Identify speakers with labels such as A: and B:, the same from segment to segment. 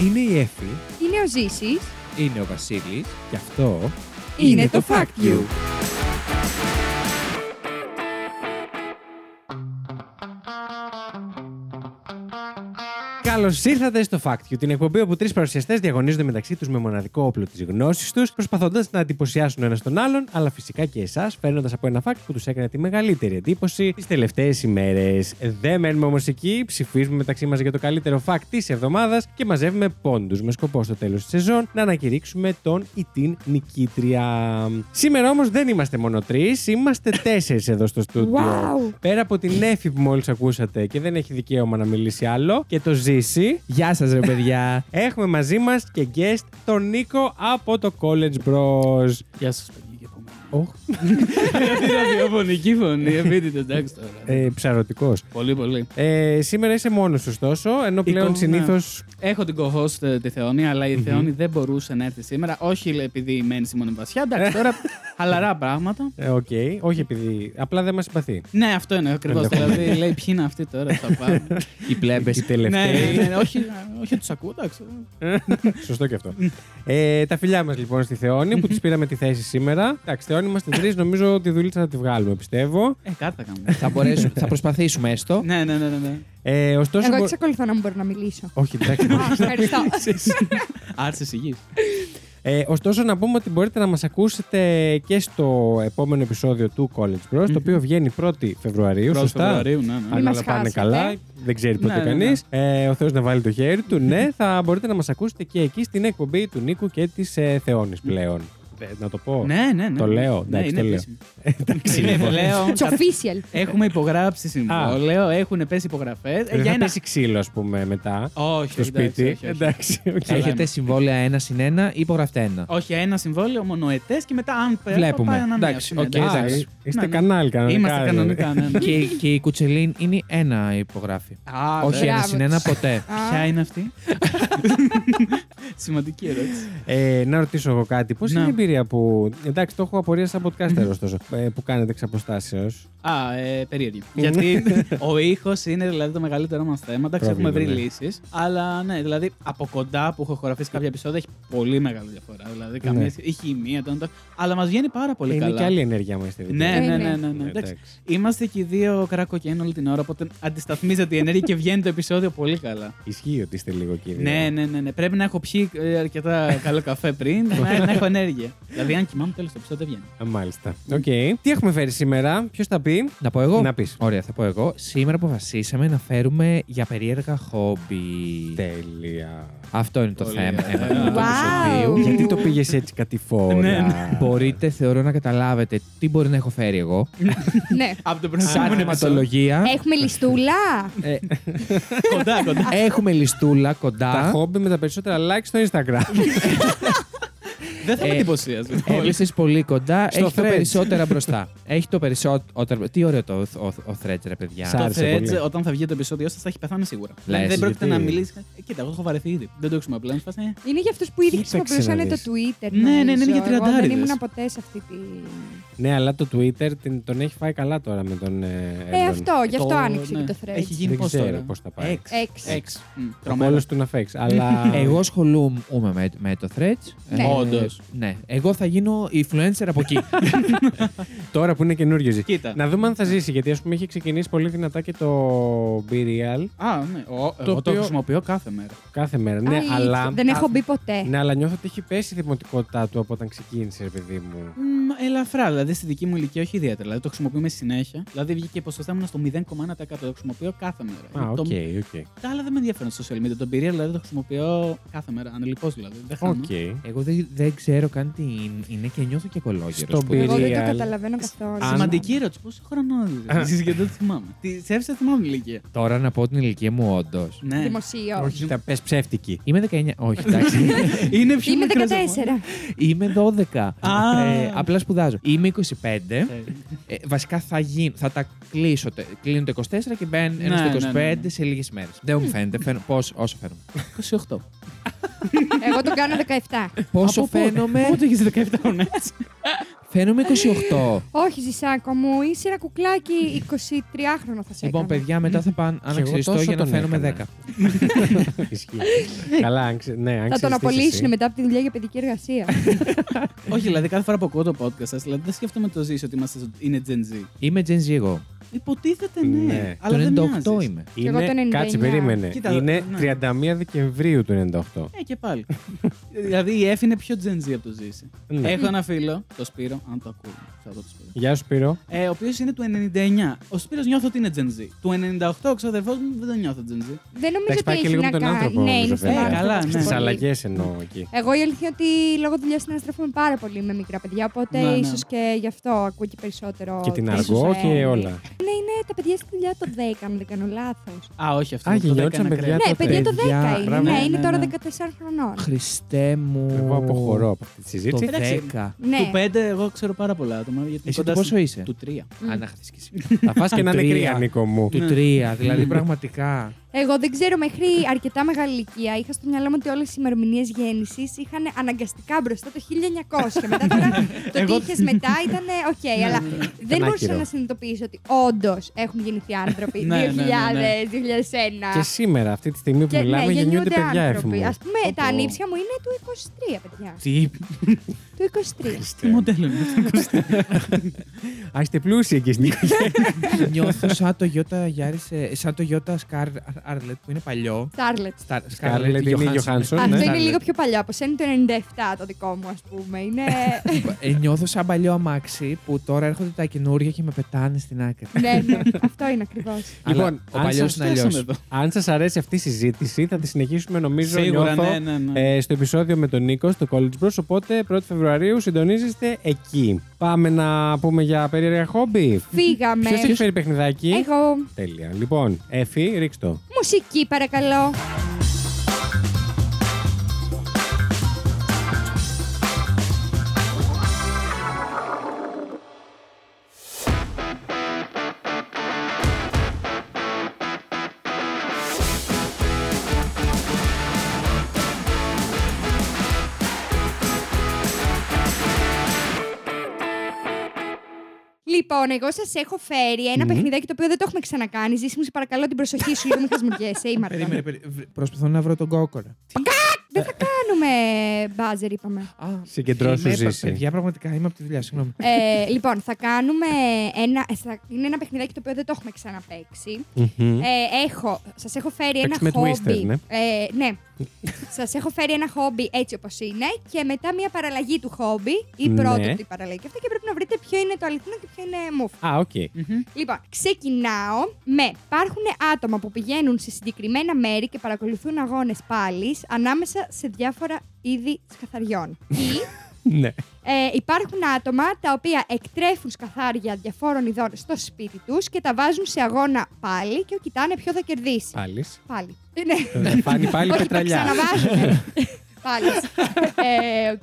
A: Είναι η Εφη,
B: Είναι ο Ζήσης.
A: είναι ο Βασίλης και αυτό
B: Είναι το Fact You.
A: Καλώς ήρθατε στο Fact You, την εκπομπή όπου τρεις παρουσιαστές διαγωνίζονται μεταξύ τους με μοναδικό όπλο της γνώσης τους, προσπαθώντας να εντυπωσιάσουν ο ένας τον άλλον, αλλά φυσικά και εσάς, φέρνοντας από ένα fact που τους έκανε τη μεγαλύτερη εντύπωση τις τελευταίες ημέρες. Δεν μένουμε όμως εκεί, ψηφίζουμε μεταξύ μας για το καλύτερο fact της εβδομάδας και μαζεύουμε πόντους με σκοπό στο τέλος της σεζόν να ανακηρύξουμε τον ή την νικήτρια. Σήμερα όμως δεν είμαστε μόνο τρεις, είμαστε τέσσερις εδώ στο στούντιο.
B: Wow.
A: Πέρα από την Εφη που μόλις ακούσατε και δεν έχει δικαίωμα να μιλήσει άλλο και το ζήσει,
C: Γεια σας, ρε παιδιά.
A: έχουμε μαζί μας και guest τον Νίκο από το College Bros.
C: Γεια σας, παιδιά. και από μένα.
A: Οχ,
C: Αυτή είναι ραδιοφωνική φωνή, επίτηδες, εντάξει τώρα.
A: ε, ψαρωτικός.
C: Πολύ, πολύ.
A: Ε, σήμερα είσαι μόνος, ωστόσο, ενώ πλέον
C: Εικόνα.
A: συνήθως.
C: Έχω την co-host ε, τη Θεόνη, αλλά η Θεόνη δεν μπορούσε να έρθει σήμερα. Όχι λέ, επειδή μένει στη Μονεβασιά, εντάξει τώρα χαλαρά πράγματα.
A: Ε, οκ, όχι επειδή. Απλά δεν μας συμπαθεί.
C: Ναι, αυτό είναι ακριβώ. δηλαδή λέει, ποιοι είναι αυτοί τώρα που θα πάμε.
A: Οι πλέμπε. Οι
C: ναι,
A: τελευταίοι.
C: ναι, ναι, ναι, όχι, όχι τους ακούω, εντάξει.
A: Σωστό και αυτό. ε, τα φιλιά μας λοιπόν στη Θεόνη που της πήραμε τη θέση σήμερα. Εντάξει, Θεόνη είμαστε τρεις, νομίζω τη δουλίτσα θα τη βγάλουμε, πιστεύω.
C: Ε, κάτι θα κάνουμε.
D: Θα, μπορέσουμε- θα προσπαθήσουμε έστω.
C: ναι, ναι, ναι, ναι, ναι.
A: Ε, ωστόσο.
B: Εγώ
A: μπο-
B: εξακολουθώ να μην μπορώ να μιλήσω.
A: Όχι, εντάξει.
B: Α, Ευχαριστώ.
C: Άρσε η γη.
A: Ε, ωστόσο, να πούμε ότι μπορείτε να μας ακούσετε και στο επόμενο επεισόδιο του College Bros, το οποίο βγαίνει 1η Φεβρουαρίου.
C: Πρώτη
A: σωστά.
C: Φεβρουαρίου, ναι, ναι.
A: Αν
B: μας
A: όλα πάνε
B: χάσετε.
A: καλά, δεν ξέρει ποτέ
C: Ναι, ναι, ναι.
A: κανείς. Ε, ο Θεός να βάλει το χέρι του. ναι, θα μπορείτε να μας ακούσετε και εκεί στην εκπομπή του Νίκου και της ε, Θεόνης πλέον. Ε, Να το πω.
C: Ναι, ναι, ναι.
A: Το λέω,
C: Ναι,
A: εντάξει,
C: είναι
A: το λέω. Ε,
C: επίσημο. Είναι, λέω.
B: It's official.
C: Έχουμε υπογράψει συμβόλαιο, έχουν πέσει Ε, υπογραφέ.
A: Δεν θα πέσει ξύλο, ας πούμε, μετά
C: Όχι,
A: στο
C: εντάξει,
A: σπίτι.
C: όχι, όχι.
A: Εντάξει, οκ.
C: Καλά ναι.
D: Έχετε
C: είναι.
D: συμβόλαια ένα συν ένα ή υπογραφτε ένα.
C: Όχι, ένα συμβόλαιο μονοετέ και μετά, αν πέρα,
D: Βλέπουμε.
C: πάει ανανέωση.
D: Εντάξει,
C: Ναι,
D: οκ,
C: εντάξει.
A: Α,
D: εντάξει.
A: Είστε
C: Ναι, ναι.
A: κανάλι κανονικά.
C: Είμαστε
A: δηλαδή.
C: κανονικά, ναι. ναι.
D: και, και η Κουτσελίν είναι ένα υπογράφει.
C: Α,
D: Όχι
C: βέβαια.
D: ένα
B: μπράβο.
D: συν ένα ποτέ.
B: Α,
C: Ποια είναι αυτή. Σημαντική ερώτηση.
A: Ε, να ρωτήσω εγώ κάτι. Πώς
C: Ναι.
A: είναι η εμπειρία που. Εντάξει, το έχω απορία σαν podcaster ωστόσο. ε, που κάνετε εξ αποστάσεως.
C: Α, ε, περίεργη.
A: Ναι.
C: Γιατί ο ήχος είναι δηλαδή το μεγαλύτερό μας θέμα. Εντάξει,
A: Πρόβλημα,
C: έχουμε βρει
A: ναι.
C: λύσεις. Αλλά ναι, δηλαδή από κοντά που έχω χωραφίσει κάποια επεισόδια έχει πολύ μεγάλη διαφορά. Δηλαδή, καμία
A: Ναι.
C: η χημεία, το ένα, το άλλο. Αλλά μας βγαίνει πάρα πολύ
A: Είναι
C: καλά.
A: και άλλη ενέργεια μας στη
C: Ναι, ναι, ναι, ναι. ναι.
A: Ναι,
C: Εντάξει.
A: εντάξει.
C: Είμαστε και οι δύο κρακοκέν όλη την ώρα, οπότε αντισταθμίζεται η ενέργεια και βγαίνει το επεισόδιο πολύ καλά.
A: Ισχύει ότι είστε λίγο κύριε.
C: Ναι, ναι, ναι, ναι. Πρέπει να έχω πιει ε, αρκετά καλό καφέ πριν, να, να έχω ενέργεια. δηλαδή, αν κοιμάμαι τέλος το επεισόδιο δεν βγαίνει.
A: Α, Μάλιστα. Οκ. Τι έχουμε φέρει σήμερα, ποιος θα πει.
D: Να πω εγώ.
A: Να πεις.
D: Ωραία, θα πω εγώ. Σήμερα αποφασίσαμε να φέρουμε για περίεργα χόμπι.
A: Ναι. Τέλεια.
D: Αυτό είναι το
C: Πολύ
D: θέμα
C: ωραία.
D: θέμα του
B: Wow.
D: επεισοδίου.
A: Γιατί το πήγες έτσι κατηφόρα.
C: Ναι,
D: Μπορείτε, θεωρώ, να καταλάβετε τι μπορεί να έχω φέρει εγώ.
B: Ναι.
C: Από το
D: Σαν
C: προηγούμενο επεισόδιο.
D: θεματολογία.
B: Έχουμε λιστούλα.
D: ε,
C: κοντά, κοντά.
D: Έχουμε λιστούλα κοντά.
A: Τα χόμπι με τα περισσότερα like στο Instagram.
C: δεν θα με
D: Ε,
C: εντυπωσίαζε.
D: Έβρισε πολύ κοντά.
A: Στο
D: Έχει το
A: Threads.
D: περισσότερα μπροστά. Έχει το περισσότερο. Τι ωραίο το ο, ο Threads, ρε παιδιά.
A: Στα-
C: Το
A: άρεσε πολύ.
C: threads, όταν θα βγει το επεισόδιο σας, θα έχει πεθάνει σίγουρα. Δηλαδή,
D: Λες,
C: δεν πρόκειται
A: γιατί?
C: να μιλήσεις. Ε, κοίτα, εγώ το έχω βαρεθεί ήδη. Δεν το έχουμε απλά. να σου πας, ε,
B: Είναι για αυτούς που ήδη
A: Κοίταξε να
B: χρησιμοποιούσαν το
A: δεις.
B: Twitter.
C: Ναι, ναι, ναι,
B: νομίζω.
C: είναι για
B: Εγώ δεν
C: τριαντάριδες.
B: ήμουν ποτέ σε αυτή τη.
A: ναι, αλλά το Twitter την- τον έχει φάει καλά τώρα με τον. Ε,
B: Ε,
A: Elon.
B: αυτό, γι' αυτό
C: το-
B: άνοιξε
C: ναι.
B: και το thread.
C: Έχει γίνει
A: Δεν
C: πώς
A: ξέρω
C: τώρα.
A: πώς θα πάει.
C: Έξ.
B: Έξι.
C: Έξ. Μ,
A: Ο
C: τρομερό.
A: πόλο του να φέξεις. Αλλά.
D: Εγώ ασχολούμαι με, με το Threads.
B: Ναι.
C: Όντως.
D: Ναι. Εγώ θα γίνω influencer από εκεί.
A: Τώρα που είναι καινούριο ζήτημα.
C: Κοίτα.
A: Να δούμε αν θα ζήσει, γιατί ας πούμε έχει ξεκινήσει πολύ δυνατά και το Be Real
C: Α, ναι. Ο- εγώ το,
A: οποίο-
C: χρησιμοποιώ κάθε μέρα.
A: κάθε μέρα. Ναι,
B: Αλήθεια,
A: αλλά,
B: Δεν έχω μπει ποτέ.
A: ναι, αλλά νιώθω ότι έχει πέσει η δημοτικότητά του από όταν ξεκίνησε, ρε παιδί μου.
C: Μ, ελαφρά, δηλαδή στη δική μου ηλικία, όχι ιδιαίτερα. Δηλαδή το χρησιμοποιούμε συνέχεια. Δηλαδή βγήκε η ποσοστά μου στο 0,1%. Το χρησιμοποιώ κάθε μέρα.
A: Α, οκ,
C: Το-
A: οκ.
C: Τα άλλα δεν με ενδιαφέρουν στο social media. Τον πυρία δηλαδή το χρησιμοποιώ κάθε μέρα. Ανελειπώ δηλαδή. Δεν χάνω.
A: Οκ.
D: Εγώ δεν, δεν ξέρω καν τι είναι- είναι και νιώθω και κολόγερος.
A: Στον
B: Εγώ δεν το
A: Real.
B: καταλαβαίνω καθόλου.
A: Αν-
C: Σημαντική ερώτηση. Πόσο χρόνο ζεις γιατί δεν το θυμάμαι. Τι σε έφυγε, θυμάμαι την ηλικία.
D: Τώρα να πω την ηλικία μου, όντως.
C: Ναι.
B: Δημοσίως.
A: Όχι, τα πες ψεύτικη.
D: Είμαι 19. Όχι, εντάξει.
C: Είναι πιο
B: Είμαι
C: μικρός από
B: 14.
D: Είμαι 12.
C: Α. Ναι.
D: Ε, απλά σπουδάζω. Είμαι 25.
C: μένα.
D: Ε, βασικά θα, γίν, θα τα κλείσω. τε- Κλείνω το 24 και μπαίνω ένα
C: Ναι,
D: στο 25
C: ναι, ναι, ναι.
D: σε λίγες μέρες. Δεν μου φαίνεται. Φαίνω, πόσο, όσο φαίνομαι.
C: 28.
B: Εγώ τον κάνω 17.
D: Πόσο
C: Από πότε?
D: φαίνομαι.
C: Πότε έχεις 17 χρονές.
D: Φαίνομαι 28.
B: Όχι, Ζησάκο μου, είσαι ένα κουκλάκι 23χρονο θα σε
D: λοιπόν,
B: έκανα.
D: παιδιά, μετά θα πάνε
A: εγώ
D: αναξιωστό
A: τόσο
D: για να
A: τον
D: φαίνομαι
A: έκανα.
D: 10.
A: Ισχύει. Καλά, αν ξε- ναι, αν
B: Θα τον
A: ξεστήσεις εσύ.
B: απολύσουν μετά από τη δουλειά για παιδική εργασία.
C: Όχι, δηλαδή κάθε φορά που ακούω το podcast σας, δηλαδή δεν σκέφτομαι το ζήσει ότι είμαστε, είναι Gen Z.
D: Είμαι Gen Z εγώ.
C: Υποτίθεται ναι.
A: Ναι.
C: Αλλά δεν
D: το 98
C: μοιάζεις.
D: είμαι.
B: εγώ το
A: Είναι,
B: 99.
A: κάτσε, περίμενε.
C: Κοίτα,
A: είναι
C: ναι.
A: 31 Δεκεμβρίου του 98.
C: Ε, και πάλι. δηλαδή η F είναι πιο Gen Z από το ζήσει.
A: Ναι.
C: Έχω ένα φίλο, το Σπύρο, αν το ακούω. Θα το Σπύρο.
A: Γεια σου, Σπύρο.
C: Ε, ο οποίος είναι του 99. Ο Σπύρος νιώθω ότι είναι Gen Z. Του 98 ο ξαδερφός μου δεν τον νιώθω Gen Z.
B: Δεν νομίζω
A: Εντάξει, πάει και
B: ότι έχει
A: λίγο
B: να
A: με τον
B: κάνει.
A: άνθρωπο,
B: Ναι,
A: νομίζω,
B: είναι στον
A: βέβαια.
B: άνθρωπο.
C: Ε, καλά,
B: της
C: ναι.
A: Στις
B: πολύ.
A: αλλαγές εννοώ εκεί.
B: Εγώ η αλήθεια είναι ότι λόγω δουλειάς συναστρέφουμε πάρα πολύ με μικρά παιδιά, οπότε
C: Ναι, ναι.
B: ίσως και γι' αυτό ακούω και περισσότερο.
A: Και την
B: ίσως,
A: αργό
B: ε,
A: και όλα.
B: Ναι, τα παιδιά στη δουλειά το 10, αν δεν κάνω λάθος.
C: Α, όχι, αυτό
A: Α,
C: είναι το
A: γινόντουσαν
C: 10
A: παιδιά
C: ακραίο.
B: Ναι,
A: τότε.
B: παιδιά το 10
D: Παιδιά,
B: είναι.
A: μπράβο.
B: Ναι,
C: Ναι,
B: είναι
C: ναι,
B: τώρα
C: ναι.
B: 14 χρονών.
D: Χριστέ μου.
A: Εγώ αποχωρώ από αυτή τη
D: Το
A: συζήτηση.
D: 10.
B: Ναι,
C: Του 5 εγώ ξέρω πάρα πολλά άτομα. Γιατί
D: Εσύ
C: κοντά
D: του πόσο
C: στην-
D: είσαι?
C: Του 3.
B: Μμ.
D: Αν και εσύ. Θα φας
A: Και
D: του
A: να είναι
D: τρία.
A: κρύα, Νίκο μου.
D: Του
C: Ναι.
D: 3, δηλαδή πραγματικά.
B: εγώ δεν ξέρω, μέχρι αρκετά μεγάλη ηλικία είχα στο μυαλό μου ότι όλες οι ημερομηνίες γέννησης είχαν αναγκαστικά μπροστά το 1900. και μετά τώρα το
C: Εγώ- Ναι,
B: τι είχες μετά ήταν ε, οκ, αλλά δεν μπορούσα
A: άκυρο.
B: να συνειδητοποιήσω ότι όντως έχουν γεννηθεί άνθρωποι 2000,
C: Ναι, ναι, ναι, ναι.
B: 2001.
A: Και σήμερα, αυτή τη στιγμή που
B: Και,
A: μιλάμε,
B: ναι,
A: γεννιούνται παιδιά
B: άνθρωποι.
A: έφημου.
B: Ας πούμε, τα
C: Όπο.
B: ανήψια μου είναι του 23, παιδιά.
D: Τι
B: Του 23.
C: Τι μοντέλο είναι αυτό.
A: Α είστε πλούσιοι εκεί στην οικογένεια.
D: νιώθω σαν το Ιώτα Γιάρης, ε, σαν το Ιώτα Σκάρ Αρ- Αρλετ που είναι παλιό.
B: Στάρλετ.
A: ναι,
D: Στα-
A: Scarlett είναι η Johansson, ναι.
B: Αυτό είναι
D: Scarlett.
B: λίγο πιο παλιό από σένα, είναι το 97 το δικό μου, ας πούμε. Είναι.
D: Ε, Νιώθω σαν παλιό αμάξι που τώρα έρχονται τα καινούργια και με πετάνε στην άκρη.
B: ναι, ναι, αυτό είναι ακριβώς.
D: Αλλά
A: Λοιπόν,
D: ο
A: αν
D: παλιός
A: σας
D: είναι αλλιώς.
C: εδώ.
A: Αν σας αρέσει αυτή η συζήτηση, θα τη συνεχίσουμε νομίζω
C: Σίγουρα,
A: νιώθω,
C: ναι, ναι, ναι.
A: ε, στο επεισόδιο με τον Νίκο στο College Bros. Οπότε 1η Φεβρουαρίου συντονίζεστε εκεί. Πάμε να πούμε για περίεργα χόμπι.
B: Φύγαμε.
A: Ποιος έχει φέρει παιχνιδάκι.
B: Εγώ.
A: Τέλεια. Λοιπόν, Εφη, ρίξ το.
B: Μουσική, παρακαλώ. Λοιπόν, εγώ σας έχω φέρει ένα παιχνιδάκι το οποίο δεν το έχουμε ξανακάνει. Ζήση μου, σε παρακαλώ την προσοχή σου, γιατί μην χασμουριέσαι. Είμαι αργά.
D: Περίμενε, περί- βρ- προσπαθώ να βρω τον κόκορα.
B: Δεν θα κάνουμε μπάζερ, είπαμε.
D: Α,
A: Συγκεντρώσου,
D: είμαι-
A: Ζήση.
D: Παιδιά, πραγματικά είμαι από τη δουλειά, συγγνώμη.
B: Ε, λοιπόν, θα κάνουμε ένα. ε, θα- Είναι ένα παιχνιδάκι το οποίο δεν το έχουμε ξαναπέξει. Ε, έχω, σας έχω φέρει ένα
A: Παίξουμε
B: χόμπι.
A: Twister, ναι.
B: Ε, ναι. σας έχω φέρει ένα χόμπι έτσι όπως είναι και μετά μια παραλλαγή του χόμπι ή
A: Ναι.
B: πρότυπη παραλλαγή. Και αυτά και πρέπει να βρείτε ποιο είναι το αληθινό και ποιο είναι μουφ.
A: Α, οκ.
B: Λοιπόν, ξεκινάω με υπάρχουν άτομα που πηγαίνουν σε συγκεκριμένα μέρη και παρακολουθούν αγώνες πάλης ανάμεσα σε διάφορα είδη σκαθαριών. Ή
A: Ναι.
B: ε, υπάρχουν άτομα τα οποία εκτρέφουν σκαθάρια διαφόρων ειδών στο σπίτι τους και τα βάζουν σε αγώνα πάλι και κοιτάνε ποιο θα κερδίσει.
A: Πάλι.
B: Πάλι. Ε, Ναι.
A: Φάνη πάλι
B: Όχι, τα
A: πετραλιά.
B: ξαναβάζουμε. Πάλι. Ε,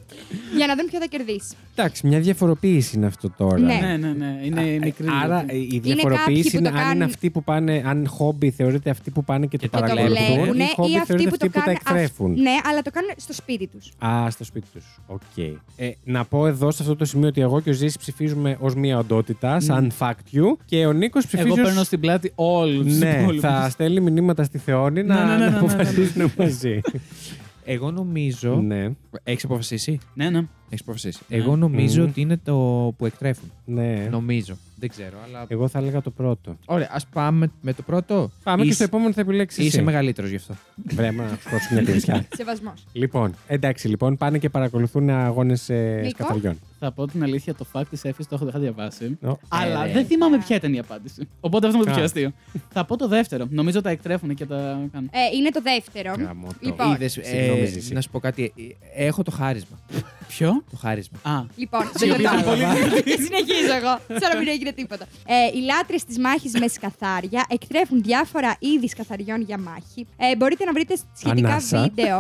B: για να δούμε ποιο θα κερδίσει.
A: Εντάξει, μια διαφοροποίηση είναι αυτό τώρα.
B: Ναι.
C: Ναι, ναι, ναι. Είναι η μικρή.
A: Άρα
C: ηλικία.
A: ε, η
B: κάποιοι που
A: διαφοροποίηση
B: το
A: είναι, αν
B: κάνουν-
A: είναι αυτοί που πάνε, αν χόμπι θεωρείται αυτοί που πάνε και, το
B: Και το
A: παρακολουθούν,
B: βλέπουν
A: ή χόμπι
B: ή αυτοί
A: θεωρείται
B: που το
A: αυτοί που τα
B: κάνουν.
A: εκτρέφουν.
B: αυ- Ναι, αλλά το κάνουν στο σπίτι τους.
A: Α, στο σπίτι τους. Οκ. Ε, να πω εδώ σε αυτό το σημείο ότι εγώ και ο Ζήση ψηφίζουμε ως μία οντότητα, σαν fact you, και ο Νίκος ψηφίζει.
C: Εγώ
A: ως-
C: παίρνω στην πλάτη όλους τους
A: Ναι,
C: υπόλοιπους.
A: θα στέλνει μηνύματα στη Θεόνη να,
C: Ναι, ναι, ναι,
A: να
C: ναι, ναι, ναι.
A: αποφασίσουν μαζί.
D: Εγώ νομίζω.
A: ναι,
D: Έχεις αποφασίσει.
C: Ναι, ναι.
D: Έχεις αποφασίσει.
C: Ναι.
D: Εγώ νομίζω
A: Μμμ.
D: ότι είναι το που εκτρέφουν.
A: ναι. Ε,
D: Νομίζω. Δεν ξέρω, αλλά.
A: Εγώ θα έλεγα το πρώτο.
D: Ωραία, ας πάμε με το πρώτο.
A: Πάμε και
D: Είσαι-
A: στο επόμενο θα επιλέξεις.
D: Είσαι μεγαλύτερος γι' αυτό.
A: Βρέμα, να σου δώσω μια κλεισιά.
B: Σεβασμός.
A: λοιπόν, εντάξει, λοιπόν, πάνε και παρακολουθούν αγώνες ε,
B: Νίκο.
A: σκαθαριών.
C: Θα πω την αλήθεια, το fact της Εφη το έχω είχα διαβάσει.
A: Ω,
C: Αλλά
B: Ε,
D: ρε.
C: δεν θυμάμαι ποια ήταν η απάντηση. Οπότε αυτό μου το πιο
A: Α.
C: αστείο. θα πω το δεύτερο. Νομίζω τα εκτρέφουν και τα κάνουν.
B: Ε, είναι το δεύτερο.
A: Γαμώ το.
B: Λοιπόν.
D: Είδες, ε,
A: Συγγνώμη, Ζήση.
D: να σου πω κάτι. ε, ε, Έχω το χάρισμα.
C: Ποιο?
D: Το χάρισμα.
C: Α.
B: Λοιπόν, δεν
C: Συγγνώμη,
B: το
C: ήταν πολύ
B: κάνω. Και συνεχίζω εγώ. Σαν να μην έγινε τίποτα. Ε, οι λάτρες της μάχης με σκαθάρια εκτρέφουν διάφορα είδη σκαθαριών για μάχη. Ε, μπορείτε να βρείτε σχετικά
A: Ανάσα.
B: βίντεο.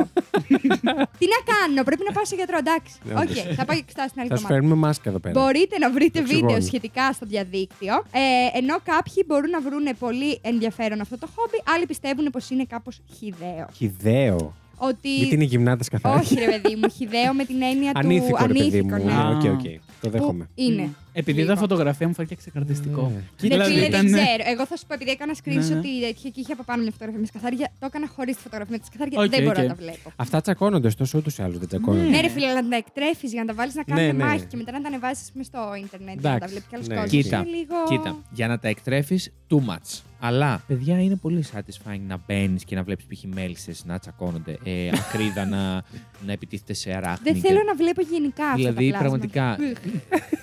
B: Τι να κάνω, πρέπει να πάω σε γιατρό, εντάξει.
A: Ναι,
B: Οκ,
A: όντως.
B: θα πάω και εξετάσεις την άλλη
A: Θα σου
B: εβδομάδα.
A: φέρνουμε μάσκα εδώ πέρα.
B: Μπορείτε να βρείτε
A: Το ψυγώνει.
B: βίντεο σχετικά στο διαδίκτυο. Ε, ενώ κάποιοι μπορούν να βρουν πολύ ενδιαφέρον αυτό το χόμπι, άλλοι πιστεύουν πως είναι κάπως χιδαίο.
A: Χιδαίο.
B: ότι.
A: Γιατί είναι γυμνά τα σκαθάρια.
B: Όχι, ρε παιδί μου, χιδαίο με την έννοια του
A: Ανήθικο, ρε παιδί μου.
B: ανήθικο, ναι.
A: Ναι,
C: Α.
A: οκ, οκ. Το δέχομαι.
B: Που είναι.
C: Επειδή
B: Λίγο.
C: είδα φωτογραφία μου φάνηκε ξεκαρδιστικό.
A: Ναι.
B: Ναι,
C: Δηλαδή,
B: φίλε,
C: ήταν-
B: δεν ξέρω. Εγώ θα σου πω, επειδή έκανα screenshot
C: Ναι.
B: ότι τέτοια και είχε από πάνω μια φωτογραφία με σκαθάρια, το έκανα χωρίς τη φωτογραφία με τη σκαθάρια.
C: Οκ,
B: δεν μπορώ
C: οκ.
B: να τα βλέπω.
A: Αυτά τσακώνονται, ωστόσο ούτως ή άλλως δεν τσακώνονται.
B: Ναι, ρε φίλε, αλλά να τα εκτρέφεις για να τα βάλεις να κάνουν
A: Ναι, ναι.
B: μάχη και μετά να τα ανεβάζει στο Ιντερνετ. Για να τα
A: Εντάξει,
B: βλέπει κι άλλος
A: ναι.
B: κόσμος.
D: Κοίτα,
B: Είναι λίγο-
D: Κοίτα, για να τα εκτρέφεις, too much. Αλλά, παιδιά, είναι πολύ satisfying να μπαίνεις και να βλέπεις π.χ. μέλισσες να τσακώνονται, ε, ακρίδα να, να επιτίθεται σε αράχνη.
B: Δεν θέλω να βλέπω γενικά αυτά
D: Δηλαδή,
B: τα πλάσματα.
D: πραγματικά.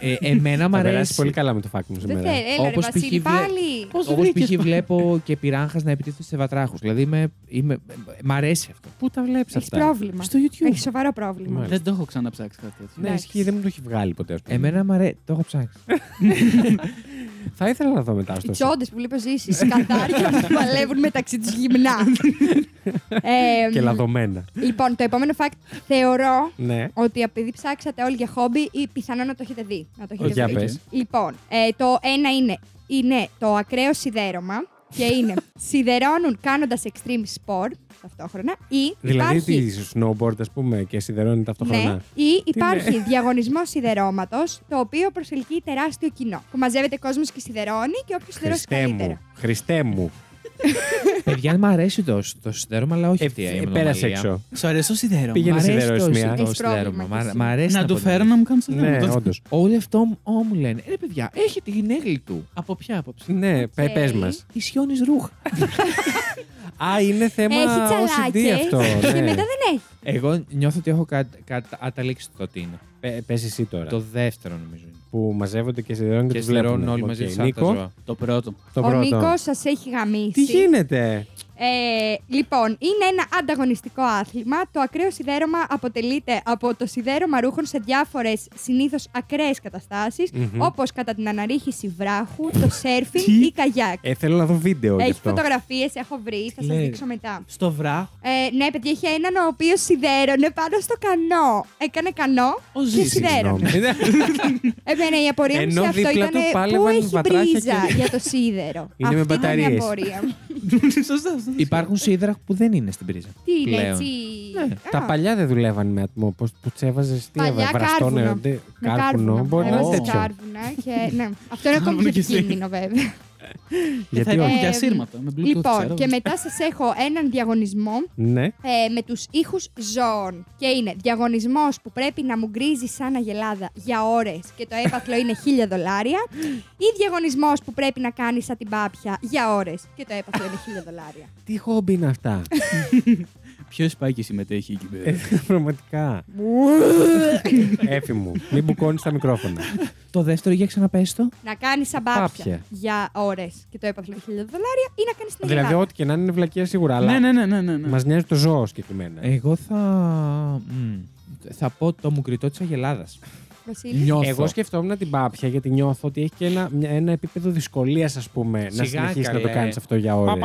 D: ε, εμένα
A: Θα
D: μ'
A: περάσει
D: αρέσει.
A: πολύ καλά με το φάκ μου
B: Δεν
A: σήμερα.
B: θέλω. Έλα, ρε
D: Όπως
B: Βασίλη,
D: π.χ.
B: πάλι.
C: Πώς
D: Όπω
C: βρήκες
D: π.χ.
C: το-
D: βλέπω και πειράγχας να επιτίθεται σε βατράχους. Δηλαδή, είμαι, είμαι, μ' αρέσει αυτό.
A: Πού τα βλέπεις
B: Έχεις
A: αυτά.
B: πρόβλημα.
D: Στο YouTube.
B: Έχεις σοβαρό πρόβλημα.
A: Μάλιστα.
C: Δεν το έχω ξαναψάξει κάτι τέτοιο.
A: Ναι,
B: Εντάξει.
A: ισχύει, δεν μου το έχει βγάλει ποτέ. ας πούμε.
D: Εμένα μ' αρέσει. Το έχω ψάξει.
A: Θα ήθελα να δω μετά.
B: Οι
A: ωστόσο.
B: τσόντες που βλέπει ο Ζήση, σκατάρια που παλεύουν μεταξύ τους γυμνά. Ε,
A: Και λαδωμένα.
B: Λοιπόν, το επόμενο fact θεωρώ
A: Ναι.
B: ότι επειδή ψάξατε όλοι για χόμπι ή πιθανόν να το έχετε δει. Να το έχετε
A: Για
B: δει.
A: πε.
B: Λοιπόν, ε, το ένα είναι, είναι το ακραίο σιδέρωμα και είναι σιδερώνουν κάνοντας extreme sport ταυτόχρονα ή
A: Δηλαδή
B: υπάρχει,
A: τις snowboard, ας πούμε, και σιδερώνει
B: ναι,
A: ταυτόχρονα.
B: ή υπάρχει διαγωνισμός σιδερώματος, το οποίο προσελκύει τεράστιο κοινό. Που μαζεύεται κόσμος και σιδερώνει και όποιος σιδερώσει
A: Χριστέ μου.
B: καλύτερα.
A: Χριστέ μου.
D: Παιδιά, μ' αρέσει το, το σιδέρωμα, αλλά όχι
A: Ε,
D: αυτή η
A: ε,
D: ανομαλία.
A: πέρασε έξω.
C: Σου αρέσει το σιδέρωμα.
D: Μ'
A: Πήγαινε
D: αρέσει
A: σιδερώσεις
D: το-
A: μία.
D: το
B: Έχεις
D: σιδέρωμα.
B: πρόβλημα
D: Μ' αρ-
B: εσύ.
D: Μ' αρέσει
C: Να του
D: πονάει.
C: φέρω να μου κάνουν σιδέρωμα.
A: Ναι,
C: Τότε-
A: όντω.
D: Όλοι αυτό ό, μου λένε. Ρε, παιδιά, έχει την έγκλη του.
C: Από ποια άποψη.
A: Ναι, πε
B: Οκ.
A: πες μας.
D: Τη σιώνει ρούχα.
A: Α, είναι θέμα
B: Έχει
A: OCD
B: τσαλάκες
A: αυτό.
B: και
A: ναι.
B: μετά δεν έχει.
D: Εγώ νιώθω ότι έχω κα, κα, αταλήξει το τι είναι.
A: Πε πες εσύ τώρα.
D: Το δεύτερο νομίζω. είναι.
A: Που μαζεύονται και σιδερώνουν και
D: Και
A: τους βλέπουν.
D: στερώνουν όλοι μαζί
A: Οκ,
D: του
A: Νίκο,
D: Νίκο.
C: Το πρώτο.
A: το
B: Ο
A: πρώτο.
B: Νίκος σας έχει γαμίσει.
A: Τι γίνεται.
B: Ε, λοιπόν, είναι ένα ανταγωνιστικό άθλημα. Το ακραίο σιδέρωμα αποτελείται από το σιδέρωμα ρούχων σε διάφορες συνήθως ακραίες
A: Μμμ.
B: όπως κατά την αναρρίχηση βράχου, το σέρφινγκ
C: Τι?
B: ή καγιάκ.
A: Ε, θέλω να δω βίντεο γι'
B: Έχει
A: αυτό.
B: φωτογραφίες, έχω βρει, θα σας
C: Λέει.
B: δείξω μετά.
C: Στο βράχο.
B: Ε, ναι, παιδιά, είχε έναν ο οποίος σιδέρωνε πάνω στο κανό. Έκανε κανό
C: Ο
B: και
C: Ζήσης.
B: σιδέρωνε.
A: Συγγνώμη.
B: Εμένα η απορία μου σε
A: Ενώ
B: αυτό
A: δίπλα
B: ήταν
A: του
B: πού
A: πάλευαν
B: έχει
A: βατράχια
B: πρίζα
A: και-
B: για το σίδερο.
A: Είναι με
B: Αυτή ήταν η
A: μπαταρίες.
B: απορία μου.
C: Σωστά, σωστά.
D: Υπάρχουν σίδερα που δεν είναι στην πρίζα.
B: Τι είναι
D: Πλέον.
B: έτσι. Α.
A: Ναι, Τα παλιά δεν δουλεύαν με ατμό. Πώς τους τσέβαζε, τι
B: Παλιά
A: έβαζες, βραστόν
B: κάρβουνα.
A: ερωτή.
B: Με
A: Κάρβουνο, μπορεί να είναι
B: Έβαζες
A: τέτοιο.
B: κάρβουνα και. ναι. Αυτό είναι
C: Κάρβουνο
B: ακόμη
C: και
B: πιο
C: εσύ.
B: επικίνδυνο, βέβαια.
C: Και θα
A: Γιατί όχι.
C: υπάρχουν
B: Ε,
C: για σύρματα. Με Bluetooth, ξέρω.
B: λοιπόν, και μετά σας έχω έναν διαγωνισμό
A: Ναι.
B: ε, με τους ήχους ζώων. Και είναι διαγωνισμός που πρέπει να μου γκρίζει σαν αγελάδα για ώρες και το έπαθλο είναι 1000 δολάρια. Ή διαγωνισμός που πρέπει να κάνεις σαν την πάπια για ώρες και το έπαθλο είναι 1000 δολάρια.
A: Τι χόμπι είναι αυτά.
C: Ποιος πάει και συμμετέχει εκεί
A: Ε,
C: πέρα.
A: Πραγματικά. Έφη μου, μην μπουκώνεις τα μικρόφωνα.
D: Το δεύτερο για ξαναπέσει το.
B: να κάνεις σαν πάπια
A: Πάπια.
B: για ώρες και το έπαθλο είναι 1000 δολάρια ή να κάνεις την αγελάδα.
A: δηλαδή, ό,τι και να είναι είναι βλακεία σίγουρα,
C: Ναι,
A: αλλά
C: ναι, ναι, ναι, ναι. ναι.
A: μας νοιάζει το ζώο συγκεκριμένα.
D: Εγώ θα. μμ, θα πω το μουγκριτό της Αγελάδας.
B: Βασίλη.
D: Νιώθω.
A: Εγώ σκεφτόμουν την πάπια γιατί νιώθω ότι έχει και ένα, μια- ένα επίπεδο δυσκολίας, ας πούμε, να
D: Σιγά,
A: συνεχίσει να το
D: καλέ.
A: κάνεις αυτό για ώρες. Ναι,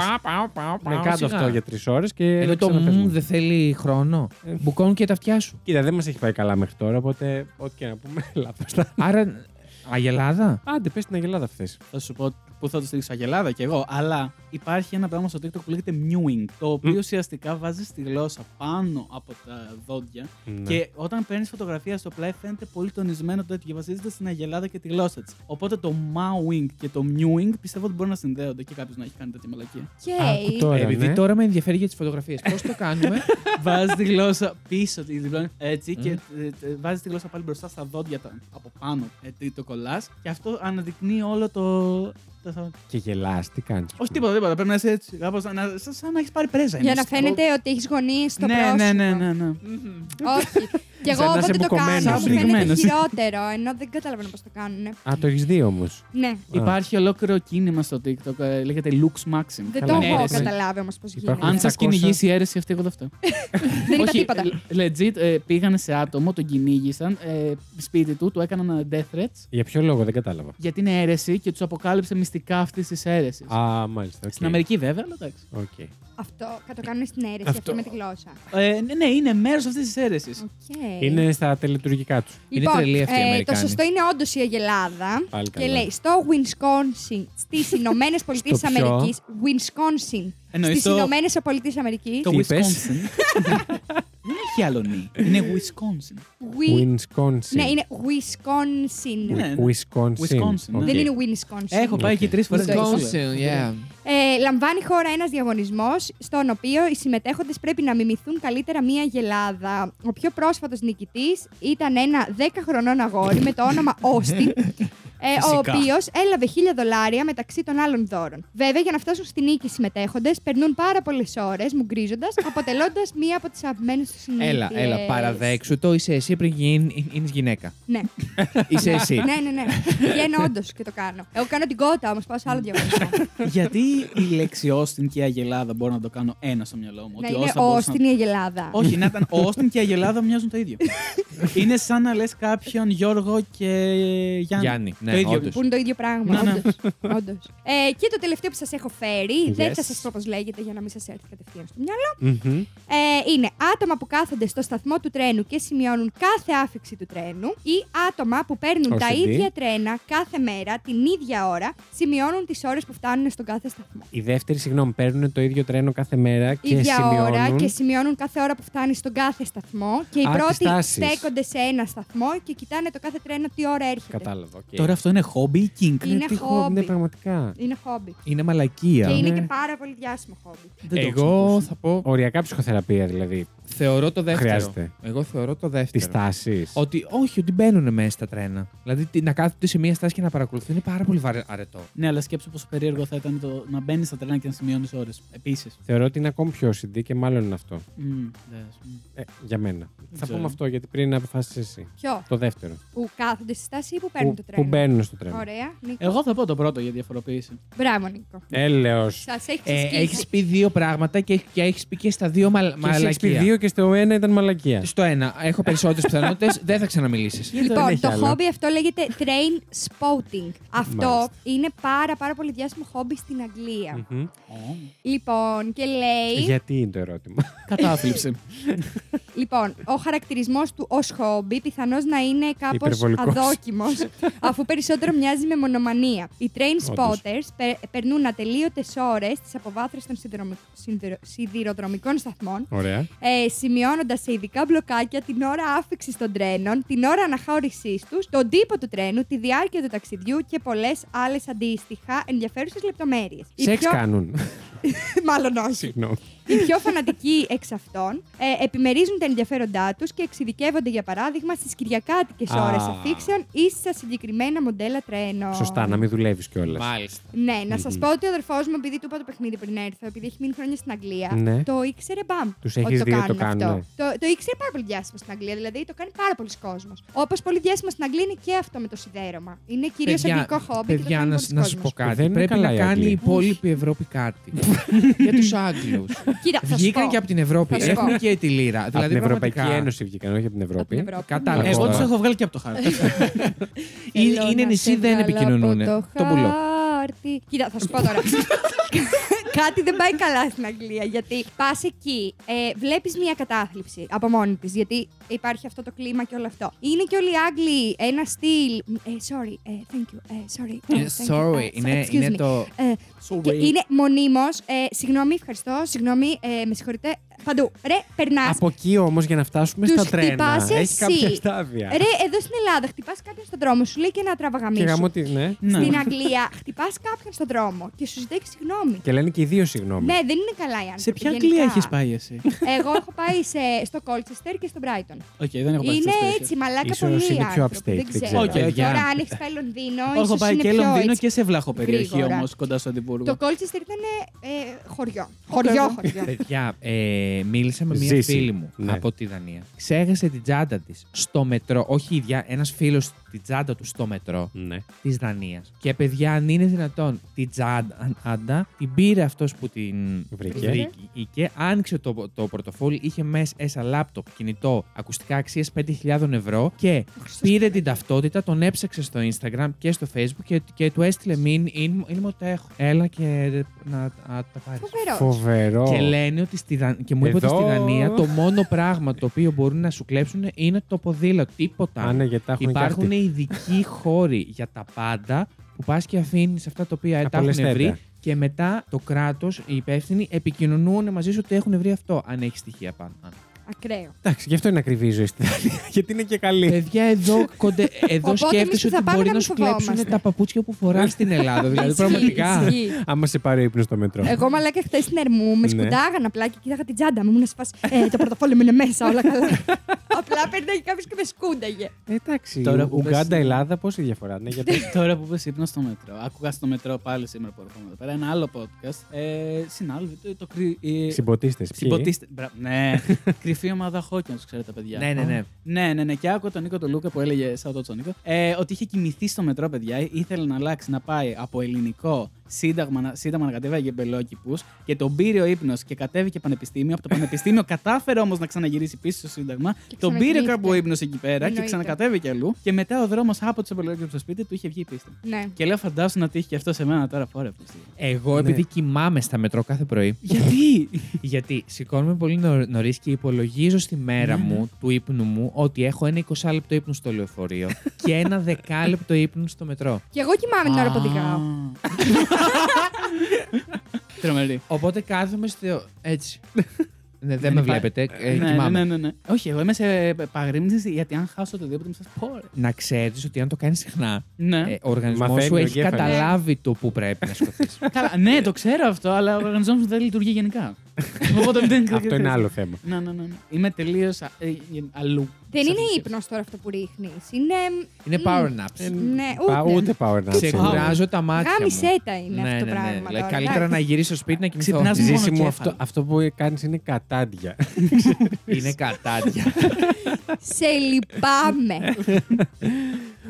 D: πάω,
A: κάτω
D: σιγά.
A: αυτό για τρεις ώρες και.
D: Ενώ Ε, το
A: ξαναπες
D: μου
A: μου.
D: δεν θέλει χρόνο. Ε, Μπουκώνουν και τα αυτιά σου.
A: Κοίτα, δεν μας έχει πάει καλά μέχρι τώρα, οπότε ό,τι και να πούμε, λάθος.
D: Άρα. Αγελάδα.
A: Άντε, πες στην Αγελάδα αυτέ.
C: Θα σου πω πού θα το στηρίξω. Αγελάδα κι εγώ. Αλλά υπάρχει ένα πράγμα στο TikTok που λέγεται mewing. Το οποίο ουσιαστικά βάζει τη γλώσσα πάνω από τα δόντια.
A: Ναι.
C: Και όταν παίρνεις φωτογραφία στο πλάι, φαίνεται πολύ τονισμένο το τέτοιο. Βασίζεται στην αγελάδα και τη γλώσσα της. Οπότε το mowing και το mewing πιστεύω ότι μπορούν να συνδέονται και κάποιος να έχει κάνει τέτοια μαλακία.
B: Okay.
A: τώρα,
D: Επειδή
A: ναι.
D: τώρα με ενδιαφέρει για τις φωτογραφίες. Πώς το κάνουμε.
C: βάζει τη γλώσσα πίσω, τη διπλώνει έτσι
D: Μμμ.
C: και ε, ε, βάζει τη γλώσσα πάλι μπροστά στα δόντια τα, από πάνω. Έτσι το κολλάς και αυτό αναδεικνύει όλο το. το- το-
A: Και γελάς, τι κάνεις.
C: όχι τίποτα, τίποτα. Πρέπει να είσαι έτσι. Κάπως, να, σαν, σαν να έχεις πάρει πρέζα.
B: Για
C: είναι,
B: να
C: στο-
B: φαίνεται ότι έχεις γονείς στο
C: ναι,
B: πρόσωπο.
C: ναι, ναι, ναι, ναι.
B: Όχι. Και εγώ
A: Σαν να είσαι
B: όποτε το
A: μπουκωμένος.
B: κάνω, μου
A: Σαν
B: φαίνεται
C: μπουκωμένος.
B: χειρότερο. Ενώ δεν καταλαβαίνω πώς το κάνουν.
A: Α, το έχεις δει όμως.
B: Ναι.
C: Υπάρχει ολόκληρο κίνημα στο TikTok. ε, Λέγεται Lux Maxim.
B: Δεν
A: Καλά,
B: το
A: ναι,
B: έχω
A: ρε,
B: καταλάβει όμως πώς γίνεται.
A: Υπάρχουν
C: Αν σας
A: 700.
C: κυνηγήσει η αίρεση αυτή, εγώ δεν φταίω.
B: Δεν είπα
C: Όχι,
B: τίποτα.
C: ε, Legit, ε, πήγανε σε άτομο, τον κυνήγησαν, ε, σπίτι του, του έκαναν ε, death threats,
A: Για ποιο λόγο δεν κατάλαβα.
C: γιατί είναι αίρεση και τους αποκάλυψε μυστικά αυτής της αίρεσης.
A: Α, μάλιστα. οκ.
C: Στην Αμερική βέβαια, αλλά εντάξει.
A: Οκ.
B: Αυτό θα το κάνουν στην αίρεση, αυτό με τη γλώσσα.
C: Ε, ναι, ναι, είναι μέρος αυτής της αίρεσης.
B: Οκ. Λοιπόν, ε,
A: Είναι στα τελετουργικά τους.
D: Είναι τρελή αυτή η
B: το
D: Αμερικάνη.
B: σωστό είναι όντως η Αγελάδα.
A: Πάλι
B: και
A: καλά.
B: λέει στο Wisconsin στις Ηνωμένες Πολιτείε
A: Στο ποιο?
B: Αμερικής. Wisconsin.
C: Εννοείς
B: Στις
C: το-
B: Ηνωμένες Πολιτείες Αμερικής.
C: Το
A: Τι
C: Wisconsin.
A: είπες?
C: Δεν έχει άλλο νη. Είναι Wisconsin.
A: Wisconsin.
B: Ναι, είναι Wisconsin.
C: Ναι.
A: Wisconsin.
C: Wisconsin, ναι.
A: Οκ.
B: Δεν είναι Wisconsin.
C: Έχω πάει
A: Οκ.
C: εκεί τρεις φορές.
D: Wisconsin, yeah.
B: Ε, λαμβάνει χώρα ένας διαγωνισμός, στον οποίο οι συμμετέχοντες πρέπει να μιμηθούν καλύτερα μία γελάδα. Ο πιο πρόσφατος νικητής ήταν ένα 10χρονών αγόρι με το όνομα Όστιν. Ε, ο
C: Φυσικά.
B: οποίος έλαβε 1000 δολάρια μεταξύ των άλλων δώρων. Βέβαια, για να φτάσουν στη νίκη οι συμμετέχοντες, περνούν πάρα πολλές ώρες μουγκρίζοντας, αποτελώντας μία από τις αγαπημένες τους συνήθειε.
D: Έλα, έλα, παραδέξου το. Είσαι εσύ πριν γίνει, είναι γυναίκα.
B: Ναι,
D: Είσαι εσύ.
B: ναι, ναι. ναι. Βγαίνω όντως και το κάνω. Εγώ κάνω την κότα όμως, πάω σε άλλο διαγωνισμό.
C: Γιατί η λέξη Όστιν και η Αγελάδα μπορώ να το κάνω ένα στο μυαλό μου.
B: να
C: ότι
B: Ναι, είναι
C: όσα μπορούσαν
B: Όστιν η Αγελάδα.
C: να- Όχι, να ήταν ο Όστιν και η Αγελάδα μοιάζουν το ίδιο. είναι σαν να λες κάποιον Γιώργο και Γιάννη.
D: Γιάννη, ναι,
C: το ίδιο.
D: όντως.
B: Που είναι το ίδιο πράγμα.
C: Ναι, ναι.
B: όντως, όντως. Ε, και το τελευταίο που σας έχω φέρει, δεν
A: Yes.
B: θα σας πω πώς λέγεται για να μην σας έρθει κατευθείαν στο μυαλό.
A: Μμμ.
B: Ε, είναι άτομα που κάθονται στο σταθμό του τρένου και σημειώνουν κάθε άφηξη του τρένου ή άτομα που παίρνουν τα
A: OCD.
B: ίδια τρένα κάθε μέρα, την ίδια ώρα, σημειώνουν τις ώρες που φτάνουν στον κάθε σταθμό.
A: Οι δεύτεροι, συγγνώμη, παίρνουν το ίδιο τρένο κάθε μέρα και
B: ίδια
A: σημειώνουν.
B: ώρα και σημειώνουν κάθε ώρα που φτάνει στον κάθε σταθμό. Και οι
A: Α, τις
B: πρώτοι
A: τάσεις.
B: στέκονται σε ένα σταθμό και κοιτάνε το κάθε τρένο τι ώρα έρχεται.
A: Κατάλαβα. οκ.
C: Τώρα αυτό είναι χόμπι ή κίνκ.
B: Είναι
A: Τι
B: χόμπι.
A: χόμπι, Ναι, πραγματικά.
B: Είναι χόμπι.
D: Είναι μαλακία.
B: Και είναι
A: ναι.
B: και πάρα πολύ διάσημο χόμπι.
C: Δεν το έχω
D: Εγώ
C: ξανακούσει.
D: θα πω.
A: Οριακά ψυχοθεραπεία δηλαδή.
D: Θεωρώ το δεύτερο.
A: Χρειάζεται.
D: Εγώ θεωρώ το
A: Τη
D: δεύτερο.
A: τάση.
D: Ότι όχι, ότι μπαίνουν μέσα στα τρένα. Δηλαδή τι- να κάθονται σε μία στάση και να παρακολουθούν είναι πάρα πολύ βαρε- αρετό.
C: Ναι, αλλά σκέψου πόσο περίεργο θα ήταν το να μπαίνεις στα τρένα και να σημειώνεις ώρες. Επίσης.
A: Θεωρώ ότι είναι ακόμη πιο OCD και μάλλον είναι αυτό. Ε, για μένα. Θα
C: ξέρω.
A: πούμε αυτό γιατί πριν αποφάσισε εσύ.
B: Ποιο?
A: Το δεύτερο.
B: Που κάθονται στη στάση ή που παίρνουν
A: που,
B: το τρένο.
A: που μπαίνουν στο τρένο.
B: Ωραία. Νίκο.
C: Εγώ θα πω το πρώτο για διαφοροποίηση.
B: Μπράβο, Νίκο.
A: Έλεος.
B: Σας έχεις
D: Ε,
B: ξεσκίσει.
D: έχεις πει δύο πράγματα και, και έχεις πει και στα δύο μα,
A: Και εσύ έχεις πει
D: μαλακία.
A: δύο και στο ένα ήταν μαλακία.
D: Στο ένα, έχω περισσότερες πιθανότητες, δεν θα ξαναμιλήσεις.
A: δεν
B: Λοιπόν,
A: έχει
B: το
A: άλλο.
B: χόμπι αυτό λέγεται train spotting. Αυτό
A: Μάλιστα.
B: είναι πάρα πάρα πολύ διάσημο χόμπι στην Αγγλία.
A: Μμμ.
B: Λοιπόν, και λέει.
A: Γιατί είναι το ερώτημα.
C: Κατάθλιψη.
B: Λοιπόν, ο χαρακτηρισμός του ως χόμπι πιθανώς να είναι κάπως
A: Υπερβολικός.
B: αδόκιμος, αφού περισσότερο μοιάζει με μονομανία. Οι train
A: Όντως.
B: spotters πε- περνούν ατελείωτες ώρες στις αποβάθρες των σιδηρομι- σιδηρο- σιδηροδρομικών σταθμών
A: Ωραία.
B: ε, σημειώνοντας σε ειδικά μπλοκάκια την ώρα άφηξης των τρένων, την ώρα αναχώρησής τους, τον τύπο του τρένου, τη διάρκεια του ταξιδιού και πολλές άλλες αντίστοιχα ενδιαφέρουσες λεπτομέρειες.
A: Σεξ κάνουν.
B: Μάλλον όχι.
A: Συγγνώμη.
B: Οι πιο φανατικοί εξ αυτών ε, επιμερίζουν τα ενδιαφέροντά τους και εξειδικεύονται, για παράδειγμα, στις κυριακάτικες
A: Α.
B: ώρες αφήξεων ή στα συγκεκριμένα μοντέλα τρένων.
A: Σωστά, να μην δουλεύεις κιόλας.
D: Μάλιστα.
B: Ναι, να σα
A: Μμμ.
B: πω ότι ο αδερφός μου, επειδή του είπα το παιχνίδι πριν έρθω, επειδή έχει μείνει χρόνια στην Αγγλία,
A: Ναι.
B: το ήξερε μπαμ.
A: Τους
B: ότι
A: έχεις δει ότι το
B: κάνουν
A: κάνουν.
B: Αυτό. Το, το ήξερε πάρα πολύ διάσημο στην Αγγλία, δηλαδή το κάνει πάρα πολλοί κόσμος. Όπως πολύ διάσημο στην Αγγλία είναι και αυτό με το σιδέρωμα. Είναι κυρίως
D: Παιδιά,
B: αγγλικό χόμπι. και το
D: Παιδιά,
B: κάνει
D: να,
B: πολλοί
D: να σα πω
B: κόσμος.
D: κάτι.
A: Δεν είναι
D: Πρέπει
A: καλά
D: να
A: η
D: κάνει
A: Αγγλία.
D: η υπόλοιπη Ευρώπη κάτι. Για τους Άγγλους.
B: Κοίτα, θα σου πω.
D: Βγήκαν και από την Ευρώπη.
B: Θα σου πω.
D: Έχουν και τη λίρα.
A: Από
D: δηλαδή,
A: την Ευρωπαϊκή
D: πραγματικά,
A: Ένωση βγήκαν, όχι από την
B: Από την
A: Ευρώπη.
B: Ευρώπη.
D: Κατάλαβα.
A: Ναι.
C: Εγώ
A: Ακόμα.
C: τους έχω βγάλει και από το χάρτη.
D: Είναι,
B: Θέλω
D: είναι
B: να
D: νησί,
B: σε
D: δεν
B: βγάλω
D: επικοινωνούν.
B: από
D: Το πουλώ.
B: χάρτη. Κοίτα, θα σου πω τώρα. Κάτι δεν πάει καλά στην Αγγλία. Γιατί πας εκεί, ε, βλέπεις μια κατάθλιψη από μόνη της. Γιατί υπάρχει αυτό το κλίμα και όλο αυτό. Είναι και όλοι οι Άγγλοι ένα στυλ. Ε, sorry, ε, thank you. Ε, sorry. ε,
D: Ε,
B: thank you,
D: Sorry,
B: ε,
D: είναι,
B: excuse
D: είναι
B: me.
D: το.
B: Ε, και είναι μονίμως. Ε, συγγνώμη, ευχαριστώ. Συγγνώμη, ε, με συγχωρείτε. Παντού. Ρε, περνάς.
A: Από εκεί όμως για να φτάσουμε
B: Τους
A: στα τρένα.
B: χτυπάς
A: Έχει
B: εσύ.
A: κάποια στάδια.
B: Ρε, εδώ στην Ελλάδα χτυπάς κάποιον στον δρόμο, σου λέει και ένα
A: Και
B: τραβαγαμίσου.
A: γαμώ τη- ναι.
B: Στην Αγγλία χτυπάς κάποιον στον δρόμο και σου ζητάει συγγνώμη.
A: Και λένε και οι δύο συγγνώμη.
B: Ναι, δεν είναι καλά οι άνθρωποι.
C: Σε ποια
B: γενικά.
C: Αγγλία έχεις πάει εσύ.
B: Εγώ έχω πάει σε, στο Colchester και στο Brighton.
C: Οκ, δεν έχω πάει
B: είναι
C: στις τέτοιες.
B: έτσι, μαλάκα
A: Ίσως
B: πολύ.
A: είναι πιο
B: άνθρωποι,
A: upstate,
B: Δεν
A: δεν
B: ξέρω.
A: ξέρω.
C: Οκ, παιδιά.
B: Τώρα, αν έχεις πάει Λονδίνο, ίσω
C: Έχω πάει
B: είναι
C: και
B: πιο
C: Λονδίνο
B: έτσι.
C: και σε βλάχο περιοχή
B: γρήγορα.
C: όμως, κοντά στο Αντιβούργο.
B: Το Colchester ήταν ε, χωριό. Χωριό, χωριό.
D: Παιδιά, ε, μίλησα με μία
A: Ζήση.
D: φίλη μου
A: Ναι.
D: από τη Δανία. Ξέχασε την τσάντα της στο μετρό. Όχι η ίδια, ένας φίλος την τσάντα του στο μετρό
A: Ναι.
D: της Δανίας. Και παιδιά, αν είναι δυνατόν, την τσάντα την πήρε αυτός που την
A: Βρήκε.
D: βρήκε, άνοιξε το, το πορτοφόλι, είχε μέσα ένα λάπτοπ, κινητό, ακουστικά αξίας 5.000 ευρώ και πήρε την ταυτότητα, τον έψαξε στο Instagram και στο Facebook και, και του έστειλε μην, είναι, είναι μου το έχω. Έλα και να, να τα πάρεις.
B: Φοβερός.
A: Φοβερό.
D: Και λένε ότι στη Δαν... και μου Οπωσδήποτε
A: Εδώ-
D: στη Δανία το μόνο πράγμα το οποίο μπορούν να σου κλέψουν είναι το ποδήλατο. Τίποτα.
A: Α, ναι, γιατί τα έχουν και
D: Υπάρχουν
A: αυτοί.
D: ειδικοί χώροι για τα πάντα που πας και αφήνεις αυτά τα οποία
A: Τα
D: τα έχουν βρει
A: πολυστέτα.
D: και μετά το κράτος, οι υπεύθυνοι επικοινωνούν μαζί σου ότι έχουν βρει αυτό. Αν έχεις στοιχεία πάνω. Αν.
B: Ακραίο.
A: Εντάξει, γι' αυτό είναι ακριβή η ζωή στην Ιταλία. Γιατί είναι και καλή.
D: Παιδιά, εδώ, κοντε, εδώ
B: Οπότε εμείς
D: σκέφτεσαι
B: που θα
D: ότι
B: πάμε να
D: μπορεί να
B: μην
D: σου κλέψουν
B: φοβόμαστε.
D: τα παπούτσια που φοράς στην Ελλάδα. δηλαδή,
B: Ισχύει,
D: πραγματικά.
B: ισχύει.
A: Άμα σε πάρει ο ύπνος στο μετρό.
B: Εγώ μαλάκα χθες στην Ερμού,
A: Ναι.
B: με σκουντάγαν απλά και κοίταγα την τσάντα μου. Ήμουν σε φάση, Ε, το πορτοφόλι μου είναι μέσα, όλα καλά. απλά παίρναγε κάποιος και με σκούνταγε.
A: Ε, Εντάξει.
C: Τώρα που
A: Ουγγάντα,
C: πες-
A: Ελλάδα, πόση διαφορά είναι. Για πες.
C: Τώρα που πες ύπνος στο μετρό, άκουγα στο μετρό πάλι σήμερα που έρχομαι εδώ πέρα ένα άλλο podcast. Ε, συνάλληλοι, το, το κρυ- ε,
A: Συμποτίστε.
C: συμποτίστε- Μπρα- Ναι, κρυφή ομάδα Hawkins, ξέρετε, παιδιά.
D: ναι, ναι, ναι.
C: Ναι, ναι, ναι. Και άκουγα τον Νίκο τον Λούκα που έλεγε, σαν το τον Νίκο, ε, ότι είχε κοιμηθεί στο μετρό, παιδιά. Ε, Ήθελε να αλλάξει, να πάει από ελληνικό σύνταγμα, να- σύνταγμα να κατέβαγε μπελόκυπου και τον πήρε ο ύπνος και κατέβηκε πανεπιστήμιο. Από το πανεπιστήμιο κατάφερε όμως να ξαναγυρίσει πίσω στο σύνταγμα. Τον πήρε
B: ξανακοιμήθηκε.
C: κάπου ο ύπνος εκεί πέρα
B: Εννοείται.
C: και ξανακατέβηκε αλλού. Και μετά ο δρόμος από τους μπελόκυπου στο σπίτι του είχε βγει η πίστη.
B: Ναι.
C: Και λέω, φαντάσου να τύχει και αυτό σε μένα τώρα φορέ.
A: Ναι.
D: Εγώ, επειδή κοιμάμαι στα μετρό κάθε πρωί,
C: Γιατί!
D: Γιατί σηκώνομαι πολύ νωρίς και υπολογίζω στη
A: Ναι,
D: μέρα μου, του ύπνου μου, ότι έχω ένα 20 λεπτό ύπνου στο λεωφορείο και ένα 10 λεπτό ύπνου στο μετρό.
B: Και εγώ κοιμάμαι την ώρα που οδηγάω.
C: Τρομερή.
D: Οπότε κάθομαι στο. Έτσι. ναι, δεν με
C: υπά-
D: βλέπετε. ε,
C: ναι, ναι,
D: κοιμάμαι.
C: ναι, ναι, ναι. Όχι, εγώ είμαι σε παγρύμνηση γιατί αν χάσω οτιδήποτε μου σας πω. ρε.
D: Να ξέρεις ότι αν το κάνεις συχνά,
C: Ναι.
D: ε, ο οργανισμός
A: Μαθαίνεις
D: σου
A: ο
D: έχει
A: εγκέφαλος.
D: καταλάβει το που πρέπει να σκοτήσει.
C: Καλά, ναι, το ξέρω αυτό, αλλά ο οργανισμός μου δεν λειτουργεί γενικά. Οπότε δεν
A: Αυτό είναι άλλο θέμα.
C: Ναι, ναι, ναι. ναι. Είμαι τελείως αλλού.
B: Δεν
C: σε
B: είναι
C: αυτή τη
B: ύπνο τώρα αυτό που ρίχνεις. Είναι.
D: Είναι
B: μ,
D: power naps.
B: Ναι,
A: Πα- Ούτε
B: ούτε.
A: πάω να
D: Ξεκουράζω τα μάτια. μου.
B: Γάμισέτα είναι αυτό
D: Ναι,
B: το
D: ναι, ναι.
B: πράγμα.
D: Δηλαδή,
B: τώρα,
D: Καλύτερα να
B: εντάξει.
D: γυρίσω στο σπίτι να κοιμηθώ.
C: Ξυπνάς μόνο
A: Ζήση μου,
C: κέφαλο.
A: αυτό, αυτό που κάνεις είναι κατάντια.
D: Είναι κατάδια.
B: Σε λυπάμαι.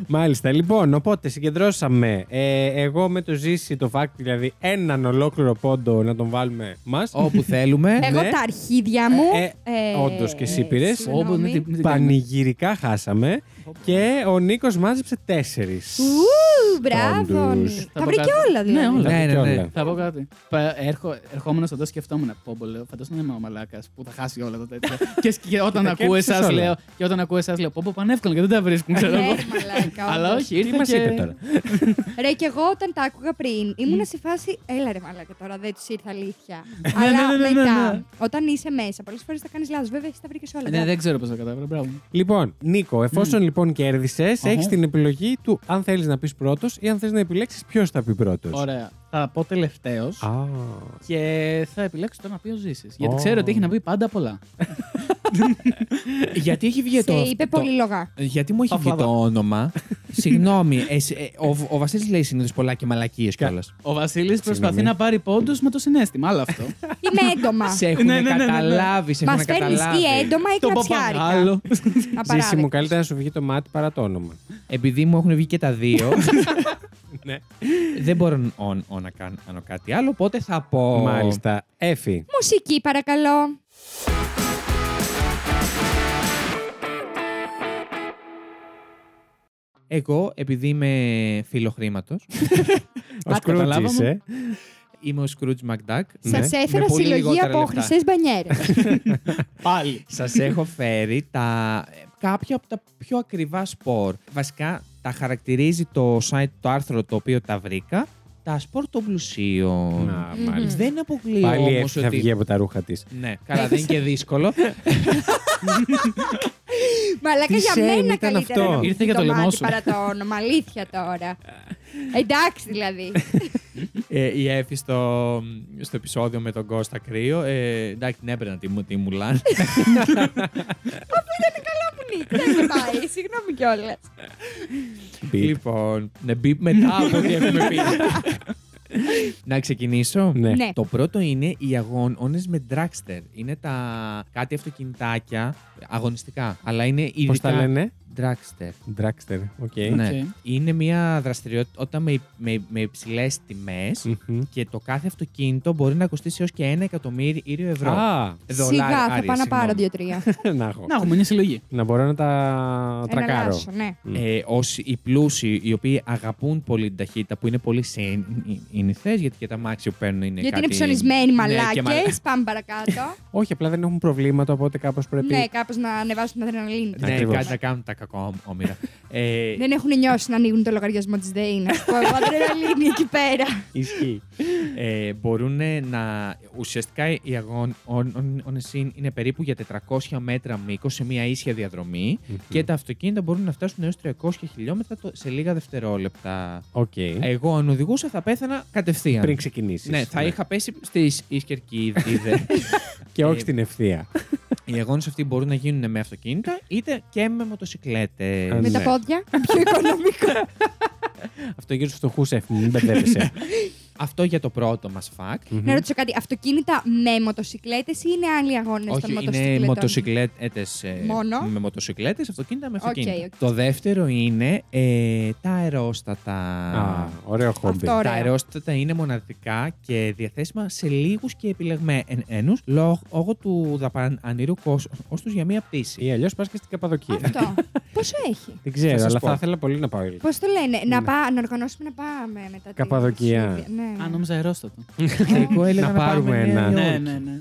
A: Μάλιστα. Λοιπόν, οπότε συγκεντρώσαμε ε, εγώ με το ζήσει το fact, δηλαδή έναν ολόκληρο πόντο να τον βάλουμε μας.
D: Όπου θέλουμε.
B: Εγώ
A: Ναι.
B: τα αρχίδια μου.
A: Ε, ε, όντως και εσύ
B: ε,
A: πήρες.
C: στιγμή. Όπου
B: συγγνώμη.
C: δεν την- δεν την κάνω.
A: Πανηγυρικά χάσαμε και ο Νίκος μάζεψε τέσσερις.
B: Ου, μπράβο.
A: Όντως.
B: ναι.
C: Θα
B: Τα
C: πω
B: βρήκε
C: κάτι.
B: όλα δηλαδή.
C: Ναι, όλα.
D: Ναι, ναι, ναι.
C: Θα πω κάτι. Πα- έρχο- ερχόμουν εδώ, σκεφτόμουν. Πόμπο, λέω. Φαντάζομαι να είμαι ο μαλάκας που θα χάσει όλα τα τέτοια. και, σκ- και όταν
A: τα
C: ακούω
A: κέρδισες
C: εσάς,
A: Ε, όλα.
C: λέω. Και όταν ακούω εσάς, λέω. Πόμπο, πανεύκολα και δεν τα βρίσκουν, ξέρω
B: Ναι,
C: εγώ.
B: μαλάκα,
C: Αλλά
B: όντως.
C: όχι,
A: Τι
C: ήρθε
A: μας
C: και...
A: είπε τώρα.
B: Ρε, και εγώ όταν τα άκουγα πριν, ήμουν σε φάση. Έλα ρε, μαλάκα τώρα, δεν τους ήρθε αλήθεια.
C: ναι,
B: Αλλά
C: ναι, ναι, ναι, ναι.
B: μετά, όταν είσαι μέσα, πολλές φορές τα κάνεις λάθος. Βέβαια, έχει τα βρει και σε όλα.
C: Ναι,
B: μπράβο.
C: δεν ξέρω πώς το κατάφερα. Μπράβο.
A: Λοιπόν, Νίκο, εφόσον λοιπόν κέρδισες,
C: Αχα.
A: έχει την επιλογή του αν θέλεις να πεις πρώτος ή αν θέλει να επιλέξεις ποιος θα πει πρώτος.
C: Ωραία. Θα πω τελευταίος
A: Α,
C: και θα επιλέξω τον οποίο ζήσεις. Γιατί
A: Ω.
C: ξέρω ότι έχει να πει πάντα πολλά.
D: Γιατί έχει βγει το.
B: Σε είπε
D: το-
B: πολύ λογά.
D: Γιατί μου έχει βγει
C: Αφλαδά.
D: το όνομα. Συγγνώμη, εσύ- ε, ο, ο Βασίλης λέει συνήθως πολλά και μαλακίες
A: Κα-
D: κιόλας.
C: Ο Βασίλης προσπαθεί
A: Συγγνώμη.
C: να πάρει πόντους με το συνέστημα. Άλλο αυτό.
B: Είμαι έντομα.
D: Σε έχουν
C: Ναι, ναι, ναι, ναι, ναι.
D: καταλάβει, σε
B: Μας
D: έχουν
B: φέρνει
D: καταλάβει.
B: ή έντομα ή
C: Το
B: κλαψιάρικα.
C: παπαγάλο.
A: ζήσει μου,
B: Απαράδεκτο.
A: καλύτερα να σου βγει το μάτι παρά το όνομα.
D: Επειδή μου έχουν βγει και τα δύο,
A: ναι.
D: δεν μπορώ on- on να κάνω κάνω κάτι άλλο, οπότε θα πω.
A: Μάλιστα. Έφη.
B: Μουσική, παρακαλώ.
D: Εγώ, επειδή είμαι φιλοχρήματος,
A: Ο
C: Α,
A: Σκρούτζη
C: καταλάβαμε.
A: είσαι.
D: είμαι ο Scrooge McDuck.
A: Ναι.
B: Σα έφερα
D: Με πολύ
B: συλλογή
D: λιγότερα
B: από
D: λεφτά.
B: χρυσές μπανιέρες.
C: Πάλι.
D: Σας έχω φέρει τα, κάποια από τα πιο ακριβά σπορ. Βασικά τα χαρακτηρίζει το site, το άρθρο το οποίο τα βρήκα. Τα σπορ των πλουσίων.
A: Να,
B: Μμμ.
A: μάλιστα.
D: Δεν αποκλείω
A: Πάλι
D: όμως
A: Εφη θα
D: ότι.
A: βγει από τα ρούχα της.
D: Ναι, καλά, δεν είναι και δύσκολο.
B: Μαλάκα
A: Τι
B: για
A: shame
B: μένα
A: ήταν
B: καλύτερα
A: αυτό.
B: να
C: Ήρθε
B: Ήρθε για
C: για το
B: το
C: λαιμό
B: μάτι
C: σου.
B: παρά το όνομα. Αλήθεια τώρα. Εντάξει δηλαδή.
D: ε, η Εφη στο, στο επεισόδιο με τον Κώστα Κρύο. Ε, εντάξει, την έπαιρνα τη, μου- τη Μουλάν.
B: Νίκ, Δεν πάει. Συγγνώμη κιόλας.
A: Beep.
D: λοιπόν, ναι, μπιπ μετά από ό,τι έχουμε πει. Να ξεκινήσω.
A: Ναι.
B: Ναι.
D: Το πρώτο είναι οι αγώνες με dragster. Είναι τα κάτι αυτοκινητάκια αγωνιστικά. Αλλά είναι ειδικά.
A: Πώς τα λένε,
D: Dragster.
A: Dragster, οκ.
D: Ναι. Είναι μια δραστηριότητα με, με, με υψηλές τιμές
A: Μμμ.
D: και το κάθε αυτοκίνητο μπορεί να κοστίσει έως και ένα εκατομμύριο ευρώ.
A: Α,
B: Σιγά, θα
D: άρια,
B: πάω να
D: συγγνώμη.
B: πάρω δύο-τρία.
A: να έχω.
C: Να έχουμε μια συλλογή.
A: Να μπορώ να τα τρακάρω.
B: Εναλλάσσω, ναι.
D: Ε, όσοι, οι πλούσιοι οι οποίοι αγαπούν πολύ την ταχύτητα που είναι πολύ συνηθές, γιατί και τα μάξια που παίρνουν είναι.
B: Γιατί
D: κάτι...
B: είναι ψωνισμένοι
D: Ναι, και μαλα-
B: μαλάκε. Πάμε παρακάτω.
A: Όχι, απλά δεν έχουν προβλήματα, οπότε κάπως πρέπει.
B: Ναι, κάπως να ανεβάσουν την αδρεναλίνη. τους.
D: Ναι,
A: Ακριβώς.
D: κάτι να κάνουν τα κακόμοιρα. ε,
B: Δεν έχουν νιώσει να ανοίγουν το λογαριασμό της ΔΕΗ. Να σου πω εγώ αδρεναλίνη εκεί πέρα.
A: Ισχύει.
D: ε, μπορούν να. Ουσιαστικά οι αγώνε είναι περίπου για 400 μέτρα μήκος σε μια ίσια διαδρομή και τα αυτοκίνητα μπορούν να φτάσουν έως 300 χιλιόμετρα το- σε λίγα δευτερόλεπτα.
A: Οκ.
D: Εγώ αν οδηγούσα θα πέθανα κατευθείαν.
A: Πριν ξεκινήσεις.
D: Ε, Ναι, θα είχα πέσει στις Ισκερκίδε.
A: Και όχι
D: Ε,
A: στην ευθεία.
D: Οι αγώνες αυτοί μπορούν να γίνουν με αυτοκίνητα είτε και με μοτοσυκλέτε.
A: Ε,
B: Με
A: ναι.
B: τα πόδια. Πιο οικονομικό.
A: Αυτό για του φτωχού έφυγε, μην μπερδεύεσαι.
D: Αυτό για το πρώτο μας φακ.
B: Να ρωτήσω κάτι. Αυτοκίνητα με μοτοσυκλέτες ή είναι άλλοι αγώνες των
D: Όχι,
B: μοτοσυκλέτων.
D: είναι μοτοσυκλέτε.
B: Μόνο.
D: Με μοτοσυκλέτες, αυτοκίνητα με
B: Οκ,
D: αυτοκίνητα.
B: οκ.
D: Το δεύτερο είναι ε, τα αερόστατα.
A: Α, ωραίο χόμπι.
B: Αυτό.
D: Τα
B: Ωραία.
D: αερόστατα είναι μοναδικά και διαθέσιμα σε λίγους και επιλεγμένους λόγω του δαπανηρού κόστους για μία πτήση.
A: Ή αλλιώς πας και στην Καπαδοκία.
B: Αυτό. Πόσο έχει.
A: Δεν
D: Θα
A: ξέρω,
D: σας
A: αλλά
D: πω.
A: θα ήθελα πολύ να πάω. ειλικρινά.
B: Πώς το λένε, να,
D: Ναι.
B: πά, να οργανώσουμε να πάμε μετά. την
A: Καπαδοκία.
B: Σουηδία. Ναι.
C: Αν νόμιζα αερόστατο.
D: Εγώ έλεγα
A: Να
D: να
A: πάρουμε
D: πάμε
A: ένα.
D: Νέα Υόρκη.
C: ναι, ναι, ναι.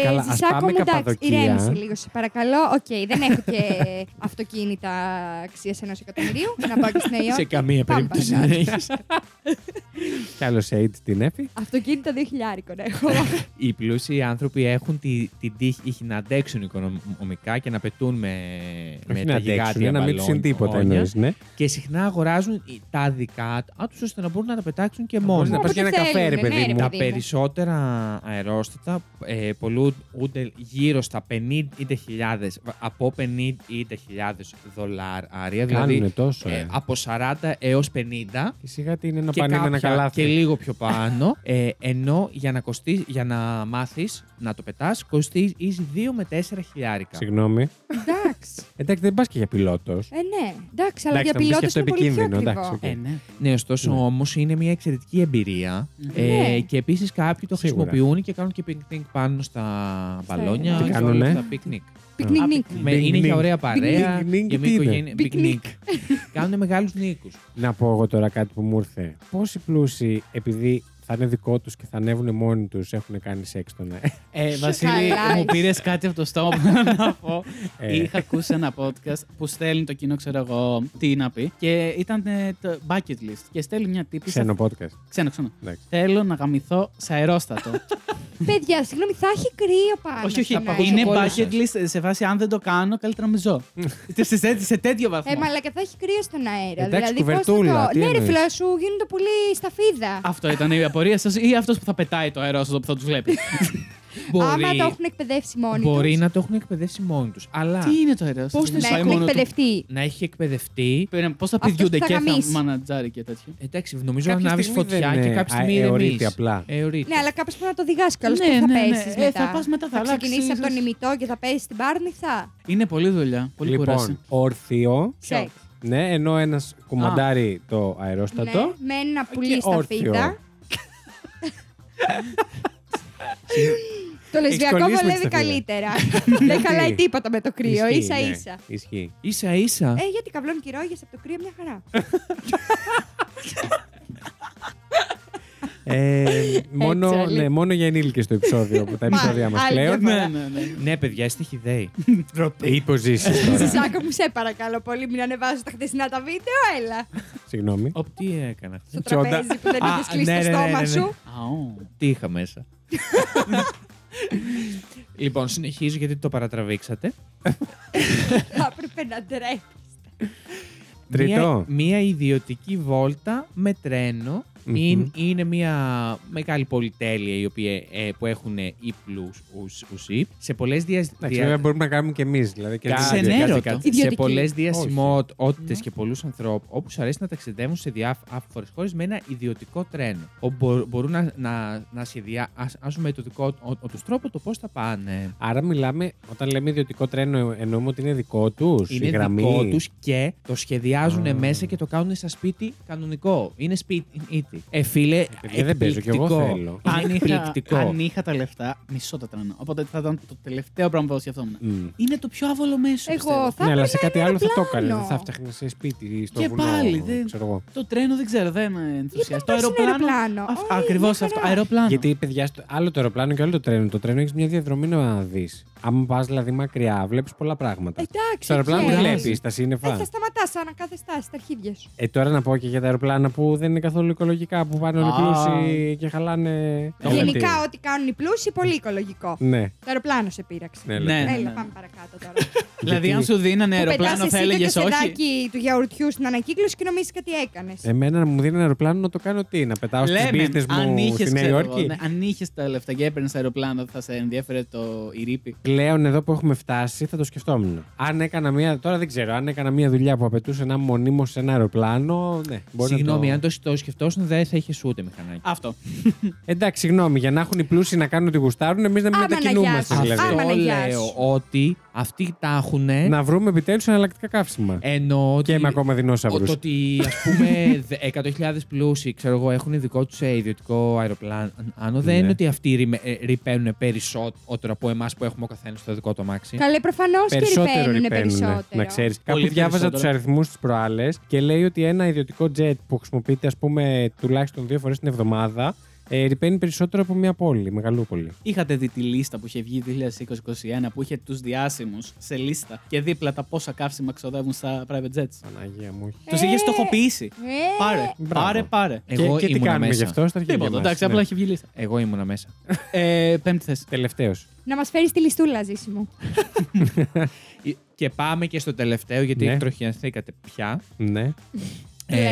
B: Ε,
A: Καλά, ας
B: Ζησάκο
A: πάμε
B: μου, εντάξει,
A: Καπαδοκία.
B: ηρέμησε λίγο, σε παρακαλώ. Οκ, δεν έχω και αυτοκίνητα αξίας ενός εκατομμυρίου. να πάω και στη Νέα
D: Σε
B: Υόρκη.
D: καμία
B: Πάμε
D: περίπτωση δεν
B: παρακάτω.
D: έχεις.
A: Κι άλλο AIDS την έφη.
B: Αυτοκίνητα ναι. 2 χιλιάρικων
A: Ε,
B: έχω.
D: Οι πλούσιοι άνθρωποι έχουν τη, την τύχη είχε να αντέξουν οικονομικά και να πετούν με, με
A: Όχι
D: τα
A: να αντέξουν,
D: γιγάντια
A: να μην
D: μπαλόνια
A: ψήνουν τίποτα εννοείς. Ναι.
D: και συχνά αγοράζουν οι- τα δικά του ώστε να μπορούν να τα πετάξουν και
A: Μπορείς
D: μόνοι.
A: να
B: Όποτε
A: πα για ένα καφέ, ρε
B: θέλουνε, ναι,
A: παιδί
B: ρε
A: μου.
D: Τα
B: παιδί μου.
D: περισσότερα αερόστατα ε, πολλούνται γύρω στα 50 χιλιάδες, από 50 χιλιάδες δολάρια, δηλαδή
A: Κάνουνε τόσο.
D: ε,
A: ε.
D: από 40 έως 50
A: Και σιγά τι είναι να
D: και,
A: πάνε με ένα
D: κάποια- και
A: καλάθι.
D: λίγο πιο πάνω. ε, ενώ για να, κοστί, για να μάθεις να το πετάς κοστίζεις 2 με 4 χιλιάρικα.
A: Συγγνώμη.
B: Εντάξει.
A: Εντάξει, δεν πας και για πιλότος.
B: Ε, ναι, εντάξει,
A: Εντάξει, θα
B: αλλά για
A: μου πεις και
B: πιλότου
A: αυτό
B: είναι πολύ πιο
A: επικίνδυνο,
B: ακριβό.
A: εντάξει, οκ.
C: Ε, ναι.
D: Ναι, ωστόσο
A: Ναι.
D: όμως είναι μια εξαιρετική εμπειρία.
C: Ναι.
D: Ε,
B: Ναι.
D: και επίσης κάποιοι το
A: Σίγουρα.
D: χρησιμοποιούν και κάνουν και πικνίκ πάνω στα μπαλόνια.
B: Τι
D: και
A: κάνουνε?
D: όλα αυτά, πικνίκ.
B: Πικνίκ νίκ.
C: Πικνίκ.
D: Με,
A: Πικνίκ.
D: είναι για ωραία παρέα.
A: Πικνίκ, νίκ,
D: για
A: τι είναι?
D: Πικνίκ. Κάνουν μεγάλους νίκους.
A: Να πω εγώ τώρα κάτι που μου ήρθε. Πόσοι πλούσιοι, επειδή θα είναι δικό τους και θα ανέβουν μόνοι τους, έχουν κάνει σεξ τον αέρα.
C: Ε, Βασίλη,
B: καλά
C: μου
B: είσαι.
C: πήρες κάτι από το στόμα που να πω.
A: Ε.
C: Είχα ακούσει ένα podcast που στέλνει το κοινό, ξέρω εγώ, τι να πει. Και ήταν ε, το bucket list. Και στέλνει μια τύπη. σε-
A: Ξένο podcast.
C: Ξένο, ξένο.
A: Εντάξει.
C: Θέλω να γαμηθώ σε αερόστατο.
B: Παιδιά, συγγνώμη, θα έχει κρύο πάνω.
C: όχι, όχι.
B: στην άκρη.
C: Είναι
D: κόλλησες.
C: bucket list σε βάση αν δεν το κάνω, καλύτερα να μην ζω. σε, σε, σε τέτοιο βαθμό.
B: Ε, μα αλλά και θα έχει κρύο στον αέρα.
A: Εντάξει,
B: δηλαδή, πώς θα
A: κουβερτούλα,
B: το...
A: τι
B: Ναι, ρε
A: εννοείς?
B: φίλε, σου γίνεται πολύ σταφίδα.
C: Αυτό ήταν η απορία σας ή αυτός που θα πετάει το αερόστατο που θα τους βλέπει.
B: Άμα το έχουν εκπαιδεύσει μόνοι
D: μπορεί
B: τους.
D: να το έχουν εκπαιδεύσει μόνοι τους. Αλλά
C: Τι είναι το αερόστατο.
D: Πώς την
B: να
D: πάει
B: έχουν
C: μόνο του.
B: εκπαιδευτεί.
D: να έχει εκπαιδευτεί
C: Πώς θα
B: Αυτός
C: πηδιούνται
B: θα
C: και θα
B: γαμίσει.
C: μανατζάρει και τέτοιο.
D: Εντάξει, νομίζω
A: Κάποια
D: ανάβεις
A: στιγμή
D: φωτιά
A: δεν,
D: και
A: ε, α,
D: κάποια στιγμή
A: αιωρείται
D: ηρεμείς.
A: απλά.
D: Αιωρείται.
B: Ναι, αλλά κάπως πρέπει να το διδάσκει. Καλώ
C: Ναι,
B: ναι, θα
C: ναι, ναι.
B: πέσεις.
C: Ε,
B: μετά.
C: θα πας μετά, θα αλλάξεις,
B: ξεκινήσεις από τον
C: ίσως.
B: ημιτό και θα πέσεις την πάρνηθα.
C: Είναι πολλή δουλειά. Πολύ κουράση.
A: Λοιπόν, όρθιο.
B: Σεξ.
A: Ναι, ενώ ένας κουμαντάρει το αερόστατο.
B: Ναι, με ένα
A: και
B: πουλί στα
A: όρθιο.
B: φίδα. Το λεσβιακό
A: κολλήσει με
B: βολεύει
A: τις τα φίδα.
B: καλύτερα.
A: Γιατί?
B: Δεν χαλάει τίποτα με το κρύο,
A: Ισχύει,
B: ίσα
A: ναι,
B: ίσα.
A: Ισχύει.
D: Ίσα ίσα.
B: Ε, γιατί καβλώνει και ρόγες από το κρύο μια χαρά.
A: Ε, μόνο,
B: αλλιώς.
A: ναι, μόνο για ενήλικες το επεισόδιο που τα επεισόδια μας
B: άλλη
A: πλέον.
B: διαφορά.
C: Ναι, ναι, ναι.
D: Ναι, παιδιά, είστε χιδαίοι.
A: Ε, Υποζήσεις τώρα.
B: Ζησάκο μου, σε παρακαλώ πολύ, μην ανεβάζω τα χτεσινά τα βίντεο, έλα.
A: Συγγνώμη.
D: Οπ, τι έκανα.
B: Στο
A: Τσόντα.
B: τραπέζι που δεν
D: Α,
B: είχες κλείσει
D: ναι,
B: το
D: ναι, ναι,
B: στόμα
D: ναι.
B: σου.
C: Αου.
D: Τι είχα μέσα. λοιπόν, συνεχίζω γιατί το παρατραβήξατε.
B: Θα έπρεπε να ντρέπεις.
A: Τρίτο.
D: Μία, μία ιδιωτική βόλτα με τρένο
A: Μμμ.
D: Είναι, είναι μια μεγάλη πολυτέλεια η οποία, ε, που έχουν ύπλους ους- ουσί. Σε πολλές
A: Εντάξει, βέβαια μπορούμε να κάνουμε και εμείς. Δηλαδή, και
C: Κάτσε,
A: εμείς
C: ναι,
A: κάτσε,
C: ρε,
A: κάτσε.
B: το. Ιδιωτική.
D: σε πολλές διασημότητες
C: Ναι.
D: και πολλούς ανθρώπους, όπου σου αρέσει να ταξιδεύουν σε διάφορε χώρε με ένα ιδιωτικό τρένο. Όπου μπο- μπορούν να, να, να σχεδιάσουν με το δικό του τρόπο το πώς θα πάνε.
A: Άρα μιλάμε, όταν λέμε ιδιωτικό τρένο, ε, εννοούμε ότι είναι δικό τους η
D: Είναι
A: γραμμή.
D: δικό τους και το σχεδιάζουν
A: Α.
D: μέσα και το κάνουν σαν σπίτι κανονικό. Είναι σπίτι. Ε, φίλε,
A: παιδιά, δεν παίζω κι εγώ
D: εκπληκτικό.
A: θέλω.
D: Είναι
C: Αν είχα,
D: εκπληκτικό.
C: αν είχα τα λεφτά, μισό τα τρένα. Οπότε θα ήταν το τελευταίο πράγμα που θα σκεφτόμουν.
A: Μμ.
C: Είναι το πιο άβολο μέσο.
B: Εγώ
C: πιστεύω.
B: θα
A: ναι, αλλά
B: ήθελα
A: σε κάτι
B: ένα
A: άλλο θα το
B: πλάνο.
A: έκανες. Δεν θα φτιάχνε σε σπίτι στο
C: Και
A: βουνό.
C: πάλι, δεν-
A: Ξέρω εγώ.
C: Το τρένο δεν ξέρω, δεν με ενθουσιάζει. Το
B: πας είναι
C: αεροπλάνο.
B: αεροπλάνο.
C: Αυ-
B: Ω,
C: ακριβώς
B: μια
C: αυτό.
B: χαρά.
C: Αεροπλάνο.
A: Γιατί, παιδιά, στο- άλλο το αεροπλάνο και άλλο το τρένο. Το τρένο έχεις μια διαδρομή να δεις. Αν πας δηλαδή μακριά, βλέπεις πολλά πράγματα.
B: Εντάξει.
A: Στο αεροπλάνο
B: οκ.
A: δεν
C: βγαίνει.
A: βλέπεις τα
B: Δεν Ε, θα
A: σύννεφα.
B: σταματά, ανακαθεστά τα αρχίδια σου.
A: Ε, τώρα να πω και για τα αεροπλάνα που δεν είναι καθόλου οικολογικά, που πάνε όλοι
C: Α.
A: πλούσιοι και χαλάνε.
D: Έλα,
B: Γενικά, ό,τι κάνουν οι πλούσιοι, πολύ οικολογικό.
A: Ναι,
B: Το αεροπλάνο σε πείραξε.
A: ναι,
C: Ναι.
B: Έλα, πάμε παρακάτω τώρα.
C: Δηλαδή,
A: Γιατί-
C: αν σου δίνανε
B: Που πετάς
C: αεροπλάνο,
B: εσύ το
C: θα έλεγες όχι.
B: κεσεδάκι του γιαουρτιού στην ανακύκλωση και νομίζεις κάτι έκανες.
A: Εμένα να μου δίνει ένα αεροπλάνο να το κάνω τι, να πετάω στι πίστε
C: αν
A: μου
C: είχες,
A: στη Νέα
C: ξέρω εγώ,
A: Υόρκη.
C: ναι, αν είχες τα λεφτά και έπαιρνες αεροπλάνο, θα σε ενδιαφέρε το η ρήπη.
A: Πλέον εδώ που έχουμε φτάσει θα το σκεφτόμουν. Αν έκανα μια. Τώρα δεν ξέρω, αν έκανα μια δουλειά που απαιτούσε να είμαι μονίμως σε ένα αεροπλάνο. Ναι, μπορεί
D: Συγγνώμη,
A: να
D: αν
A: το...
D: το, το σκεφτόσουν, δεν θα είχες ούτε μηχανάκι.
C: Αυτό.
A: Εντάξει, συγγνώμη, για να έχουν οι πλούσιοι να κάνουν ό,τι γουστάρουν, εμείς να μην
B: Άμα να
A: μετακινούμαστε
B: γιάσουν.
A: δηλαδή.
B: Άμα
D: Αυτό
B: να γεια
D: λέω
B: σου.
D: ότι αυτοί τα έχουν.
A: Να βρούμε επιτέλους εναλλακτικά καύσιμα.
D: Εννοώ Ε, ότι.
A: και με ακόμα
D: ο-
A: δεινόσαυρου.
D: Το ότι ας πούμε δε- 100.000 πλούσιοι ξέρω εγώ, έχουν δικό τους ιδιωτικό αεροπλάνο, δεν
A: Ναι.
D: είναι ότι αυτοί ρημε- ε, ρηπαίνουν περισσότερο από εμάς που έχουμε ο καθένας το δικό το μάξι.
B: Καλέ, προφανώς και
A: Περισσότερο
B: ρηπαίνουν
A: ρηπαίνουν. ναι,
B: περισσότερο.
A: Να ξέρεις. Κάπου
C: Πολύ
A: διάβαζα του
C: περισσότερο.
A: αριθμούς της προάλλες και λέει ότι ένα ιδιωτικό jet που χρησιμοποιείται, ας πούμε, τουλάχιστον δύο φορές την εβδομάδα, ε, ρηπαίνει περισσότερο από μια πόλη, μεγαλούπολη.
C: Είχατε δει τη λίστα που είχε βγει 2020-2021 που είχε τους διάσημους σε λίστα και δίπλα τα πόσα καύσιμα ξοδεύουν στα private jets.
A: Παναγία μου.
C: Τους είχες στοχοποιήσει.
B: Ε,
C: Πάρε,
A: μπράβο. Ε,
C: πάρε, πάρε.
D: Εγώ
A: και, και τι
D: ήμουνα
A: κάνουμε
D: μέσα.
A: γι' αυτό στα ναι. αρχαία.
C: Τίποτα. Εντάξει, απλά έχει βγει λίστα.
D: Εγώ ήμουνα μέσα.
C: Ε, Πέμπτη θέση.
A: Τελευταίος.
B: Να μας φέρεις τη λιστούλα, ζήση μου.
D: Ε, Και πάμε και στο τελευταίο, γιατί
A: Ναι.
D: ναι. πια. Ε,
A: Ναι.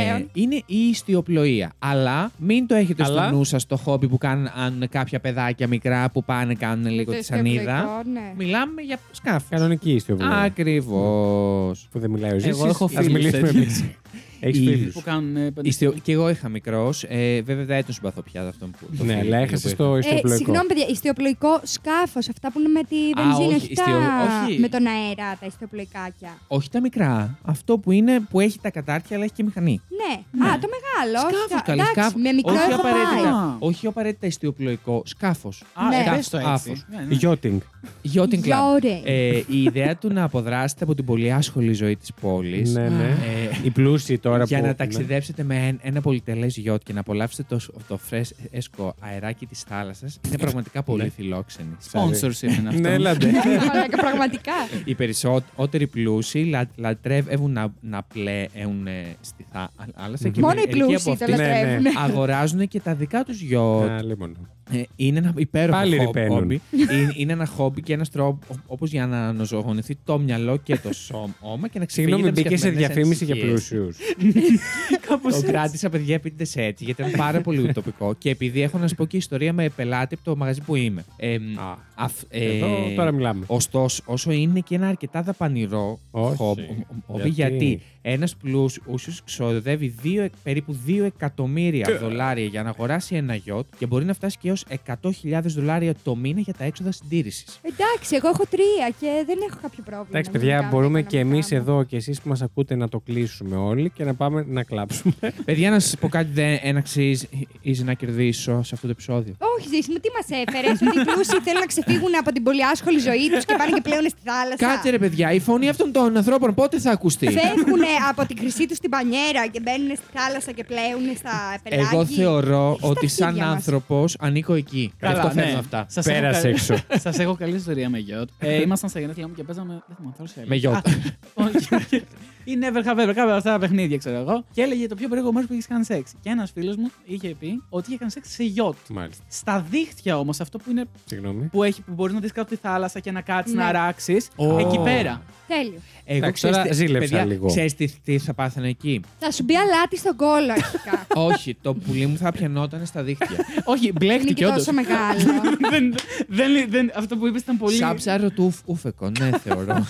B: Πλέον.
D: είναι η ιστιοπλοεία. Αλλά μην το έχετε
A: Αλλά.
D: στο νου σας το χόμπι που κάνουν αν κάποια παιδάκια μικρά που πάνε κάνουν λίγο τη σανίδα.
B: εκλογικό, ναι.
D: Μιλάμε για σκάφη.
A: Κανονική ιστιοπλοεία.
D: Ακριβώς.
A: Που δεν μιλάει ο Ζήσης.
C: Εγώ έχω
A: Ας
C: φίλους
A: μιλήσουμε
C: τέτοιους.
A: εμείς. Έχεις
D: Η-
A: φίλους.
C: Που κάνουν. ε, πέντε
D: Και εγώ είχα μικρός. Ε, βέβαια δεν τον συμπαθώ πια αυτό που. το
A: Ναι,
D: φίλο
A: αλλά
D: που
A: έχασες
D: είχα.
A: το
B: Ε,
A: ιστιοπλοϊκό.
B: συγγνώμη, παιδιά, ιστιοπλοϊκό σκάφος. Αυτά που είναι με τη βενζίνη,
D: όχι,
B: όχι, τα-
D: ιστιο- όχι.
B: με τον αέρα, τα ιστιοπλοϊκάκια.
D: Όχι τα μικρά. Αυτό που είναι που έχει τα κατάρτια αλλά έχει και μηχανή.
B: Ναι. Α, το μεγάλο. όχι
D: Σκάφος
B: τα-
D: καλή.
B: εντάξει,
D: Σκάφος.
B: με μικρό
D: όχι
B: έχω πάει.
D: απαραίτητα,
C: πάει.
D: Ναι. όχι απαραίτητα ιστιοπλοϊκό. Σκάφος.
C: Α,
B: Ναι.
C: ε, πες το έτσι.
D: Άφος.
C: Ναι, ναι.
A: Γιώτινγκ.
D: Yachting Club.
B: Yachting.
D: Ε, η ιδέα του να αποδράσετε από την πολύ άσχολη ζωή της πόλης.
A: Ναι, ναι.
D: Ε,
A: Οι πλούσιοι τώρα
D: για
A: που...
D: να ταξιδέψετε με εν- ένα πολυτελές γιότ και να απολαύσετε το, το φρέσκο αεράκι της θάλασσας είναι πραγματικά πολύ φιλόξενη.
C: Sponsorship είναι
A: Ναι, Ναι,
C: αυτό.
A: έλατε.
B: Μαλάκα, Πραγματικά.
D: Οι περισσότεροι πλούσιοι λα- λατρεύουν να, να πλέουν ε, στη θά- θάλασσα. και
B: Μόνο οι
D: μερικοί από
B: πλούσιοι το
D: αυτούς
A: Ναι, ναι.
B: λατρεύουν.
D: Αγοράζουν και τα δικά τους γιότ.
A: Α, λίμωνο.
D: Ε, είναι ένα υπέροχο
A: Ναι. Πάλι
D: χο-
A: ρηπαίνουν.
D: χόμπι. είναι, είναι ένα χόμπι και ένας τρόπο όπως για να αναζωογονηθεί το μυαλό και το σώμα και να ξεφύγει.
A: Συγγνώμη,
D: από τις
A: μπήκε σε
D: καθημερινές
A: διαφήμιση για
D: ανησυχίες.
A: πλούσιου.
D: Το κράτησα, παιδιά, επίτηδε έτσι, γιατί ήταν πάρα πολύ ουτοπικό. και επειδή έχω να σου πω και ιστορία με πελάτη από το μαγαζί που είμαι. Ε, μ,
A: Α,
D: αφ- ε,
A: Εδώ τώρα μιλάμε.
D: Ωστόσο, όσο είναι και ένα αρκετά δαπανηρό
A: Όχι.
D: χόμπι,
A: Γιατί?
D: γιατί, ένας πλούσιο ξοδεύει δύο, εκ- περίπου 2 εκατομμύρια δολάρια για να αγοράσει ένα γιότ και μπορεί να φτάσει και έως 100.000 δολάρια το μήνα για τα έξοδα συντήρησης.
B: Εντάξει, εγώ έχω τρία και δεν έχω κάποιο πρόβλημα.
A: Εντάξει, παιδιά,
B: γενικά,
A: μπορούμε
B: με τα
A: και εμείς
B: οικονομικά μου.
A: εδώ και εσείς που μας ακούτε να το κλείσουμε όλοι και να πάμε να κλάψουμε.
D: Παιδιά, να σας πω κάτι δεν αξίζει να κερδίσω σε αυτό το επεισόδιο.
B: Όχι, Ζήση, μου τι μας έφερες. Ότι οι πλούσιοι θέλουν να ξεφύγουν από την πολύ άσχολη ζωή τους και πάνε και πλέον στη θάλασσα.
D: Κάτσε ρε παιδιά, η φωνή αυτών των ανθρώπων πότε θα ακουστεί.
B: Φεύγουν από την κρυσή του στην πανιέρα και μπαίνουν στη θάλασσα και πλέουν στα πελάγια.
D: Εγώ θεωρώ
B: Στα
D: ότι
B: αρχίδια
D: σαν
B: μας.
D: άνθρωπος ανήκω εκεί. Γι' αυτό
C: ναι.
D: φέρνω αυτά.
C: Σας
A: Πέρασε
C: έχω καλ-
A: έξω.
C: Σας έχω καλή ιστορία με γιότ. Ε, ήμασταν στα γενέθλιά μου και παίζαμε. Δεν θυμάμαι, τώρα σε άλλη.
D: Με γιότ.
C: Α, όχι, όχι. Η Never Have Ever, κάποια αυτά τα παιχνίδια. ξέρω εγώ. Και έλεγε το πιο περίεργο μέρος που έχεις κάνει σεξ. Και ένας φίλος μου είχε πει ότι είχε κάνει σεξ σε γιότ.
A: Μάλιστα.
C: Στα δίχτυα όμως, αυτό που, είναι,
A: Συγγνώμη.
C: που, έχει, που μπορείς να δεις κάτω τη θάλασσα και να κάτσεις
B: Ναι.
C: να ράξεις.
D: Ω.
C: Εκεί πέρα.
B: Τέλειο.
D: Εγώ
A: Εντάξει, τώρα
D: ξέρεις τι-
A: ζήλεψα
D: παιδιά,
A: λίγο.
D: Ξέρεις τι, τι θα πάθαινα εκεί.
B: Θα σου μπει αλάτι στον κόλλο αρχικά.
D: Όχι, το πουλί μου θα πιανόταν στα δίχτυα.
C: Όχι,
B: Είναι
C: μπλέχτηκε
B: και
C: όντως.
B: τόσο μεγάλο.
C: δεν, δεν, δεν, αυτό που είπες ήταν πολύ.
D: Σάψαρο του ούφ- ούφεκο, ναι, θεωρώ.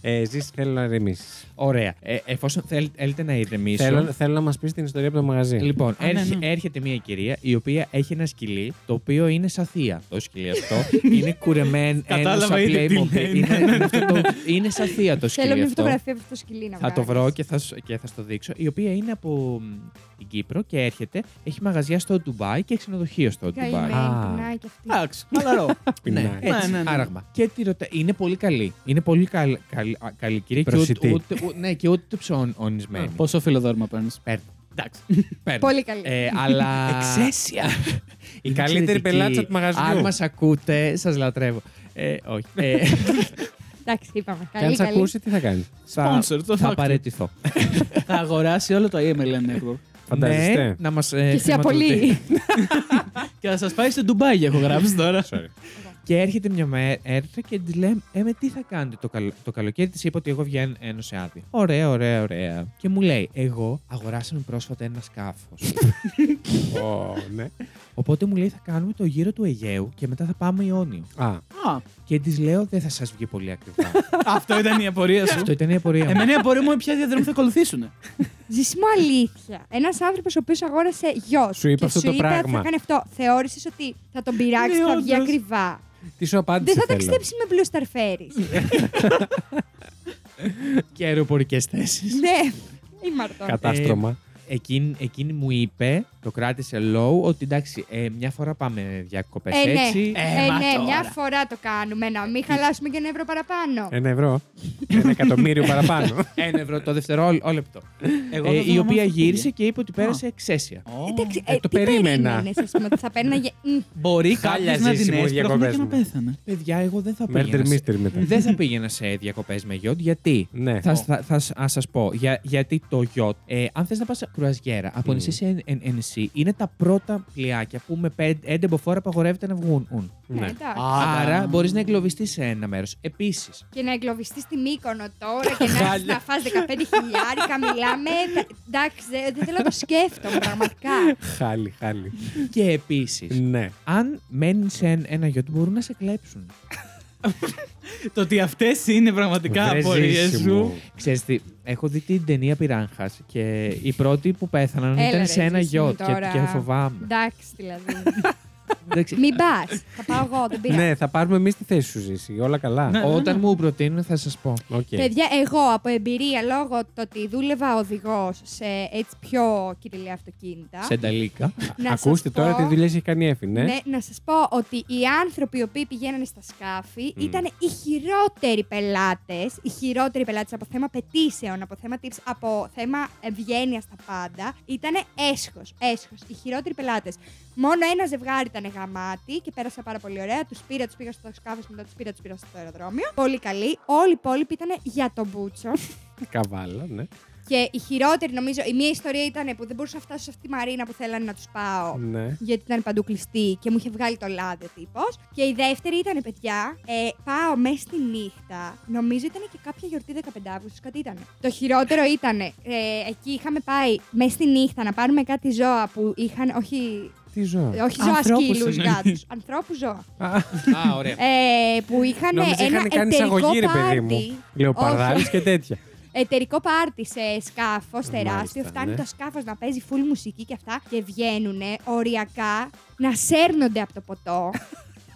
A: Ε, Ζήση, θέλω να ρεμίσεις.
D: Ωραία. Ε, εφόσον θέλ- θέλετε να ηρεμήσω.
A: Θέλω, θέλω να μας πεις την ιστορία από το μαγαζί.
D: Λοιπόν,
C: Α, ναι,
D: έρχε-
C: ναι.
D: έρχεται μια κυρία η οποία έχει ένα σκυλί το οποίο είναι σαν θεία. Το σκυλί αυτό είναι κουρεμένο.
C: Κατάλαβα ήδη τι λέει.
D: Είναι, είναι, αυτό το- είναι σαν θεία το σκυλί
B: Θέλω μια
D: αυτό.
B: φωτογραφία από αυτό το σκυλί να
D: Θα το
B: βγάλεις.
D: βρω και θα, σ- και θα στο δείξω. Η οποία είναι από μ, την Κύπρο και έρχεται. Έχει μαγαζιά στο Ντουμπάι και έχει ξενοδοχείο στο Ντουμπάι.
A: Α.
B: Καημένη, πεινάει και αυτή.
C: Εντάξει, χαλαρό.
A: Πεινάει.
B: Ε,
D: Ναι, έτσι,
C: Ναι, ναι, ναι.
D: άραγμα. Και τη ρωτά, είναι πολύ καλή. Είναι πολύ καλ, καλ, α, καλή κυρία και
A: Προσιτή.
D: ούτε, ούτε, ούτε- ναι, και ούτε ψωνισμένη.
C: Πόσο φιλοδόρμα παίρνεις.
D: Παίρνω.
C: Εντάξει.
D: Παίρνω.
B: Πολύ καλή.
D: Ε, αλλά...
C: Εξαίσια.
A: Η καλύτερη πελάτσα του μαγαζιού.
D: Αν μας ακούτε, σας λατρεύω. Ε, όχι. Ε,
B: Εντάξει, είπαμε.
A: Και αν
B: Καλή,
A: σε
B: καλή.
A: ακούσει, τι θα κάνει.
D: θα,
C: Sponsor, το
D: θα
C: δάκτυλο.
D: παραιτηθώ.
C: Θα αγοράσει όλο το EMLN Network.
A: Φαντάζεστε.
D: Ναι, να μας, ε,
B: Και σε
D: χρηματοδοτεί.
B: απολύει.
C: Και θα σας πάει στο Ντουμπάι, έχω γράψει τώρα.
A: Sorry.
D: Και έρχεται μια μέρα και τη λέει: Ε, με τι θα κάνετε το, καλο... το καλοκαίρι. Της είπα ότι εγώ βγαίνω σε άδεια. Ωραία, ωραία, ωραία. Και μου λέει: Εγώ αγοράσαμε πρόσφατα ένα σκάφος.
A: Ω, ναι.
D: Οπότε μου λέει: Θα κάνουμε το γύρο του Αιγαίου και μετά θα πάμε Ιόνιο.
A: Α,
C: Α,
D: Και της λέω: Δεν θα σας βγει πολύ ακριβά.
C: αυτό ήταν η απορία σου.
D: Αυτό ήταν η απορία μου.
C: Εμένα η απορία μου είναι ποια διαδρομή θα ακολουθήσουν.
B: Ζησιμο αλήθεια. Ένας άνθρωπος ο οποίος αγόρασε γιο.
A: Σου είπε
B: και
A: αυτό
B: σου
A: το
B: είπε
A: πράγμα.
B: Θα κάνει αυτό. Θεώρησες ότι θα τον πειράξει,
C: Ναι,
B: θα βγει
C: όντως.
B: ακριβά.
A: τι σου
B: Δεν
A: απάντησε.
B: θα
A: θέλω.
B: ταξιδέψει με μπλου σταρφέρι.
D: Και αεροπορικές θέσεις.
B: ναι, η Μαρτών.
A: Κατάστρωμα.
D: Εκείνη, εκείνη μου είπε, το κράτησε low, ότι εντάξει, ε, μια φορά πάμε διακοπές
B: Ε, ναι.
D: έτσι.
B: Ε,
C: μα
B: ναι,
C: τώρα.
B: μια φορά το κάνουμε. Να
A: Ε,
B: μην χαλάσουμε και ένα ευρώ παραπάνω.
A: Ένα ευρώ. Ένα εκατομμύριο παραπάνω.
D: Ε, Ένα ευρώ το δευτερόλεπτο.
C: Εγώ δεν
D: Ε, η
C: θυμάμαι
D: οποία
C: αυτό που
D: γύρισε
C: πήγε.
D: και είπε ότι πέρασε εξαίσια.
C: Ω.
B: Εντάξει,
A: ε, το
B: τι
A: περίμενα. Ναι.
B: περίμενες, ας πούμε, ότι θα παίρναγε. Μμ,
C: Μπορεί
A: Χάλια
C: κάποιος να
A: ζήσει
C: την
A: μου οι
C: έσπρωχνε
A: διακοπές
C: και να
A: μου.
C: πέθανε.
D: Παιδιά, εγώ δεν θα
A: Murder
D: πήγαινα. σε-
A: mystery μετά.
D: δεν θα πήγαινα σε διακοπές με γιότ. Γιατί.
A: Ναι.
D: Θα, θα, θα, σας πω. Για, γιατί το γιότ, ε, αν θες να πας κρουαζιέρα από νησί σε εν- εν- εν νησί, είναι τα πρώτα πλοιάκια που με πεν- έντε μποφόρα απαγορεύεται να βγουν.
B: ναι,
A: Ναι.
B: εντάξει.
D: Άρα μπορείς να εγκλωβιστείς σε ένα μέρος. Επίσης,
B: Και να εγκλωβιστείς στη Μύκονο τώρα και να, έχεις να φας 15 χιλιάρικα, μιλάμε. Τα- Εντάξει, δε- δεν θέλω να το σκέφτομαι πραγματικά.
A: Χάλι, χάλι.
D: και επίσης,
A: Ναι.
D: αν μένει σε εν- ένα γιότ, μπορούν να σε κλέψουν.
C: Το ότι αυτές είναι πραγματικά
A: Βρε
C: απορίες
A: ζήση
C: σου.
A: μου.
D: Ξέρεις τι, έχω δει την ταινία Πυράγχα και οι πρώτοι που πέθαναν
B: Έλα,
D: ήταν
B: ρε,
D: σε ένα
B: ζήση μου
D: γιότ και,
B: τώρα. Ναι,
D: και φοβάμαι.
B: Εντάξει, δηλαδή.
D: Εντάξει,
B: Μην πας. Θα πάω εγώ, δεν πειράζει.
A: Ναι, θα πάρουμε εμείς τη θέση σου, Ζήση. Όλα καλά.
C: Ναι.
D: Όταν μου προτείνουν θα σας πω.
A: Οκ.
B: Παιδιά, εγώ από εμπειρία λόγω το ότι δούλευα οδηγός σε έτσι πιο κυριλαία αυτοκίνητα.
D: Σε νταλίκα.
B: να σας
A: Ακούστε τώρα
B: πω-
A: τι δουλειές έχει κάνει η Εφη, ναι.
B: Ναι, να σας πω ότι οι άνθρωποι οι οποίοι πηγαίνανε στα σκάφη
A: Μμ.
B: ήταν οι χειρότεροι πελάτες. Οι χειρότεροι πελάτες από θέμα πετήσεων, από θέμα tips, από θέμα ευγένεια στα πάντα. Ήταν έσχος. Έσχος. Οι χειρότεροι πελάτες. Μόνο ένα ζευγάρι ήταν γαμάτι και πέρασα πάρα πολύ ωραία. Τους πήρα, τους πήγα στο σκάφος, μετά τους πήρα, τους πήρα στο αεροδρόμιο. Πολύ καλή. Όλοι οι υπόλοιποι ήταν για τον Μπούτσο.
A: Καβάλα, ναι.
B: και η χειρότερη, νομίζω, η μία ιστορία ήταν που δεν μπορούσα να φτάσω σε αυτή τη μαρίνα που θέλανε να τους πάω
A: ναι.
B: γιατί ήταν παντού κλειστή και μου είχε βγάλει το λάδι ο τύπος. Και η δεύτερη ήταν, παιδιά, ε, πάω μέσα στη νύχτα. Νομίζω ήταν και κάποια γιορτή 15 Αύγουστο, κάτι ήταν. Το χειρότερο ήταν, ε, εκεί είχαμε πάει μέσα στη νύχτα να πάρουμε κάτι ζώα που είχαν. Όχι,
A: Τι ζώα.
B: όχι ζώα
C: Ανθρώπους
B: σκύλους,
C: εννοείς.
B: γάτους. Ανθρώπους ζώα.
D: Α, ωραία.
B: Ε, που είχαν
A: Νόμιζα
B: ένα
A: είχαν κάνει
B: εταιρικό
A: εισαγωγή, ρε
B: πάρτι.
A: παιδί μου. Λεοπαρδάρες
B: Όχι.
A: και τέτοια.
B: Εταιρικό πάρτι σε σκάφος τεράστιο.
A: Μάλιστα,
B: Φτάνει
A: ναι.
B: το σκάφος να παίζει full μουσική και αυτά. Και βγαίνουν οριακά να σέρνονται από το ποτό.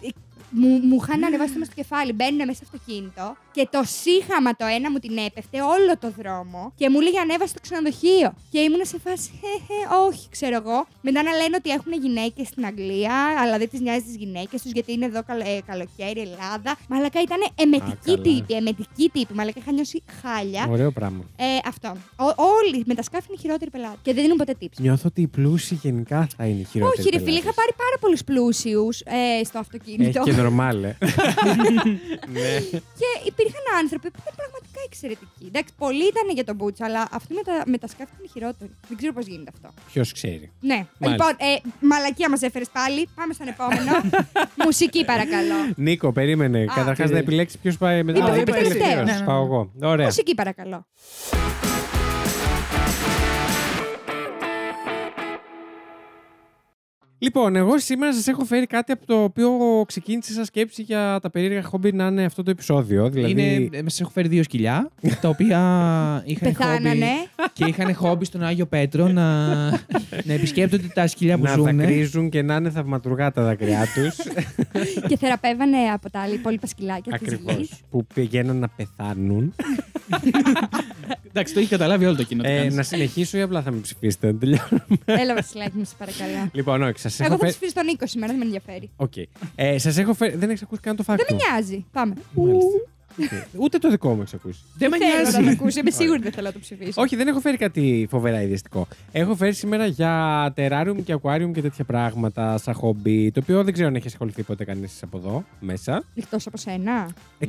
B: Ε, μου, μου είχαν ανεβάσει το στο κεφάλι. Μπαίνουν μέσα στο αυτοκίνητο και το σύγχαμα το ένα μου την έπεφτε όλο το δρόμο και μου λέγε ανέβασε στο ξενοδοχείο. Και ήμουν σε φάση, «Χε, χε, όχι, ξέρω εγώ. Μετά να λένε ότι έχουν γυναίκες στην Αγγλία, αλλά δεν τις νοιάζει τις γυναίκες τους γιατί είναι εδώ καλο- ε, καλοκαίρι, Ελλάδα. Μαλακά ήταν εμετική
A: καλά.
B: τύπη, εμετική τύπη. Μαλακά είχα νιώσει χάλια.
A: Ωραίο πράγμα.
B: Ε, αυτό. Ο- όλοι με τα σκάφη είναι οι χειρότεροι πελάτες. Και δεν δίνουν ποτέ tips.
A: Νιώθω ότι οι πλούσιοι γενικά θα είναι οι χειρότεροι.
B: Όχι, ρε φίλε, είχα
A: πελάτες.
B: πάρει πάρα πολλούς πλούσιους ε, στο αυτοκίνητο.
A: Έχει και Νορμάλε. Ναι.
B: Και υπήρχαν άνθρωποι που ήταν πραγματικά εξαιρετικοί. Εντάξει, πολλοί ήταν για τον Μπούτσα, αλλά αυτοί με τα, με τα σκάφη ήταν χειρότεροι. Δεν ξέρω πώς γίνεται αυτό.
A: Ποιος ξέρει.
B: Ναι.
A: Μάλιστα.
B: Λοιπόν, ε, μαλακία μας έφερες πάλι. Πάμε στον επόμενο. Μουσική, παρακαλώ.
A: Νίκο, περίμενε. Καταρχά
C: τι-
A: να επιλέξεις ποιος πάει μετά.
B: Είπα,
A: Α,
B: είπα
A: είπες
B: τελευταίος.
A: τελευταίος.
C: Ναι, ναι,
A: Πάω
C: ναι.
A: εγώ. Ωραία.
B: Μουσική, παρακαλώ.
A: Λοιπόν, εγώ σήμερα σας έχω φέρει κάτι από το οποίο ξεκίνησε σαν σκέψη για τα περίεργα χόμπι να είναι αυτό το επεισόδιο. Δηλαδή.
D: Είναι, ε, μας έχω φέρει δύο σκυλιά, τα οποία είχαν χόμπι,
B: Πεθάνανε.
D: και είχαν χόμπι στον Άγιο Πέτρο να, να επισκέπτονται τα σκυλιά ε, που
A: να
D: ζουν.
A: δακρύζουν και να είναι θαυματουργά τα δακρυά τους.
B: και θεραπεύανε από τα άλλα υπόλοιπα σκυλάκια της
A: Ακριβώς.
B: γης.
A: Που πηγαίναν να πεθάνουν.
C: Εντάξει, το έχει καταλάβει όλο το κοινό. τι
A: Ε,
C: κάνεις.
A: να συνεχίσω ή απλά θα με ψηφίσετε. να τελειώνω.
B: Έλα, Βασιλάκη, μου σε παρακαλώ.
A: λοιπόν, όχι, σας έχω
B: Εγώ θα
A: φέρει.
B: ψηφίσω τον 20 σήμερα, δεν με ενδιαφέρει.
A: Οκ. Ε, σας έχω φέρει. Δεν έχεις ακούσει καν το φάκελο.
B: Δεν με νοιάζει. Πάμε.
A: Ούτε το δικό μου έχεις ακούσει.
D: Δεν με
B: Θέλω να το
D: νοιάζει.
B: ακούσω. Είμαι σίγουρη δεν θέλω να το ψηφίσω.
A: Όχι, δεν έχω φέρει κάτι φοβερά ιδιαστικό. Έχω φέρει σήμερα για τεράριουμ και ακουάριουμ και τέτοια πράγματα σαν χόμπι, το οποίο δεν ξέρω αν έχει ασχοληθεί ποτέ κανείς από εδώ μέσα.
B: Εκτός από σένα.
A: Ε,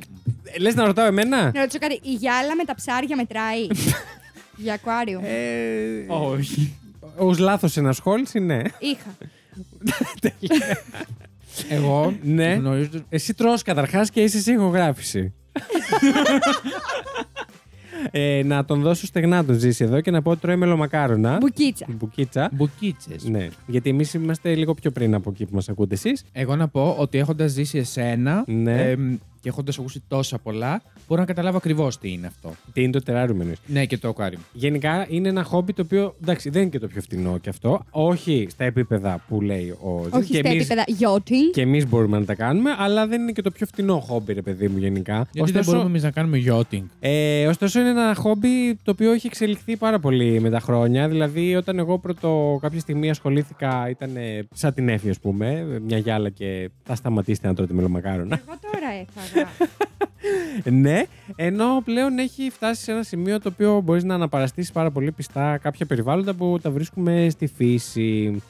A: Λες να ρωτάω εμένα.
B: Να ρωτήσω κάτι. Η γυάλα με τα ψάρια μετράει. Για ακουάριο.
A: Ε,
C: Όχι.
A: Ως λάθος ενασχόληση, ναι.
B: Είχα.
D: Εγώ
A: Ναι.
D: γνωρίζω.
A: Εσύ τρως καταρχάς και είσαι σε ηχογράφηση. ε, να τον δώσω στεγνά τον ζήσει εδώ και να πω ότι τρώει μελομακάρονα.
B: Μπουκίτσα.
A: Μπουκίτσα.
D: Μπουκίτσες.
A: Ναι, γιατί εμείς είμαστε λίγο πιο πριν από εκεί που μας ακούτε εσείς.
D: Εγώ να πω ότι έχοντας ζήσει εσένα
A: Ναι.
D: εμ, και έχοντας ακούσει τόσα πολλά, μπορώ να καταλάβω ακριβώς τι είναι αυτό.
A: Τι είναι το τεράριουμ εννοείς.
D: Ναι, και το ακουάριουμ.
A: Γενικά είναι ένα χόμπι το οποίο εντάξει, δεν είναι και το πιο φτηνό κι αυτό. Όχι στα επίπεδα που λέει ο Ζης.
B: Όχι
A: Και
B: στα
A: εμείς-
B: επίπεδα γιώτη.
A: Και εμείς μπορούμε να τα κάνουμε, αλλά δεν είναι και το πιο φτηνό χόμπι, ρε παιδί μου, γενικά.
D: Γιατί δεν μπορούμε εμείς να κάνουμε yachting.
A: Ε, ωστόσο, είναι ένα χόμπι το οποίο έχει εξελιχθεί πάρα πολύ με τα χρόνια. Δηλαδή, όταν εγώ πρώτο κάποια στιγμή ασχολήθηκα, ήταν ε, σαν την έφη, ας πούμε, ε, μια γυάλα και θα σταματήσετε να τρώτε μελομακάρονα.
B: Εγώ τώρα έφαγα.
A: ναι, ενώ πλέον έχει φτάσει σε ένα σημείο το οποίο μπορείς να αναπαραστήσεις πάρα πολύ πιστά κάποια περιβάλλοντα που τα βρίσκουμε στη φύση.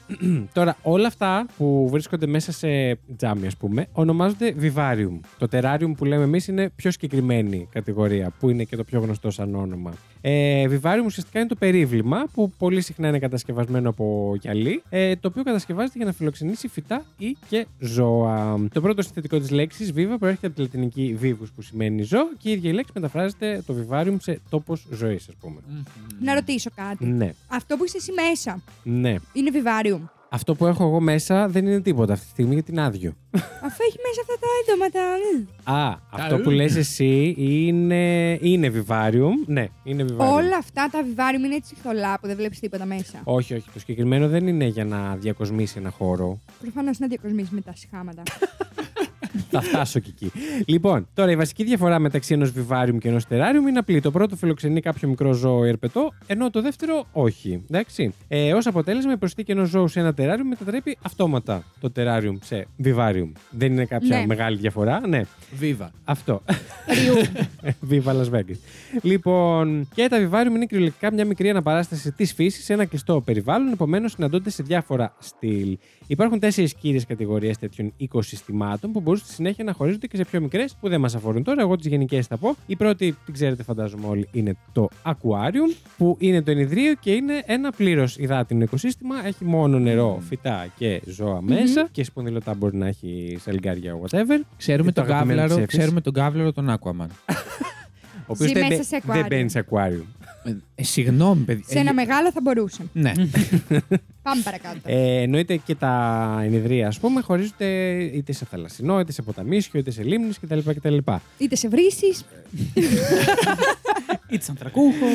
A: Τώρα, όλα αυτά που βρίσκονται μέσα σε τζάμι, ας πούμε, ονομάζονται vivarium. Το terrarium που λέμε εμείς είναι πιο συγκεκριμένη κατηγορία, που είναι και το πιο γνωστό σαν όνομα. Ε, vivarium ουσιαστικά είναι το περίβλημα που πολύ συχνά είναι κατασκευασμένο από γυαλί, ε, το οποίο κατασκευάζεται για να φιλοξενήσει φυτά ή και ζώα. Το πρώτο συνθετικό της λέξης viva προέρχεται από τη λατινική vivus που σημαίνει ζώο και η ίδια η λέξη μεταφράζεται το vivarium σε τόπος ζωής, ας πούμε.
B: Να ρωτήσω κάτι.
A: Ναι,
B: Αυτό που είσαι εσύ μέσα
A: ναι.
B: είναι βιβάριουμ.
A: Αυτό που έχω εγώ μέσα δεν είναι τίποτα αυτή τη στιγμή γιατί είναι άδειο.
B: Αφού έχει μέσα αυτά τα ε, έντομα τα.
A: Α, αυτό
D: ου.
A: που λες εσύ είναι, είναι vivarium. Ναι, είναι vivarium.
B: Όλα αυτά τα βιβάριουμ είναι έτσι θολά που δεν βλέπεις τίποτα μέσα.
A: Όχι, όχι. Το συγκεκριμένο δεν είναι για να διακοσμήσει ένα χώρο.
B: Προφανώς να διακοσμήσεις με τα σχάματα.
A: Ε, Θα φτάσω και εκεί. Λοιπόν, τώρα η βασική διαφορά μεταξύ ενός βιβάριουμ και ενός τεράριουμ είναι απλή. Το πρώτο φιλοξενεί κάποιο μικρό ζώο ή ερπετό, ενώ το δεύτερο όχι. Εντάξει. Ε, Ως αποτέλεσμα, η προσθήκη ενός ζώου σε ένα τεράριουμ μετατρέπει αυτόματα το τεράριουμ σε βιβάριουμ. Δεν είναι κάποια
B: Ναι.
A: μεγάλη διαφορά, ναι.
D: Βίβα.
A: Αυτό. Βίβα Las Vegas. Λοιπόν, και τα βιβάριουμ είναι κυριολεκτικά μια μικρή αναπαράσταση της φύσης σε ένα κλειστό περιβάλλον, επομένως συναντώνται σε διάφορα στυλ. Υπάρχουν τέσσερις κύριες κατηγορίες τέτοιων οικοσυστημάτων που μπορούν στη συνέχεια να χωρίζονται και σε πιο μικρές που δεν μας αφορούν τώρα. Εγώ τις γενικές θα πω. Η πρώτη, την ξέρετε, φαντάζομαι όλοι, είναι το Aquarium, που είναι το ενιδρίο και είναι ένα πλήρως υδάτινο οικοσύστημα. Έχει μόνο νερό, φυτά και ζώα μέσα και σπονδυλωτά μπορεί να έχει σαλιγκάρια, whatever.
D: Ξέρουμε
A: Το
D: τον
A: αγαπημένο της
D: καύλαρο,
A: Εύης.
D: ξέρουμε τον καύλαρο τον Aquaman.
A: Ο οποίος
B: Ζει
A: δεν,
B: μέσα
A: μπαι-
B: σε
A: δεν
B: aquarium.
A: μπαίνει σε aquarium.
D: Ε, συγγνώμη, παιδί. Ε,
B: Σε
A: ε,
B: ένα μεγάλο θα μπορούσαν.
D: Ναι.
B: Πάμε παρακάτω.
A: Ε, εννοείται και τα ενιδρία, ας πούμε, χωρίζονται είτε σε θαλασσινό, είτε σε ποταμίσιο, είτε σε λίμνη κτλ. κτλ.
B: Είτε σε βρήσει.
C: It's ανθρακούχο.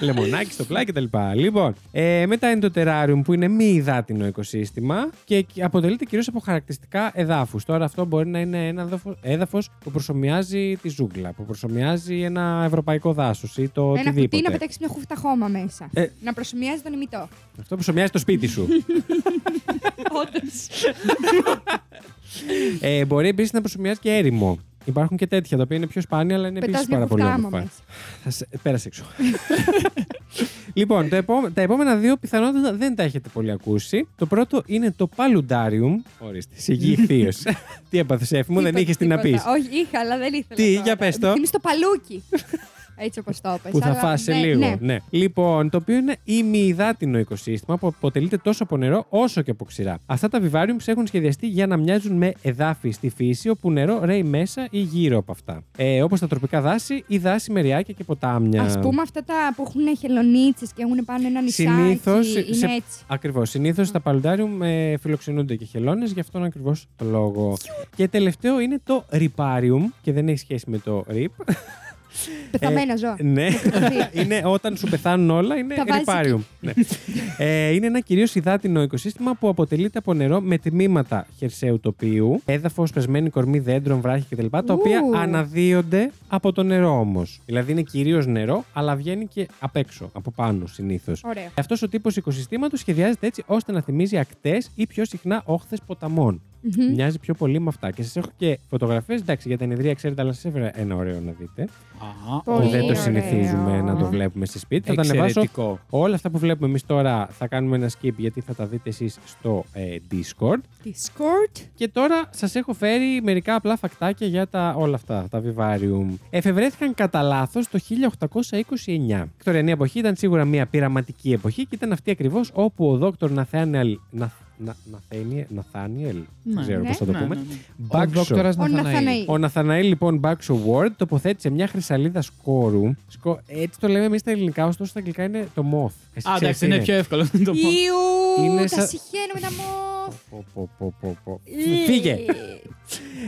A: Λεμονάκι στο πλάι κτλ. Λοιπόν, ε, μετά είναι το τεράριουμ που είναι μη υδάτινο οικοσύστημα και αποτελείται κυρίως από χαρακτηριστικά εδάφους. Τώρα αυτό μπορεί να είναι ένα έδαφος που προσωμιάζει τη ζούγκλα, που προσωμιάζει ένα ευρωπαϊκό δάσος ή το
B: Ένα
A: οτιδήποτε.
B: κουτί να πετάξεις μια χούφτα χώμα μέσα.
A: Ε.
B: Να προσωμιάζει τον ημιτό.
A: Αυτό προσωμιάζει το σπίτι σου.
B: Όντως.
A: Ε, μπορεί επίσης να προσωμιάζει και έρημο. Υπάρχουν και τέτοια τα οποία είναι πιο σπάνια, αλλά είναι
B: Πετά
A: επίση
B: μια
A: πάρα πολύ
B: χούφτα άμμο
A: όμορφα.
B: μέσα.
A: Θα σε... Πέρασε έξω. Λοιπόν, το επόμε- τα επόμενα δύο πιθανότητα δεν τα έχετε πολύ ακούσει. Το πρώτο είναι το Paludarium. Ορίστε, σε γη θείος. Τι έπαθε, μου, δεν
B: Τίποτα,
A: είχες τι να πει.
B: τίποτα. Όχι, είχα, αλλά δεν ήθελα.
A: Τι,
B: τώρα.
A: για πες το.
B: Είναι στο παλούκι. Έτσι όπως το είπες,
A: Που θα
B: αλλά
A: φάσει
B: ναι,
A: λίγο.
B: ναι.
A: Ναι. Λοιπόν, το οποίο είναι ημιυδάτινο οικοσύστημα που αποτελείται τόσο από νερό όσο και από ξηρά. Αυτά τα βιβάριουμ έχουν σχεδιαστεί για να μοιάζουν με εδάφη στη φύση, όπου νερό ρέει μέσα ή γύρω από αυτά. Ε, Όπως τα τροπικά δάση ή δάση με ριάκια και ποτάμια.
B: Ας πούμε αυτά τα που έχουν χελονίτσες και έχουν πάνω ένα νησάκι.
A: Συνήθως σε-
B: είναι
A: σε-
B: έτσι.
A: Ακριβώς. Συνήθως τα παλουντάριουμ ε, φιλοξενούνται και χελώνες, γι' αυτόν ακριβώς το λόγο. Και τελευταίο είναι το ρηπάριουμ και δεν έχει σχέση με το ρηπ.
B: Πεθαμένα ζώα.
A: ναι.
B: Προσπαθεί.
A: είναι όταν σου πεθάνουν όλα, είναι
B: Τα βάζεις
A: ρηπάριουμ. ναι. ε, είναι ένα κυρίως υδάτινο οικοσύστημα που αποτελείται από νερό με τμήματα χερσαίου τοπίου, έδαφος, πεσμένη κορμή δέντρων, βράχη κτλ. Τα οποία
B: Ου.
A: αναδύονται από το νερό όμως. Δηλαδή είναι κυρίως νερό, αλλά βγαίνει και απ' έξω, από πάνω συνήθως.
B: Ωραίο.
A: Αυτός ο τύπος οικοσυστήματος σχεδιάζεται έτσι ώστε να θυμίζει ακτές ή πιο συχνά όχθες ποταμών.
B: Μμμ.
A: Μοιάζει πιο πολύ με αυτά. Και σας έχω και φωτογραφίες. Εντάξει, για τα ενεδρία ξέρετε, αλλά σας έφερα ένα ωραίο να δείτε.
C: Α,
B: Πολύ
A: που δεν το
B: ωραίο.
A: συνηθίζουμε να το βλέπουμε στη σπίτι. Θα τα ανεβάσω.
D: Εξαιρετικό.
A: Όλα αυτά που βλέπουμε εμείς τώρα θα κάνουμε ένα skip γιατί θα τα δείτε εσείς στο ε, Discord.
B: Discord.
A: Και τώρα σας έχω φέρει μερικά απλά φακτάκια για τα, όλα αυτά, τα βιβάριουμ. Εφευρέθηκαν κατά λάθος το 1829. Η Βικτωριανή εποχή ήταν σίγουρα μια πειραματική εποχή και ήταν αυτή ακριβώς όπου ο δόκτωρ Ναθάνιελ. Ναθ- Να- Ναθένιε- Ναθάνιελ. Δεν
C: Ναι.
A: ξέρω
B: Ναι.
A: πώς θα το
C: ναι,
A: πούμε.
C: ναι, ναι.
D: Ο
A: Μπάξο.
D: δόκτορας
B: Ο
D: Ναθαναήλ.
B: Ναθαναήλ.
A: Ο Ναθαναήλ λοιπόν Bucks Award τοποθέτησε μια χρυσαλίδα σκόρου. Σκο- Έτσι το λέμε εμείς στα ελληνικά, ωστόσο στα αγγλικά είναι το moth. Εσύ
C: Α,
A: ξέρεις
C: εντάξει,
A: τι
C: είναι πιο εύκολο να το πω.
B: Ιού,
A: Είναι
B: τα
A: σαν-
B: συχαίνω με τα μόφ.
A: Πω, πω, πω, πω, πω. Φύγε!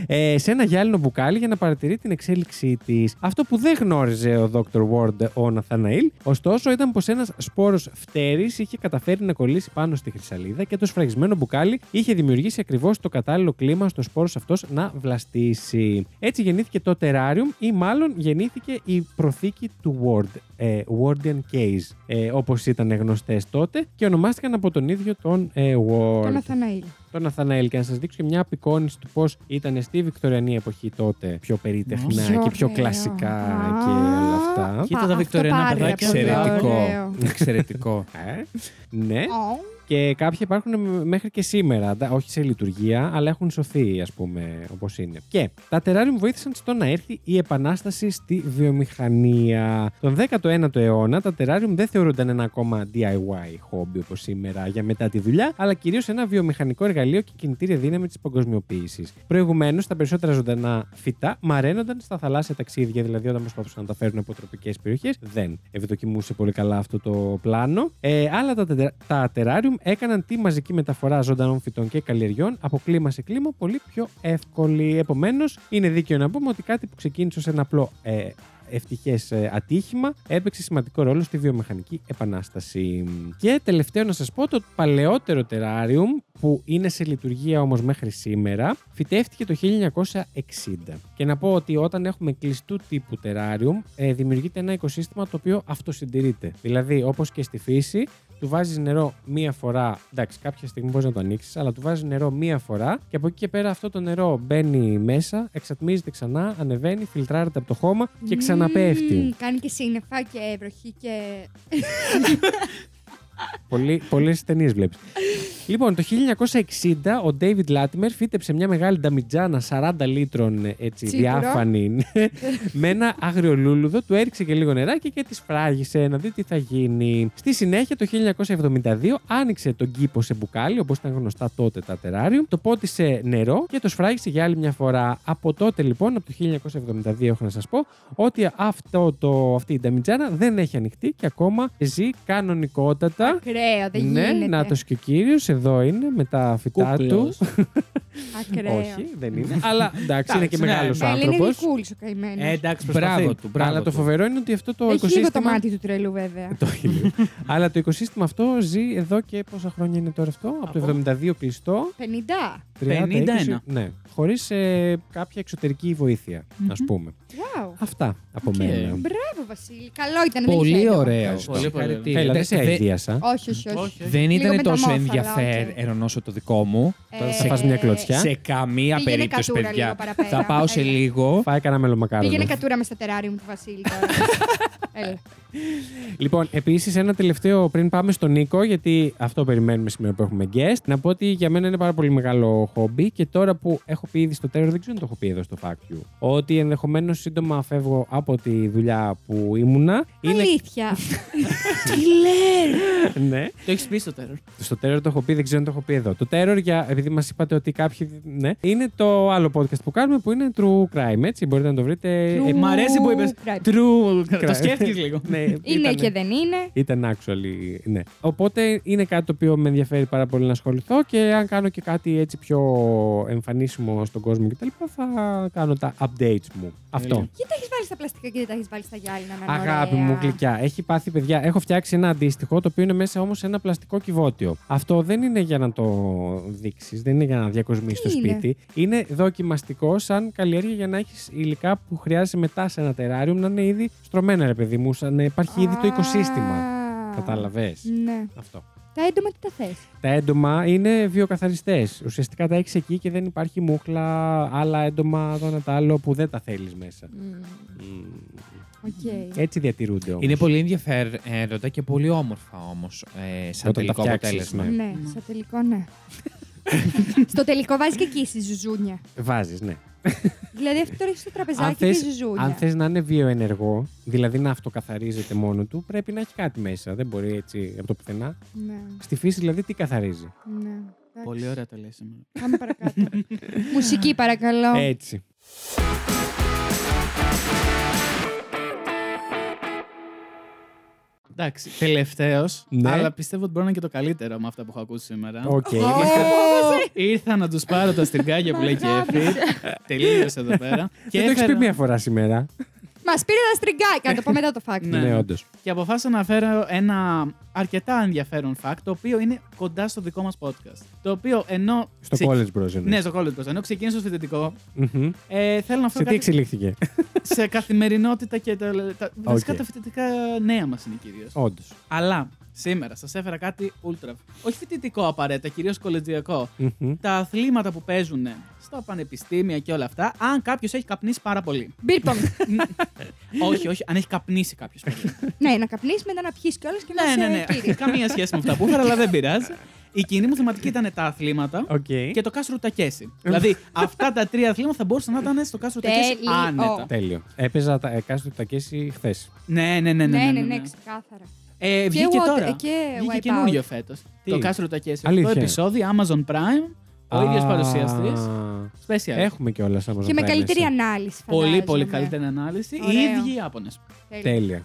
A: Ε, σε ένα γυάλινο μπουκάλι για να παρατηρεί την εξέλιξή της. Αυτό που δεν γνώριζε ο Dr. Ward ο Ναθαναήλ, ωστόσο, ήταν πως ένας σπόρος φτέρης είχε καταφέρει να κολλήσει πάνω στη χρυσαλίδα και το σφραγισμένο μπουκάλι είχε δημιουργήσει ακριβώς το κατάλληλο κλίμα στο σπόρος αυτός να βλαστήσει. Έτσι γεννήθηκε το τεράριουμ ή μάλλον γεννήθηκε η προθήκη του Ward, ε, Wardian Case, ε, όπως ήταν γνωστές τότε και ονομάστηκαν από τον ίδιο τον ε, Ward
B: Το Ναθαναήλ.
A: τον Αθαναήλ και να σας δείξω και μια απεικόνηση του πώς ήταν στη Βικτωριανή εποχή τότε πιο περίτεχνα
C: Πιο
A: και πιο
B: ωραίο.
A: κλασικά
B: Α,
A: και όλα αυτά.
C: Κοίτα
B: πα-
C: τα
B: αυτό
C: Βικτωριανά
B: πάρα
C: παιδάκια.
B: πολύ
D: Εξαιρετικό.
B: ωραίο.
D: Εξαιρετικό.
A: Ε, ναι,
B: Ω,
A: και κάποια υπάρχουν μέχρι και σήμερα, αντα- όχι σε λειτουργία, αλλά έχουν σωθεί, ας πούμε, όπως είναι. Και τα τεράριου μου βοήθησαν στο να έρθει η επανάσταση στη βιομηχανία. Τον 19ο αιώνα, τα τεράριου δεν θεωρούνταν ένα ακόμα DIY χόμπι όπως σήμερα για μετά τη δουλειά, αλλά κυρίως ένα βιομηχανικό εργαλείο και κινητήρια δύναμη της παγκοσμιοποίησης. Προηγουμένως, τα περισσότερα ζωντανά φυτά μαραίνονταν στα θαλάσσια ταξίδια, δηλαδή όταν προσπαθούσαν να τα φέρουν από τροπικές περιοχές. Δεν ευδοκιμούσε πολύ καλά αυτό το πλάνο. Ε, άλλα τα, τερα- τα τεράριουμ έκαναν τη μαζική μεταφορά ζωντανών φυτών και καλλιεργιών από κλίμα σε κλίμα πολύ πιο εύκολη. Επομένως, είναι δίκαιο να πούμε ότι κάτι που ξεκίνησε ως ένα απλό ε, ευτυχές ε, ατύχημα, έπαιξε σημαντικό ρόλο στη βιομηχανική επανάσταση. Και τελευταίο να σας πω το παλαιότερο τεράριουμ που είναι σε λειτουργία όμως μέχρι σήμερα, φυτεύτηκε το 1960. Και να πω ότι όταν έχουμε κλειστού τύπου τεράριουμ, ε, δημιουργείται ένα οικοσύστημα το οποίο αυτοσυντηρείται. Δηλαδή, όπως και στη φύση, του βάζεις νερό μία φορά. Εντάξει, κάποια στιγμή μπορείς να το ανοίξεις, αλλά του βάζεις νερό μία φορά και από εκεί και πέρα αυτό το νερό μπαίνει μέσα, εξατμίζεται ξανά, ανεβαίνει, φιλτράρεται από το χώμα και ξαναπέφτει.
B: μμμ, Κάνει και σύννεφα και βροχή και.
A: Πολύ, πολλές ταινίες βλέπεις. λοιπόν, το 1960 ο David Latimer φύτεψε μια μεγάλη νταμιτζάνα 40 λίτρων ε, έτσι,
B: Τσίπουρο.
A: διάφανη ναι, με ένα άγριο λούλουδο, του έριξε και λίγο νεράκι και της σφράγισε να δει τι θα γίνει. Στη συνέχεια το 1972 άνοιξε τον κήπο σε μπουκάλι, όπως ήταν γνωστά τότε τα τεράριου, το πότισε νερό και το σφράγισε για άλλη μια φορά. Από τότε λοιπόν, από το 1972 έχω να σας πω, ότι αυτό το, αυτή η νταμιτζάνα δεν έχει ανοιχτεί και ακόμα ζει κανονικότατα.
B: Ακραίο, δεν
A: Ναι,
B: γίνεται.
A: να το και ο κύριο, εδώ είναι με τα φυτά του.
C: Κούκλος.
B: Ακραίο.
A: Όχι, δεν είναι. αλλά εντάξει, είναι και
C: Εντάξει, ναι,
A: μεγάλος
C: ναι.
B: Ε, είναι
A: άνθρωπο.
B: γλυκούλης ο καημένος.
C: Ε, εντάξει, προσπαθεί.
D: Μπράβο του. μπράβο
A: Αλλά το
D: του.
A: φοβερό είναι ότι αυτό το
B: Έχει λίγο το
A: οικοσύστημα.
B: μάτι του τρελού, βέβαια.
A: Ε, Το έχει λίγο. Αλλά το οικοσύστημα αυτό ζει εδώ και πόσα χρόνια είναι τώρα αυτό. Από το
C: Από-
A: 72 κλειστό.
B: 50.
A: 30, 20,
C: 51.
A: ναι. Χωρίς κάποια εξωτερική βοήθεια, α
C: Μμμ.
A: πούμε.
B: Wow.
A: Αυτά από
C: Οκ.
A: μένα.
B: Μπράβο, Βασίλη. Καλό ήταν. δεν
D: Πολύ
B: ξέρω.
D: ωραίο.
C: Πολύ πολύ
D: Συγχαρητήρια.
A: Έλα, δεν σε
D: Δε- δε-
A: αηδίασα.
B: Όχι, όχι, όχι.
C: Όχι.
D: Δεν
B: Λίγο
D: ήταν τόσο
B: μεταμόρφα, αλλά
D: ενδιαφέρον όσο το δικό μου.
B: Ε,
A: Τώρα θα φας μια κλωτσιά.
D: Σε καμία
B: Πήγαινε
D: περίπτωση,
B: κατούρα λίγο
D: παιδιά.
B: παραπέρα.
D: Θα πάω σε
B: Έλα.
D: λίγο.
A: Φάει κανένα μελομακάρονο.
B: Πήγαινε κατούρα μες στα τεράρια μου του Βασίλη. τώρα. Ε, Έλα.
A: Λοιπόν, επίσης ένα τελευταίο πριν πάμε στον Νίκο, γιατί αυτό περιμένουμε σήμερα που έχουμε guest. Να πω ότι για μένα είναι πάρα πολύ μεγάλο χόμπι και τώρα που έχω πει ήδη στο τέλος, δεν ξέρω αν το έχω πει εδώ στο Fact You, ότι ενδεχομένως σύντομα φεύγω από τη δουλειά που ήμουνα.
B: Αλήθεια.
C: Τι λέει!
A: ναι.
C: Το έχεις πει στο τέλο.
A: Στο Terror το έχω πει, δεν ξέρω αν το έχω πει εδώ. Το Terror, για, επειδή μας είπατε ότι κάποιοι. Ναι, είναι το άλλο podcast που κάνουμε που είναι True Crime, έτσι. Μπορείτε να το βρείτε.
B: True
A: Ε,
C: μ' αρέσει που είπες.
B: crime.
C: True.
A: crime.
C: Το σκέφτηκες λίγο.
A: ναι,
B: Είναι
A: ήτανε-
B: και δεν είναι.
A: Ήταν actually, ναι. Οπότε είναι κάτι το οποίο με ενδιαφέρει πάρα πολύ να ασχοληθώ και αν κάνω και κάτι έτσι πιο εμφανίσιμο στον κόσμο κτλ. θα κάνω τα updates μου. Αυτό.
C: Τέλεια.
B: Και τα έχεις βάλει στα πλαστικά και δεν τα έχεις βάλει στα γυάλινα. να είναι
A: Αγάπη
B: ωραία.
A: μου, γλυκιά. Έχει πάθει, παιδιά. Έχω φτιάξει ένα αντίστοιχο, το οποίο είναι μέσα όμως σε ένα πλαστικό κυβότιο. Αυτό δεν είναι για να το δείξεις, δεν είναι για να διακοσμήσεις το
B: Τι είναι?
A: σπίτι. Είναι δοκιμαστικό, σαν καλλιέργεια για να έχεις υλικά που χρειάζεσαι μετά σε ένα τεράριο να είναι ήδη στρωμένα, ρε παιδί μου, σαν να υπάρχει ήδη το οικοσύστημα.
B: Α,
A: Κατάλαβες.
B: Ναι.
A: Αυτό.
B: Τα έντομα τι τα θες.
A: Τα έντομα είναι βιοκαθαριστές. Ουσιαστικά τα έχεις εκεί και δεν υπάρχει μούχλα, άλλα έντομα, το ένα τα άλλο που δεν τα θέλεις μέσα.
C: Mm.
B: Οκ.
A: Έτσι διατηρούνται όμως.
D: Είναι πολύ ενδιαφέροντα και πολύ όμορφα όμως ε, σαν
A: Όταν τα
D: τελικό
A: φτιάξεις,
D: αποτέλεσμα.
A: ναι.
B: Ναι, στο τελικό ναι. στο τελικό βάζεις και εκεί στη ζουζούνια.
A: Βάζεις, ναι.
B: Δηλαδή αυτό τώρα έχεις στο τραπεζάκι
A: Αν θες,
B: και η ζουζούνια.
A: αν θες να είναι βιοενεργό, δηλαδή να αυτοκαθαρίζεται μόνο του, πρέπει να έχει κάτι μέσα. Δεν μπορεί έτσι από το πουθενά.
B: Ναι,
A: Στη φύση δηλαδή τι καθαρίζει.
B: ναι. Εντάξει.
C: Πολύ ωραία το λες σήμερα.
B: Πάμε παρακάτω. Μουσική παρακαλώ.
A: Έτσι.
C: Εντάξει, τελευταίος.
A: Ναι.
C: Αλλά πιστεύω ότι μπορώ να είναι και το καλύτερο με αυτά που έχω ακούσει σήμερα.
A: Οκ.
C: Ήρθα να τους πάρω τα στριγκάκια που λέει και η Εφη. Τελείωσε εδώ πέρα.
A: Και το έχεις πει
C: έφερα-
A: μία φορά σήμερα.
B: Μας πήρε τα στριγκάκια, να το πω μετά το φάκ.
C: Ναι.
A: Ναι, όντως.
C: Και αποφάσισα να φέρω ένα αρκετά ενδιαφέρον fact, το οποίο είναι κοντά στο δικό μας podcast. Το οποίο ενώ.
A: Στο
C: ξε-
A: college bros. εννοείς.
C: Ναι, στο college bros. Ενώ ξεκίνησε ως φοιτητικό,
A: Μμμ.
C: ε, θέλω να
A: Σε τι
C: φέρω κάτι
A: εξελίχθηκε.
C: σε καθημερινότητα και τα. τα Βασικά
A: Οκ.
C: τα φοιτητικά νέα μας είναι κυρίως.
A: Όντως.
C: Αλλά σήμερα σας έφερα κάτι ultra. Όχι φοιτητικό απαραίτητα, κυρίως κολετζιακό. Τα αθλήματα που παίζουν στα πανεπιστήμια και όλα αυτά, αν κάποιος έχει καπνίσει πάρα πολύ.
B: Μπίρπονγκ.
C: όχι, όχι, αν έχει καπνίσει κάποιος.
B: ναι, να καπνίσει μετά να πιει κιόλας και να
C: ναι,
B: σε
C: ναι, ναι.
B: κύριε.
C: Καμία σχέση με αυτά που έφερα, αλλά δεν πειράζει. Η κοινή μου θεματική ήταν τα αθλήματα
A: Οκ.
C: και το κάστρο Τακέση. δηλαδή, αυτά τα τρία αθλήματα θα μπορούσαν να ήταν στο κάστρο Τακέση
B: Τέλειο.
C: άνετα.
A: Τέλειο. Έπαιζα τα εκάστοτε τα κέση χθες.
C: Ναι, ναι, ναι.
B: ναι, ναι, ναι, ξεκάθαρα.
C: Ε,
B: Και
C: βγήκε
B: what-
C: τώρα.
B: και
C: βγήκε
B: Wipeout.
C: καινούριο φέτος.
A: Τι?
C: Το κάστρο Τακέση. Το
A: Αλήθεια.
C: επεισόδιο Amazon Prime. Ο ίδιος παρουσιαστής. Special.
A: Έχουμε κιόλα Amazon
B: Και με
A: Prime
B: καλύτερη
A: μέσα.
B: ανάλυση.
C: Πολύ,
B: φαντάζομαι.
C: πολύ
B: ναι.
C: καλύτερη ανάλυση. Οι
B: Ωραίο.
C: ίδιοι οι Ιάπωνες.
B: Τέλεια.
A: Τέλεια.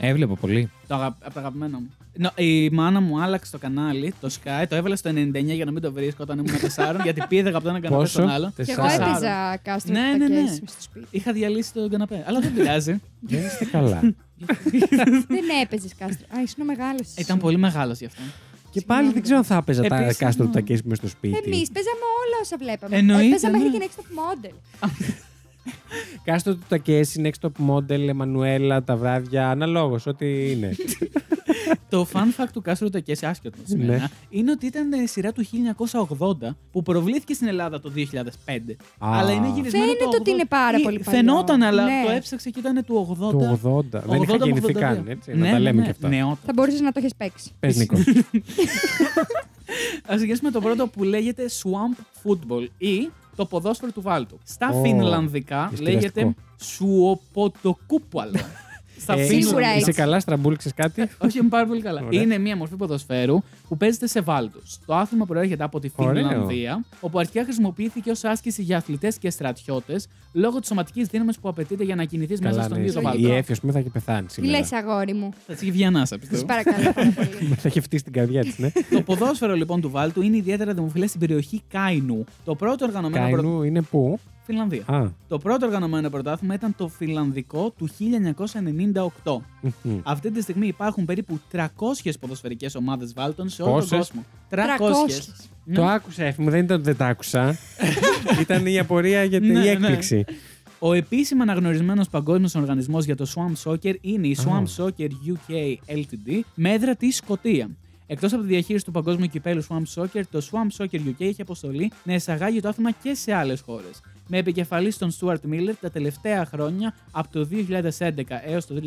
D: Έβλεπα πολύ.
C: Το αγα... Από τα αγαπημένα μου. Νο, η μάνα μου άλλαξε το κανάλι, το Sky, το έβαλε στο 99 για να μην το βρίσκω όταν ήμουν 4, γιατί πήδαγα από το ένα καναπέ
A: Πόσο?
C: στον άλλο.
B: Και εγώ
A: Τεσσάρα.
C: Τεσσάρων.
B: έπαιζα κάστρο
C: Ναι,
B: ναι,
C: ναι,
B: ναι,
C: ναι.
B: στο σπίτι.
C: Είχα διαλύσει τον καναπέ, αλλά δεν πειράζει.
A: Δεν είστε καλά.
B: Δεν έπαιζες κάστρο. Α, ήσουν μεγάλος.
C: Ήταν πολύ μεγάλος γι' αυτό.
A: και πάλι δεν ξέρω αν θα έπαιζα τα
C: Επίσης,
A: κάστρο του
C: ναι.
A: Τακέση που είμαι στο σπίτι.
B: Εμείς παίζαμε όλα όσα βλέπαμε.
C: Εννοείται,
B: Ε, Παίζαμε
C: ναι.
B: μέχρι και next top model.
A: Κάστρο του Τακέση, Next Top Model, Εμμανουέλα, τα βράδια, αναλόγως, ό,τι είναι.
C: το fun fact του Κάστρο Τακέση, άσχετο σήμερα,
A: Ναι.
C: είναι ότι ήταν ε, σειρά του 1980 που προβλήθηκε στην Ελλάδα το 2005.
A: Α.
C: αλλά είναι γυρισμένο.
B: Φαίνεται
C: το 80.
B: ότι είναι πάρα
C: Ή-
B: πολύ παλιό.
C: Φαινόταν, αλλά
B: Ναι.
C: το έψαξε και ήταν του 80.
A: Το 80. Δεν είχα
C: 80,
A: γεννηθεί
C: 82.
A: καν, έτσι.
C: Ναι,
A: να τα
C: ναι,
A: λέμε
C: ναι.
A: κι αυτά.
C: Νεότα.
B: Θα μπορούσες να το έχεις παίξει.
A: Πες, Νίκο.
C: Ας ξεκινήσουμε το πρώτο που λέγεται Swamp Football ή το ποδόσφαιρο του Βάλτου. Στα
A: Ω,
C: φινλανδικά
A: δυστυχιστικό.
C: λέγεται Σουοποτοκούπαλα. Στα
A: Ε,
B: Σίγουρα
C: φινλανδικά.
A: Είσαι
B: έτσι.
A: καλά, στραμπούληξε κάτι.
C: Όχι, είμαι πάρα πολύ καλά.
A: Ωραία.
C: Είναι μια μορφή ποδοσφαίρου που παίζεται σε βάλτους. Το άθλημα προέρχεται από τη
A: Ωραίο.
C: Φινλανδία, όπου αρχικά χρησιμοποιήθηκε ως άσκηση για αθλητές και στρατιώτες λόγω της σωματικής δύναμης που απαιτείται για να κινηθείς μέσα
A: Καλά,
C: στον
A: ναι.
C: ίδιο το
B: Λογικό.
A: Η
C: βάλτο.
A: Εύη, ας πούμε, θα έχει πεθάνει
B: Τι λε,
A: σήμερα.
B: αγόρι μου.
C: Θα τη βγει ανάσα,
B: Σα
C: πιστεύω.
B: παρακαλώ πάρα πολύ.
A: Θα έχει φτύσει την καρδιά της, ναι.
C: το ποδόσφαιρο λοιπόν του βάλτου είναι ιδιαίτερα δημοφιλές στην περιοχή Κάινου. Το πρώτο οργανωμένο. προ-
A: Καϊνού είναι πού.
C: Φινλανδία.
A: Α.
C: Το πρώτο οργανωμένο πρωτάθλημα ήταν το φιλανδικό του 1998.
A: μμμ.
C: Αυτή τη στιγμή υπάρχουν περίπου 300 ποδοσφαιρικές ομάδες βάλτων σε όλο τον
A: Πόσες?
C: κόσμο. 300.
B: 300.
C: Ναι.
A: Το άκουσα, Εύη μου. Δεν ήταν ότι δεν τα άκουσα. Ήταν η απορία για την
C: Ναι,
A: η
C: ναι.
A: έκπληξη.
C: Ο επίσημα αναγνωρισμένος παγκόσμιος οργανισμός για το Swamp Soccer είναι η
A: Α.
C: Swamp Soccer UK Ltd. με έδρα της Σκωτία. Εκτός από τη διαχείριση του παγκόσμιου κυπέλου Swamp Soccer, το Swamp Soccer UK έχει αποστολή να εισαγάγει το άθλημα και σε άλλες χώρες. με επικεφαλής τον Στουαρτ Μίλλερ τα τελευταία χρόνια, από το 2011 έως το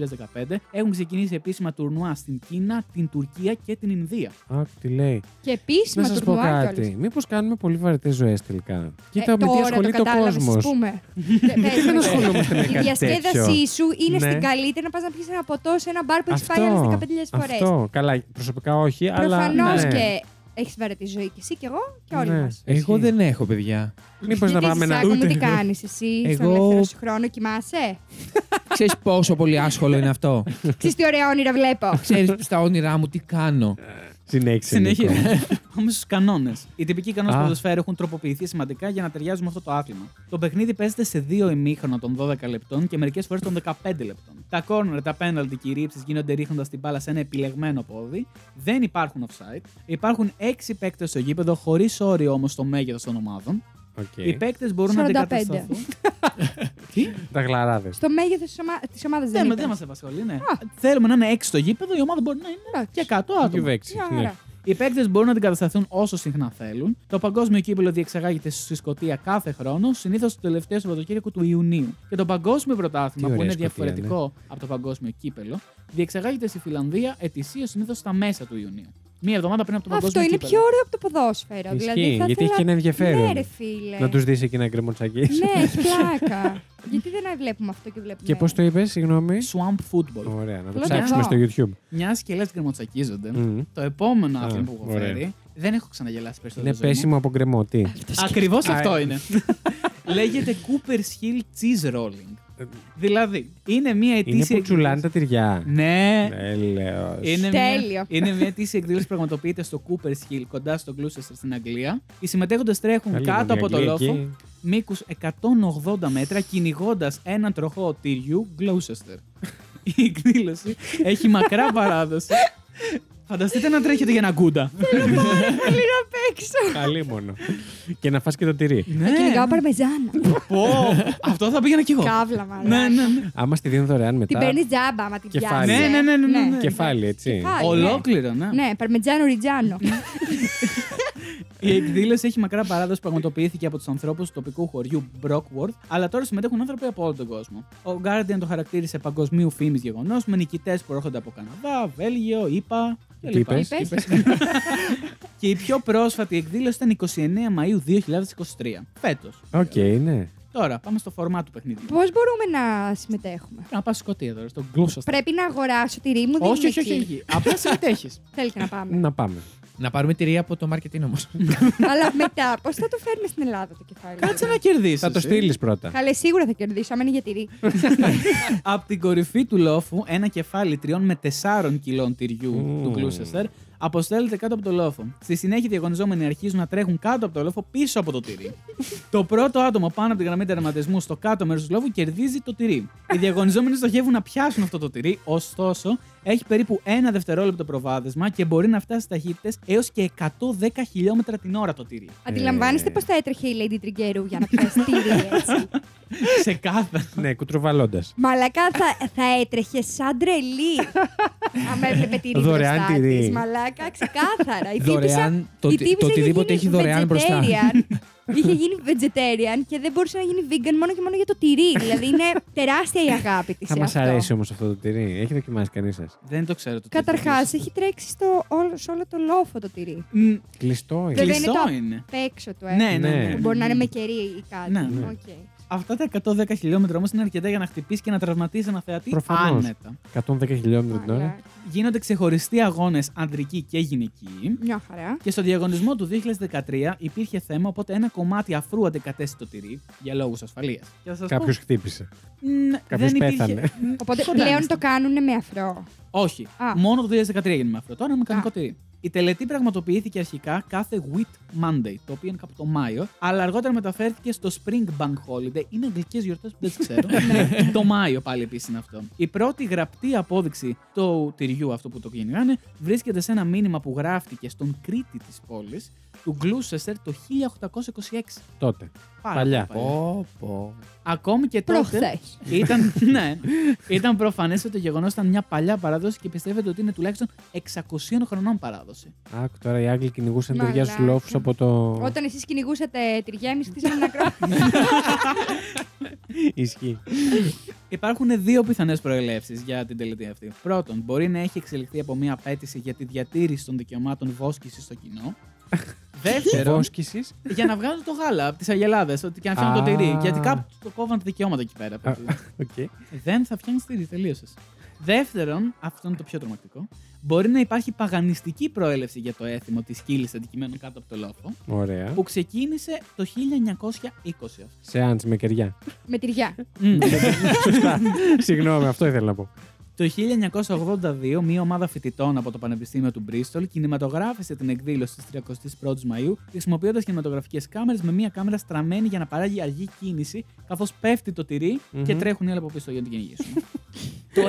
C: 2015, έχουν ξεκινήσει επίσημα τουρνουά στην Κίνα, την Τουρκία και την Ινδία.
A: Άκου τι λέει. Να
B: Και επίσημα
A: σας πω
B: τουρνουά
A: κάτι.
B: κιόλας.
A: Μήπως κάνουμε πολύ βαρετές ζωές τελικά. Κοίτα
B: Ε,
A: με τι
B: τώρα
A: ασχολείται ο
B: κατάλαβες, ας
A: κόσμο.
B: πούμε. Δεν- πες
A: δεν
B: μου,
A: ασχολούμαστε με
B: Η
A: κάτι τέτοιο.
B: διασκέδασή σου είναι
A: Ναι.
B: στην καλύτερη να πας να πιεις ένα ποτό σε ένα μπαρ που έχει πάει άλλε 15.000 φορές.
A: αυτό. Καλά, προσωπικά όχι, αλλά.
B: Προφανώς
A: ναι.
B: και έχεις βαρετή ζωή και εσύ και εγώ και όλοι
A: Ναι.
B: μας.
D: Εγώ δεν έχω, παιδιά.
A: Μήπως να πάμε να.
B: Ούτε...
A: ούτε-
B: τι κάνεις εσύ, στον
D: Εγώ-
B: ελεύθερο σου χρόνο κοιμάσαι.
D: Ξέρεις πόσο πολύ άσχολο είναι αυτό.
B: Ξέρεις τι ωραία όνειρα βλέπω.
D: Ξέρεις στα όνειρά μου τι κάνω.
A: Συνέχισε.
C: Συνέχεια.
A: Νίκο.
C: Πάμε στους κανόνες. Οι τυπικοί κανόνες
A: Α.
C: του ποδοσφαίρου έχουν τροποποιηθεί σημαντικά για να ταιριάζουν με αυτό το άθλημα. Το παιχνίδι παίζεται σε δύο ημίχρονα των 12 λεπτών και μερικές φορές των 15 λεπτών. Τα κόρνερ, τα πέναλτι και οι ρήψεις γίνονται ρίχνοντας την μπάλα σε ένα επιλεγμένο πόδι. Δεν υπάρχουν offside. Υπάρχουν 6 παίκτες στο γήπεδο, χωρίς όριο όμως το μέγεθος των ομάδων.
A: Οκ.
C: Οι παίκτες μπορούν να
B: 45.
C: αντικατασταθούν.
A: Τα γλαράδες.
B: Στο μέγεθος της ομάδας
C: Δεν,
B: δεν είπες.
C: δεν μας απασχολεί, ναι. Θέλουμε να είναι 6 στο γήπεδο, η ομάδα μπορεί να είναι
B: Εντάξει.
A: Ναι.
C: και 100 άτομα.
B: Μια ώρα.
C: Οι παίκτες μπορούν να αντικατασταθούν όσο συχνά θέλουν. Το παγκόσμιο κύπελο διεξαγάγεται στη Σκωτία κάθε χρόνο, συνήθως το τελευταίο Σαββατοκύριακο του Ιουνίου. Και το παγκόσμιο πρωτάθλημα,
A: Τι
C: που
A: ωραία
C: είναι
A: Σκωτία, ναι.
C: διαφορετικό από το παγκόσμιο κύπελο, διεξαγάγεται στη Φιλανδία ετησίως συνήθως στα μέσα του Ιουνίου. Μία εβδομάδα πριν από το
B: Αυτό
C: παγκόσμιο
B: είναι
C: κύπελο.
B: πιο ωραίο από το ποδόσφαιρο.
A: Ισχύει,
B: Δηλαδή θα
A: γιατί
B: ήθελα-
A: έχει ένα ενδιαφέρον.
B: Ναι, ρε φίλε.
A: Να τους δεις εκεί να γκρεμοτσακεί.
B: Ναι, έχει πλάκα. γιατί δεν βλέπουμε αυτό και βλέπουμε.
A: Και πώς το είπες, συγγνώμη.
C: Swamp football.
A: Ωραία, να το
B: Λέω
A: ψάξουμε στο
B: εδώ.
A: YouTube.
C: Μιας και λες
B: Ναι.
C: γκρεμοτσακίζονται,
A: Μμμ.
C: το επόμενο
A: Α,
C: άθλημα που έχω
A: ωραία.
C: φέρει δεν έχω ξαναγελάσει περισσότερο.
A: Είναι
B: ε.
C: στη ζωή
A: πέσιμο
C: μου.
A: από γκρεμό. Τι.
C: Ακριβώς
A: Α,
C: αυτό
A: ε.
C: είναι. Λέγεται Cooper's Hill Cheese Rolling. δηλαδή, είναι μια
A: Ε, Είναι
C: ετήσια.
A: που τσουλάνε τα τυριά.
C: Ναι,
A: Έλεος.
C: είναι
B: Τέλειο.
C: μια, είναι μια ετήσια εκδήλωση που πραγματοποιείται στο Cooper's Hill κοντά στο Gloucester στην Αγγλία. Οι συμμετέχοντες τρέχουν
A: Καλή
C: κάτω
A: είναι η
C: από το
A: Αγγλία
C: λόφο
A: εκεί.
C: μήκους 180 μέτρα κυνηγώντας έναν τροχό τυριού Gloucester. Η εκδήλωση έχει μακρά παράδοση. Φανταστείτε να τρέχετε για ένα κούντα.
B: Θέλει να παίξω.
A: Καλή μόνο. και να φας και το τυρί.
C: Ναι.
B: Να κυνηγάω παρμεζάνα.
C: Πω, αυτό θα πήγαινα κι εγώ.
B: Κάβλα, μάλλον.
C: Λοιπόν. Ναι, ναι, ναι.
A: Άμα στη δίνουν δωρεάν
B: Την
A: μετά.
B: παίρνεις τζάμπα, άμα την
A: Κεφάλι.
B: πιάσεις.
A: Ναι,
C: ναι, ναι, ναι, ναι, ναι.
A: Κεφάλι, έτσι.
B: Κεφάλι. Πάλι, ναι.
C: Ολόκληρο, ναι.
B: Ναι, παρμετζάνο ριτζάνο.
C: Η εκδήλωση έχει μακρά παράδοση που πραγματοποιήθηκε από τους ανθρώπους του τοπικού χωριού Brockworth, αλλά τώρα συμμετέχουν άνθρωποι από όλο τον κόσμο. Ο Guardian το χαρακτήρισε παγκοσμίου φήμης γεγονός με νικητές που έρχονται από Καναδά, Βέλγιο, ΗΠΑ
A: Τι
C: κλπ.
A: είπες?
B: Είπες.
C: Και η πιο πρόσφατη εκδήλωση ήταν 29 Μαου 2023. Φέτος.
A: Οκ, ναι.
C: Τώρα πάμε στο φορμά του παιχνιδιού.
B: Πώς μπορούμε να συμμετέχουμε.
C: Να πας σκοτία τώρα, στον γκλούσο.
B: Πρέπει να αγοράσω τη ρήμου, δεν
C: Όχι,
B: είναι
C: όχι, όχι.
B: εκεί.
C: όχι. Απλά συμμετέχεις.
B: Θέλετε να πάμε.
A: Να πάμε.
D: Να πάρουμε τυρία από το μάρκετινγκ όμως.
B: Αλλά μετά, πώς θα το φέρουμε στην Ελλάδα το κεφάλι.
C: Κάτσε να ε. κερδίσεις.
A: Θα το στείλεις πρώτα.
B: Καλέ, σίγουρα θα κερδίσω, άμα είναι για τυρί.
C: Ε. Από την κορυφή του λόφου, ένα κεφάλι τριών με τεσσάρων κιλών τυριού
A: Ου.
C: του Gloucester αποστέλλεται κάτω από το λόφο. Στη συνέχεια, οι διαγωνιζόμενοι αρχίζουν να τρέχουν κάτω από το λόφο πίσω από το τυρί. το πρώτο άτομο πάνω από την γραμμή τερματισμού στο κάτω μέρος του λόφου κερδίζει το τυρί. Οι διαγωνιζόμενοι στοχεύουν να πιάσουν αυτό το τυρί, ωστόσο έχει περίπου ένα δευτερόλεπτο προβάδισμα και μπορεί να φτάσει ταχύτητε έως και 110 χιλιόμετρα την ώρα το τυρί.
B: Αντιλαμβάνεστε πώ θα έτρεχε η Lady Τριγκερού για να πιάσει τυρί έτσι.
C: Σε κάθε.
A: Ναι, κουτροβαλώντας.
B: Μαλακά θα, θα έτρεχε σαν τρελή. Αν έβλεπε τυρί
A: Δωρεάν
B: μπροστά
A: τυρί.
B: της, Μαλάκα, ξεκάθαρα. Η τύπησα-
D: Δωρεάν, το-
B: η
D: το
B: τύπησα είχε
D: οτιδήποτε
B: γίνει
D: έχει δωρεάν μπροστά.
B: vegetarian. Είχε γίνει vegetarian και δεν μπορούσε να γίνει vegan μόνο και μόνο για το τυρί. δηλαδή είναι τεράστια η αγάπη της.
A: Θα μα αρέσει όμως αυτό το τυρί. Έχει δοκιμάσει κανείς σας.
C: Δεν το ξέρω το τυρί.
B: Καταρχάς, έχει τρέξει στο, όλο, σε όλο το λόφο το τυρι
C: Μ,
A: Κλειστό είναι.
B: Βέβαια είναι
C: κλειστό
B: το
C: είναι.
B: απ' έξω του, ε.
C: Ναι, ναι,
A: Ναι.
C: ναι.
B: Που μπορεί να είναι με κερί ή κάτι.
C: Ναι, ναι.
B: Οκ.
C: Αυτά τα 110 χιλιόμετρα όμως είναι αρκετά για να χτυπήσει και να τραυματίσει ένα θεατή
A: Προφανώς.
C: άνετα.
A: 110 χιλιόμετρα την ώρα.
B: Μαλάκα.
C: Γίνονται ξεχωριστοί αγώνες αντρικοί και γυναικοί.
B: Μια χαρά.
C: Και στο διαγωνισμό του 2013 υπήρχε θέμα, οπότε ένα κομμάτι αφρού αντεκατέστη το τυρί για λόγους ασφαλείας.
A: Κάποιο χτύπησε. κάποιος
C: δεν
A: πέθανε.
C: Υπήρχε... Μ,
B: Οπότε
C: κοντά
B: πλέον
C: είμαστε.
B: το κάνουν με αφρό.
C: Όχι.
B: Α.
C: Μόνο το 2013 έγινε με αυτό. Τώρα είναι μηχανικό τυρί. Η τελετή πραγματοποιήθηκε αρχικά κάθε Wheat Monday, το οποίο είναι κάπου το Μάιο, αλλά αργότερα μεταφέρθηκε στο Spring Bank Holiday. Είναι αγγλικές γιορτές που δεν τις ξέρω. το Μάιο πάλι επίσης είναι αυτό. Η πρώτη γραπτή απόδειξη του τυριού, αυτό που το κυνηγάνε, βρίσκεται σε ένα μήνυμα που γράφτηκε στον Κρήτη της πόλης του Gloucester το 1826.
A: Τότε.
C: Πάρα
A: Παλιά.
C: πολύ
D: Πω, πω.
C: Ακόμη και τότε.
B: Προχθές.
C: Ήταν, ναι, ήταν προφανές ότι το γεγονός ήταν μια παλιά παράδοση και πιστεύετε ότι είναι τουλάχιστον 600 χρονών παράδοση.
A: Άκου τώρα οι Άγγλοι κυνηγούσαν
B: Μαλάκα.
A: τυριά στους λόφους από το.
B: Όταν εσείς κυνηγούσατε τυριά, εμείς χτίσαμε ένα κρόβο.
A: Ισχύει.
C: Υπάρχουν δύο πιθανές προελεύσεις για την τελετή αυτή. Πρώτον, μπορεί να έχει εξελιχθεί από μια απέτηση για τη διατήρηση των δικαιωμάτων βόσκησης στο κοινό. Δεύτερον,
A: Βόσκηση.
C: για να βγάζουν το γάλα από τις Αγελάδες, ότι και να φτιάχνουν το τυρί.
A: Α.
C: Γιατί κάπου το κόβαν τα δικαιώματα εκεί πέρα.
A: Α. Okay.
C: Δεν θα φτιάχνεις τυρί, τελείωσες. Δεύτερον, αυτό είναι το πιο τρομακτικό, μπορεί να υπάρχει παγανιστική προέλευση για το έθιμο της σκύλη αντικειμένου κάτω από το λόφο,
A: Ωραία.
C: που ξεκίνησε το 1920.
A: Σε άντς με κεριά.
B: Με τυριά.
A: Σωστά. Συγγνώμη, αυτό ήθελα να πω.
C: Το 1982, μία ομάδα φοιτητών από το Πανεπιστήμιο του Μπρίστολ κινηματογράφησε την εκδήλωση τη 31η Μαου, χρησιμοποιώντας κινηματογραφικές κάμερες με μία κάμερα στραμμένη για να παράγει αργή κίνηση, καθώς πέφτει το τυρι
A: Μμμ.
C: και τρέχουν οι άλλοι από πίσω για να την κυνηγήσουν. το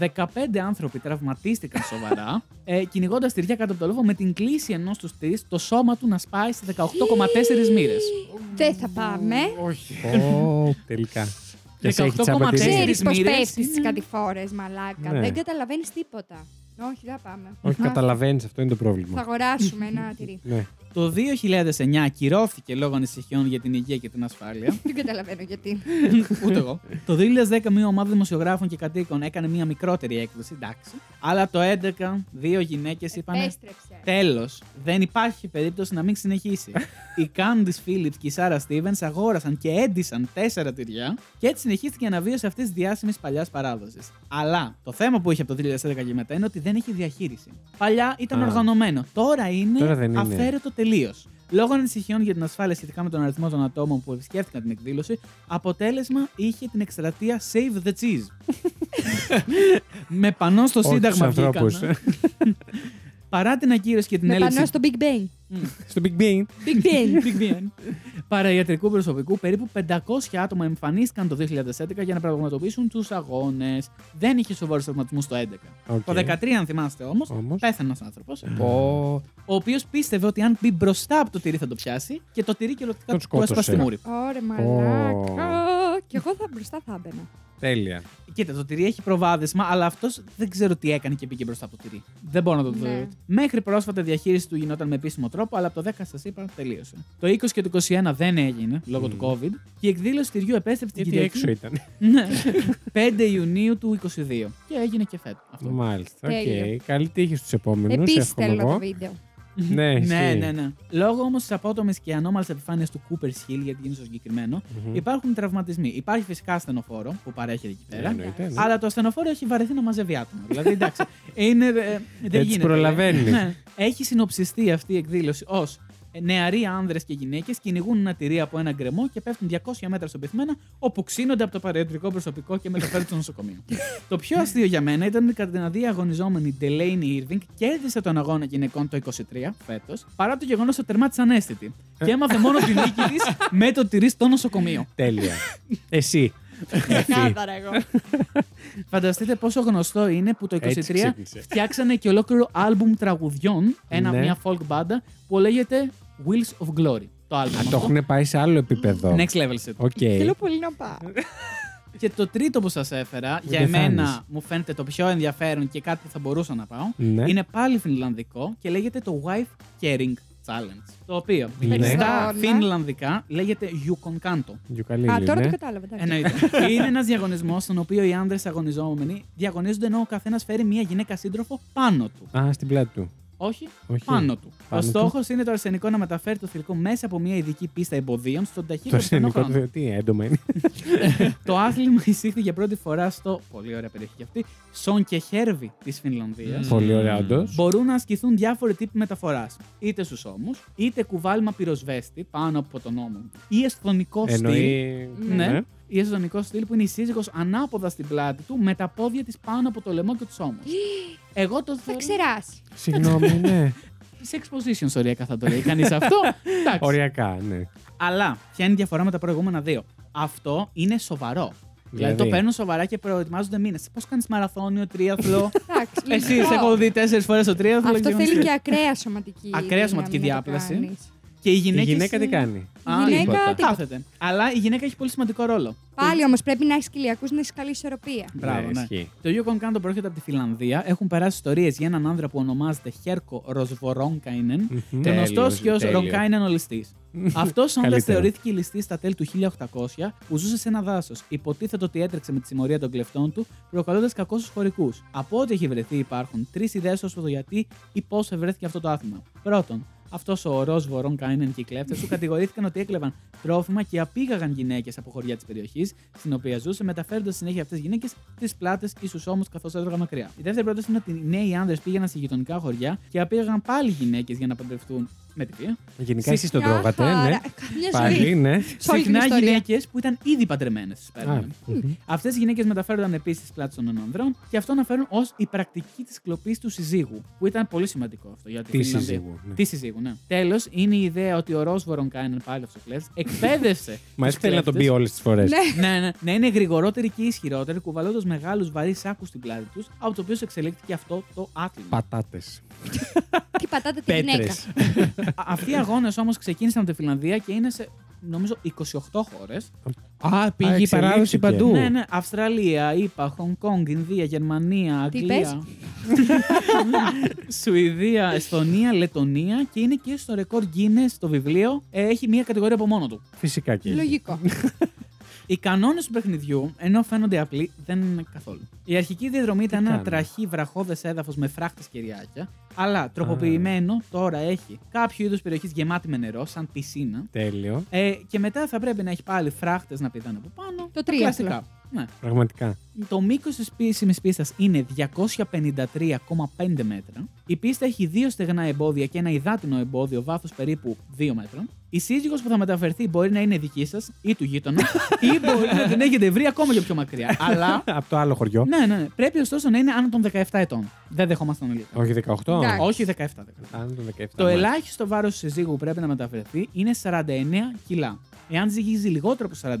C: 1993, 15 άνθρωποι τραυματίστηκαν σοβαρά, ε, κυνηγώντας τυριά κάτω από το λόγο με την κλίση ενός τους τυρί το σώμα του να σπάει σε 18,4 μοίρε.
B: Δεν θα πάμε.
A: Όχι. Τελικά. Και σε έχει
C: 18,4.
A: τσαπατήσει.
B: Ξέρει πώ
C: μοίρες
B: πέφτεις
C: είναι-
B: στι κατηφόρε, μαλάκα.
A: Ναι.
B: Δεν καταλαβαίνεις τίποτα. Όχι, δεν θα πάμε.
A: Όχι,
B: Ας-
A: καταλαβαίνεις, αυτό είναι το
B: Θα
A: πρόβλημα.
B: αγοράσουμε ένα τυρί.
A: Ναι.
C: Το 2009 ακυρώθηκε λόγω ανησυχιών για την υγεία και την ασφάλεια.
B: Δεν καταλαβαίνω γιατί.
C: Ούτε εγώ. το 2010 μία ομάδα δημοσιογράφων και κατοίκων έκανε μία μικρότερη έκδοση, εντάξει. Αλλά το 2011 δύο γυναίκες
B: Ε,
C: είπαν.
B: Επέστρεψε.
C: Τέλος, δεν υπάρχει περίπτωση να μην συνεχίσει. η Κάντι Φίλιπ και η Σάρα Στίβεν αγόρασαν και έντυσαν τέσσερα τυριά και έτσι συνεχίστηκε η αναβίωση αυτής της διάσημης παλιάς παράδοσης. Αλλά το θέμα που είχε από το 2011 και μετά είναι ότι δεν έχει διαχείριση. Παλιά ήταν
A: Α.
C: οργανωμένο. Τώρα είναι
A: Τώρα δεν είναι.
C: αφαίρετο τελείως. Λόγω ανησυχιών για την ασφάλεια σχετικά με τον αριθμό των ατόμων που επισκέφτηκαν την εκδήλωση, αποτέλεσμα είχε την εκστρατεία Save the Cheese. με πανό στο
A: Όχι
C: Σύνταγμα
A: στους ανθρώπους.
C: βγήκαν. ε. Παρά την ακύρωση και την
B: Με
C: έλλειψη.
B: πανώ στο Big Bang.
A: Στο Big Bang.
B: Big Bang.
C: Big Bang. Παραϊατρικού προσωπικού, περίπου 500 άτομα εμφανίστηκαν το 2011 για να πραγματοποιήσουν τους αγώνες. Δεν είχε σοβαρούς τραυματισμούς το 2011.
A: Οκ.
C: Το 2013, αν θυμάστε όμως,
A: Όμως.
C: πέθανε ένας άνθρωπος,
D: Πω.
C: ο οποίος πίστευε ότι αν μπει μπροστά από το τυρί θα το πιάσει και το τυρί κυριολεκτικά
A: Τον
C: του έσπασε
A: σκότωσε.
C: στη μούρη.
B: Ωρε μαλάκα. Κι εγώ θα μπροστά θα έμπαινα.
A: Τέλεια.
C: Κοίτα, το τυρί έχει προβάδισμα, αλλά αυτός δεν ξέρω τι έκανε και μπήκε μπροστά από το τυρί. Δεν μπορώ να το δω.
B: Ναι.
C: Μέχρι πρόσφατα η διαχείριση του γινόταν με επίσημο τρόπο, αλλά από το 10 σας είπα τελείωσε. Το 20 και το 21 δεν έγινε λόγω του COVID και η εκδήλωση τυριού επέστρεψε την
A: Γιατί έξω
C: Κυριακή.
A: ήταν.
C: Ναι. 5 Ιουνίου του 22. Και έγινε και φέτος. Αυτό.
A: Μάλιστα.
B: Τέλεια.
A: Οκ. Καλή τύχη στους επόμενους.
B: Επίσης θέλω το βίντεο.
A: Ναι,
C: ναι,
A: ισχύει.
C: ναι, ναι. Λόγω όμως τη απότομη και ανώμαλη επιφάνεια του Cooper Hill, γιατί είναι στο συγκεκριμένο,
A: Μμμ.
C: υπάρχουν τραυματισμοί. Υπάρχει φυσικά ασθενοφόρο που παρέχεται εκεί
A: Ε,
C: πέρα.
A: εννοείται, ναι.
C: Αλλά το ασθενοφόρο έχει βαρεθεί να μαζεύει άτομα. Δηλαδή, εντάξει. είναι, ε, δεν
A: Έτσι
C: γίνεται.
A: προλαβαίνει.
C: Ναι. Έχει συνοψιστεί αυτή η εκδήλωση ως νεαροί άνδρες και γυναίκες κυνηγούν ένα τυρί από ένα γκρεμό και πέφτουν 200 μέτρα στον πυθμένα, όπου ξύνονται από το παριατρικό προσωπικό και μεταφέρουν στο νοσοκομείο. το πιο αστείο για μένα ήταν ότι κατά την αδία αγωνιζόμενη Delaney Irving κέρδισε τον αγώνα γυναικών το 23 φέτος, παρά το γεγονός ότι τερμάτισε ανέστητη.
A: Ε.
C: και έμαθε μόνο τη νίκη της με το τυρί στο νοσοκομείο.
A: Τέλεια. Εσύ.
B: Ξεκάθαρα εγώ.
C: Φανταστείτε πόσο γνωστό είναι που το 23
A: Έτσι ξύπνησε.
C: φτιάξανε και ολόκληρο άλμπουμ τραγουδιών, ένα,
A: Ναι.
C: μια folk μπάντα που λέγεται Wheels of Glory. Το άλμπουμ.
A: Α, το ναι- έχουν πάει σε άλλο επίπεδο.
C: Next level shit.
A: Οκ.
B: Θέλω πολύ να πάω.
C: Και το τρίτο που σας έφερα, για
A: δεν
C: εμένα
A: χάνεις.
C: μου φαίνεται το πιο ενδιαφέρον και κάτι που θα μπορούσα να πάω,
A: Ναι.
C: είναι πάλι φινλανδικό και λέγεται το Wife Caring Challenge. Το οποίο
A: Ναι.
C: στα
B: Ναι.
C: φινλανδικά λέγεται Yukon Kanto.
A: Γιουκαλίλη,
B: Α, τώρα
A: ναι.
B: το κατάλαβα. εντάξει.
C: Εννοείται. είναι ένας διαγωνισμός στον οποίο οι άντρε αγωνιζόμενοι διαγωνίζονται ενώ ο καθένας φέρει μια γυναίκα σύντροφο πάνω του.
A: Α, στην πλάτη του.
C: Όχι,
A: Όχι.
C: πάνω του.
A: Πάνω
C: ο
A: του.
C: στόχος είναι το αρσενικό να μεταφέρει το θηλυκό μέσα από μια ειδική πίστα εμποδίων στον
A: Το
C: ταχύτερο πιθανό
A: αρσενικό
C: χρόνο.
A: του. Τι έντομα είναι.
C: το άθλημα εισήχθη για πρώτη φορά στο. Πολύ ωραία περιοχή και αυτή. Σον και Χέρβι της Φινλανδίας.
D: Μμμ.
A: Πολύ ωραία, όντως.
C: Μπορούν να ασκηθούν διάφοροι τύποι μεταφοράς. Είτε στους ώμους, είτε κουβάλιμα πυροσβέστη πάνω από τον ώμο. Ή εσθονικό στυλ.
A: Εννοεί.
C: Ναι. Ή εσθονικό στυλ που είναι η σύζυγος ανάποδα στην πλάτη του με τα πόδια της πάνω από το λαιμό και τους ώμους. Εγώ το
B: Θα
C: θεωρώ.
B: ξεράσει.
A: Συγγνώμη, ναι.
C: Σε exposition οριακά θα το λέει κανείς αυτό. Εντάξει.
A: Οριακά, ναι.
C: Αλλά ποια είναι η διαφορά με τα προηγούμενα δύο. Αυτό είναι σοβαρό. Δηλαδή, το παίρνουν σοβαρά και προετοιμάζονται μήνες. Πώς κάνεις μαραθώνιο, τρίαθλο.
B: Εντάξει, λοιπόν.
C: Εσύ
B: λογικό.
C: έχω δει τέσσερις φορές το τρίαθλο.
B: Αυτό
C: είμαστε-
B: θέλει και ακραία σωματική.
C: Ακραία
B: δύναμη
C: σωματική
B: να το
C: διάπλαση.
B: κάνεις.
C: Και οι
A: Η
C: γυναίκες-
A: γυναίκα τι κάνει.
C: Α,
B: Η γυναίκα
D: τίποτα.
B: τι-
C: Κάθεται. Αλλά η γυναίκα έχει πολύ σημαντικό ρόλο.
B: Πάλι όμως πρέπει να έχεις κοιλιακούς να έχεις καλή ισορροπία.
C: Μπράβο, ναι.
A: ισχύει.
C: Το Yukon Kanto προέρχεται από τη Φιλανδία. Έχουν περάσει ιστορίες για έναν άνδρα που ονομάζεται Χέρκο Ροσβορόνκαϊνεν.
A: Μμμ.
D: Τέλειος,
C: Γνωστό και ως
D: τέλειος.
C: Ρονκάινεν ο ληστής. Αυτός άνδρα
A: Καλύτερο.
C: θεωρήθηκε ληστής στα τέλη του 1800 που ζούσε σε ένα δάσος. Υποτίθεται ότι έτρεξε με τη συμμορία των κλεφτών του, προκαλώντας κακό στους χωρικούς. Από ό,τι έχει βρεθεί, υπάρχουν τρεις ιδέες ως το γιατί ή πώς ευρέθηκε αυτό το άθλημα. Πρώτον, αυτός ο ορός Βορών Κάινεν και οι κλέφτε του κατηγορήθηκαν ότι έκλεβαν τρόφιμα και απήγαγαν γυναίκες από χωριά της περιοχής στην οποία ζούσε, μεταφέροντας συνέχεια αυτές τις γυναίκες στις πλάτες ή στους ώμους καθώς έτρωγαν μακριά. Η δεύτερη πρόταση είναι ότι οι νέοι άνδρες πήγαιναν σε γειτονικά χωριά και απήγαγαν πάλι γυναίκες για να παντρευτούν με τη βία.
A: Γενικά εσεί τον
B: Μια
A: τρώγατε,
B: χαρά.
A: ναι.
B: Μια ζωή.
A: Πάλι, ναι.
B: Σε όλη την
C: Συχνά
B: ιστορία.
C: γυναίκες που ήταν ήδη παντρεμένες.
A: Α, μμμ.
C: Αυτές οι γυναίκες μεταφέρονταν επίσης στις πλάτες των ανδρών και αυτό αναφέρουν ως η πρακτική της κλοπής του συζύγου. Που ήταν πολύ σημαντικό αυτό για τη
A: Τι
C: Φινλανδία.
A: συζύγου, ναι.
C: Τι συζύγου, ναι. Τέλος, είναι η ιδέα ότι ο Ρόσβορον Κάινεν πάλι αυτός κλέφτη εκπαίδευσε.
A: Μα
C: τους
A: έτσι θέλει να τον πει
C: κλέφτες.
A: όλες τις φορές.
B: Ναι.
C: ναι, ναι. Να είναι γρηγορότεροι και ισχυρότεροι, κουβαλώντας μεγάλους βαρύς σάκους στην πλάτη τους, από το οποίο εξελίχθηκε αυτό το άθλημα.
A: Πατάτες.
B: Τι πατάτε τη
A: Πέτρες.
B: γυναίκα.
C: Α- Αυτοί οι αγώνες όμως ξεκίνησαν από τη Φιλανδία και είναι σε νομίζω 28 χώρες.
D: Α, πήγε η
A: εξελίχθηκε.
D: παράδοση παντού.
C: Ναι, ναι. Αυστραλία, ΗΠΑ, Χονγκ Κόνγκ, Ινδία, Γερμανία,
B: Τι
C: Αγγλία. Σουηδία, Εσθονία, Λετωνία και είναι και στο ρεκόρ Guinness το βιβλίο. Ε, Έχει μία κατηγορία από μόνο του.
A: Φυσικά και. έχει.
B: Λογικό.
C: Οι κανόνες του παιχνιδιού, ενώ φαίνονται απλοί, δεν είναι καθόλου. Η αρχική διαδρομή ήταν ένα
A: κάνουμε.
C: τραχή βραχώδες έδαφος με φράχτες και ριάκια, αλλά τροποποιημένο τώρα έχει κάποιο είδου περιοχής γεμάτη με νερό, σαν πισίνα.
A: Τέλειο.
C: Ε, και μετά θα πρέπει να έχει πάλι φράχτες να πηδάνε από πάνω.
B: Το
C: Τα
B: τρίαθλο.
C: κλασικά. Ναι.
A: Πραγματικά.
C: Το μήκος της επίσημη πίστας είναι 253,5 μέτρα. Η πίστα έχει δύο στεγνά εμπόδια και ένα υδάτινο εμπόδιο βάθος περίπου 2 μέτρα. Η σύζυγος που θα μεταφερθεί μπορεί να είναι δική σας ή του γείτονα, ή μπορεί να την έχετε βρει ακόμα και πιο μακριά. Αλλά.
A: Από το άλλο χωριό.
C: ναι, ναι, ναι. Πρέπει ωστόσο να είναι άνω των 17 ετών. Δεν δεχόμασταν όλοι.
A: Όχι ναι. 18.
B: Εντάξει.
C: Όχι 17. 17.
A: Άνω των 17.
C: Το ελάχιστο βάρος του συζύγου που πρέπει να μεταφερθεί είναι 49 κιλά. Εάν ζυγίζει λιγότερο από 49,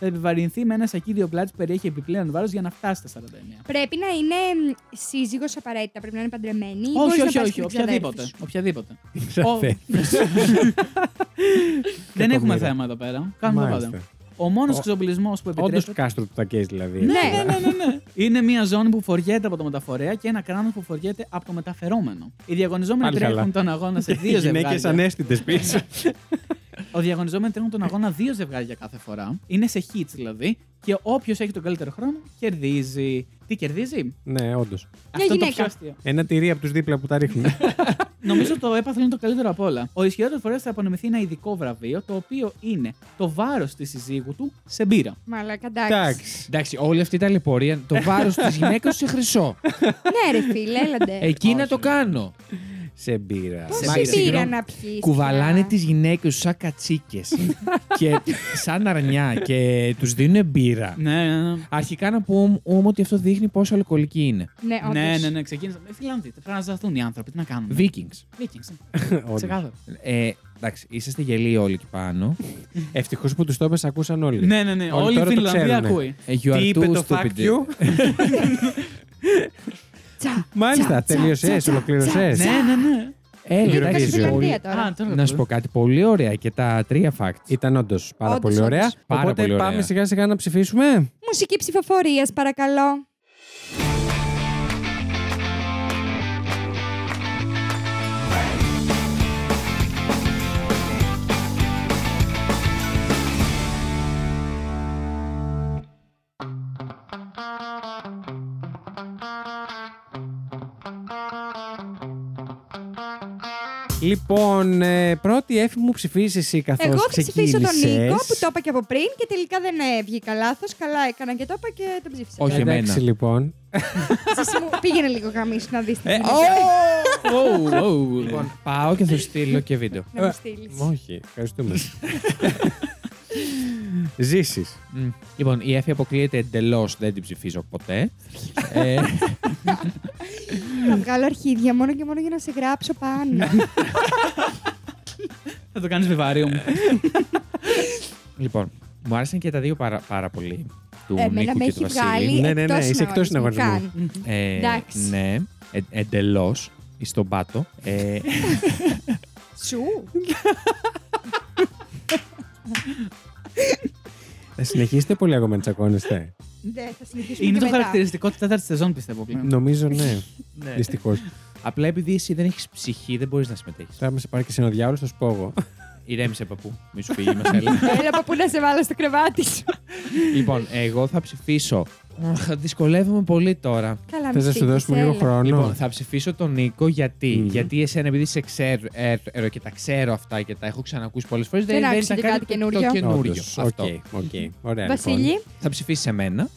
C: θα επιβαρυνθεί με ένα σακίδιο πλάτης που περιέχει επιπλέον βάρος για να φτάσει στα 49.
B: Πρέπει να είναι σύζυγος απαραίτητα. Πρέπει να είναι παντρεμένη. ή μπορείς
C: Όχι,
B: να
C: όχι,
B: πάρεις και
C: όχι.
B: την ξαδέρφη
C: Οποιαδήποτε.
B: σου.
C: οποιαδήποτε. Ο-
A: Ξαδέρφη.
C: Δεν έχουμε
A: Κακομοίρα.
C: θέμα εδώ πέρα. Κάνουμε τα πάντα.
A: Μάλιστα.
C: Ο μόνος
A: Ο-
C: εξοπλισμός που
A: Όντω
C: επιτρέπεται.
A: κάστρο του τα καίς, δηλαδή.
B: Ναι.
A: έτσι.
B: Ναι, ναι,
C: Είναι μια ζώνη που φοριέται από το μεταφορέα και ένα κράνος που φοριέται από το μεταφερόμενο. Οι διαγωνιζόμενοι
A: Πάλι καλά.
C: τρέχουν τον αγώνα σε
A: Οι
C: δύο
A: γυναίκε
C: ζευγάρια.
A: ανέστητες πίσω.
C: Ο διαγωνιζόμενοι τρέχουν τον αγώνα δύο ζευγάρια κάθε φορά. Είναι σε hits δηλαδή. Και όποιος έχει τον καλύτερο χρόνο κερδίζει. Τι κερδίζει,
A: Ναι, όντως.
C: Αυτό είναι το
B: γυναίκα.
C: πιο αστείο.
A: Ένα τυρί από τους δίπλα που τα ρίχνουν.
C: Νομίζω το έπαθλο είναι το καλύτερο απ' όλα. Ο ισχυρότερος φορέας θα απονεμηθεί ένα ειδικό βραβείο, το οποίο είναι το βάρος της συζύγου του σε μπύρα.
B: Μαλάκα, εντάξει.
A: Εντάξει.
D: Εντάξει, όλη αυτή η ταλαιπωρία, το βάρος της γυναίκας σε χρυσό.
B: ναι, ρε φίλε, έλαντε.
D: Εκεί να
C: όχι.
D: το κάνω.
A: Σε μπύρα.
D: Πώς
A: Μα-
D: Μάλιστα,
B: Πόση πήρα
D: συγγνώμη.
B: να πιεις.
D: Κουβαλάνε τις γυναίκες του σαν κατσίκες και σαν αρνιά και τους δίνουν μπύρα.
C: Ναι, ναι, ναι.
D: Αρχικά να πούμε όμω ότι αυτό δείχνει πόσο αλκοολική είναι.
B: Ναι, όντως.
C: Ναι, ναι, ναι, ξεκίνησα. Ε, Φιλανδοί, πρέπει να ζαθούν οι άνθρωποι. Τι να κάνουμε.
D: Vikings.
C: Βίκινγκς, ναι.
A: όντως.
C: Ξεκάθαρο.
D: Ε, εντάξει, είσαστε γελίοι όλοι εκεί πάνω.
A: Ευτυχώς που τους το είπες, ακούσαν όλοι.
C: Ναι, ναι, ναι.
A: Όλοι
C: Όλη η
A: τώρα το
C: Φιλανδία
A: ξέρουνε.
C: ακούει.
D: Ε, You are
A: Τι είπε
D: too
A: το fact
D: stupid.
A: you?
B: Τσα,
A: Μάλιστα,
B: τσα, τσα,
A: τελείωσες,
B: τσα,
A: ολοκλήρωσε.
B: τσα,
C: Ναι, ναι, ναι.
D: Έλα,
A: Eurovision.
D: εντάξει,
B: Στην Φιλανδία τώρα.
C: Α, τώρα
D: Να σου πω κάτι πολύ ωραία και τα τρία facts.
A: Ήταν όντως πάρα
B: Όντως,
A: πολύ ωραία.
B: όντως.
D: Πάρα
A: Οπότε
D: πολύ ωραία.
A: πάμε σιγά σιγά να ψηφίσουμε.
B: Μουσική ψηφοφορίας, παρακαλώ.
A: Λοιπόν, ε, πρώτη έφη μου ψηφίσει εσύ καθώς
B: Εγώ θα ψηφίσω
A: ξεκίνησε.
B: τον Νίκο που το είπα και από πριν και τελικά δεν ε, βγήκα λάθος. Καλά έκανα και το είπα και τον ψήφισα.
D: Όχι
A: Εντάξει,
D: εμένα.
A: λοιπόν.
B: Ζήση μου, πήγαινε λίγο γαμίσου να
A: Ε,
B: δεις τι γίνεται.
C: Wow, wow.
D: Λοιπόν, πάω και θα σου στείλω και βίντεο.
A: Ε,
B: Να μου στείλεις.
A: Όχι, ευχαριστούμε. Ζήσεις.
D: Μμ. Λοιπόν, η Εφη αποκλείεται εντελώς, δεν την ψηφίζω ποτέ. ε,
B: Θα βγάλω αρχίδια μόνο και μόνο για να σε γράψω πάνω.
C: Θα το κάνεις βιβάριο μου.
D: λοιπόν, μου άρεσαν και τα δύο πάρα, πάρα πολύ. του
B: Εμένα
D: Νίκου
B: με
D: και του
B: έχει
D: Βασίλη.
B: βγάλει
A: Ναι, ναι, ναι,
B: εκτός
A: είσαι εκτός
B: συναγωνισμού
A: συναγωνισμού.
B: καν.
D: Ε,
B: Εντάξει.
D: Ναι, ε, εντελώς. Στον πάτο. Ε,
B: Σου.
A: Θα συνεχίσετε πολύ ακόμα να τσακώνεστε.
B: Δεν θα συνεχίσουμε
C: Είναι
B: και
C: το
B: μετά.
C: χαρακτηριστικό τη τέταρτη σεζόν, πιστεύω πλέον.
A: Νομίζω ναι.
D: ναι.
A: Δυστυχώς.
D: Απλά επειδή εσύ δεν έχεις ψυχή, δεν μπορείς να συμμετέχεις.
A: Θα σε πάρει και σε ένα διάολο, θα σου πω εγώ.
D: Ηρέμησε, παππού. Μη σου φύγει η Μασέλα.
A: Ναι.
B: Έλα παππού να σε βάλω στο κρεβάτι σου.
D: λοιπόν, εγώ θα ψηφίσω. Αχ, Δυσκολεύομαι πολύ τώρα.
B: Καλά, μη
A: Θες να σου
B: στείλεις,
A: δώσουμε λίγο
B: έλα.
A: χρόνο.
D: Λοιπόν, θα ψηφίσω τον Νίκο γιατί.
A: Μμμ.
D: Γιατί εσένα, επειδή σε ξέρω ε, ε, και τα ξέρω αυτά και τα έχω ξανακούσει πολλές φορές,
B: Δεν
D: δεν,
B: άκουσα
D: ήταν
B: και κάτι
D: κάτι το-
B: καινούριο.
D: Το καινούριο.
A: Όντως,
D: Αυτό.
A: Οκ, Ε, οκ. Ωραία. λοιπόν.
B: Βασίλη,
D: Θα ψηφίσεις εμένα.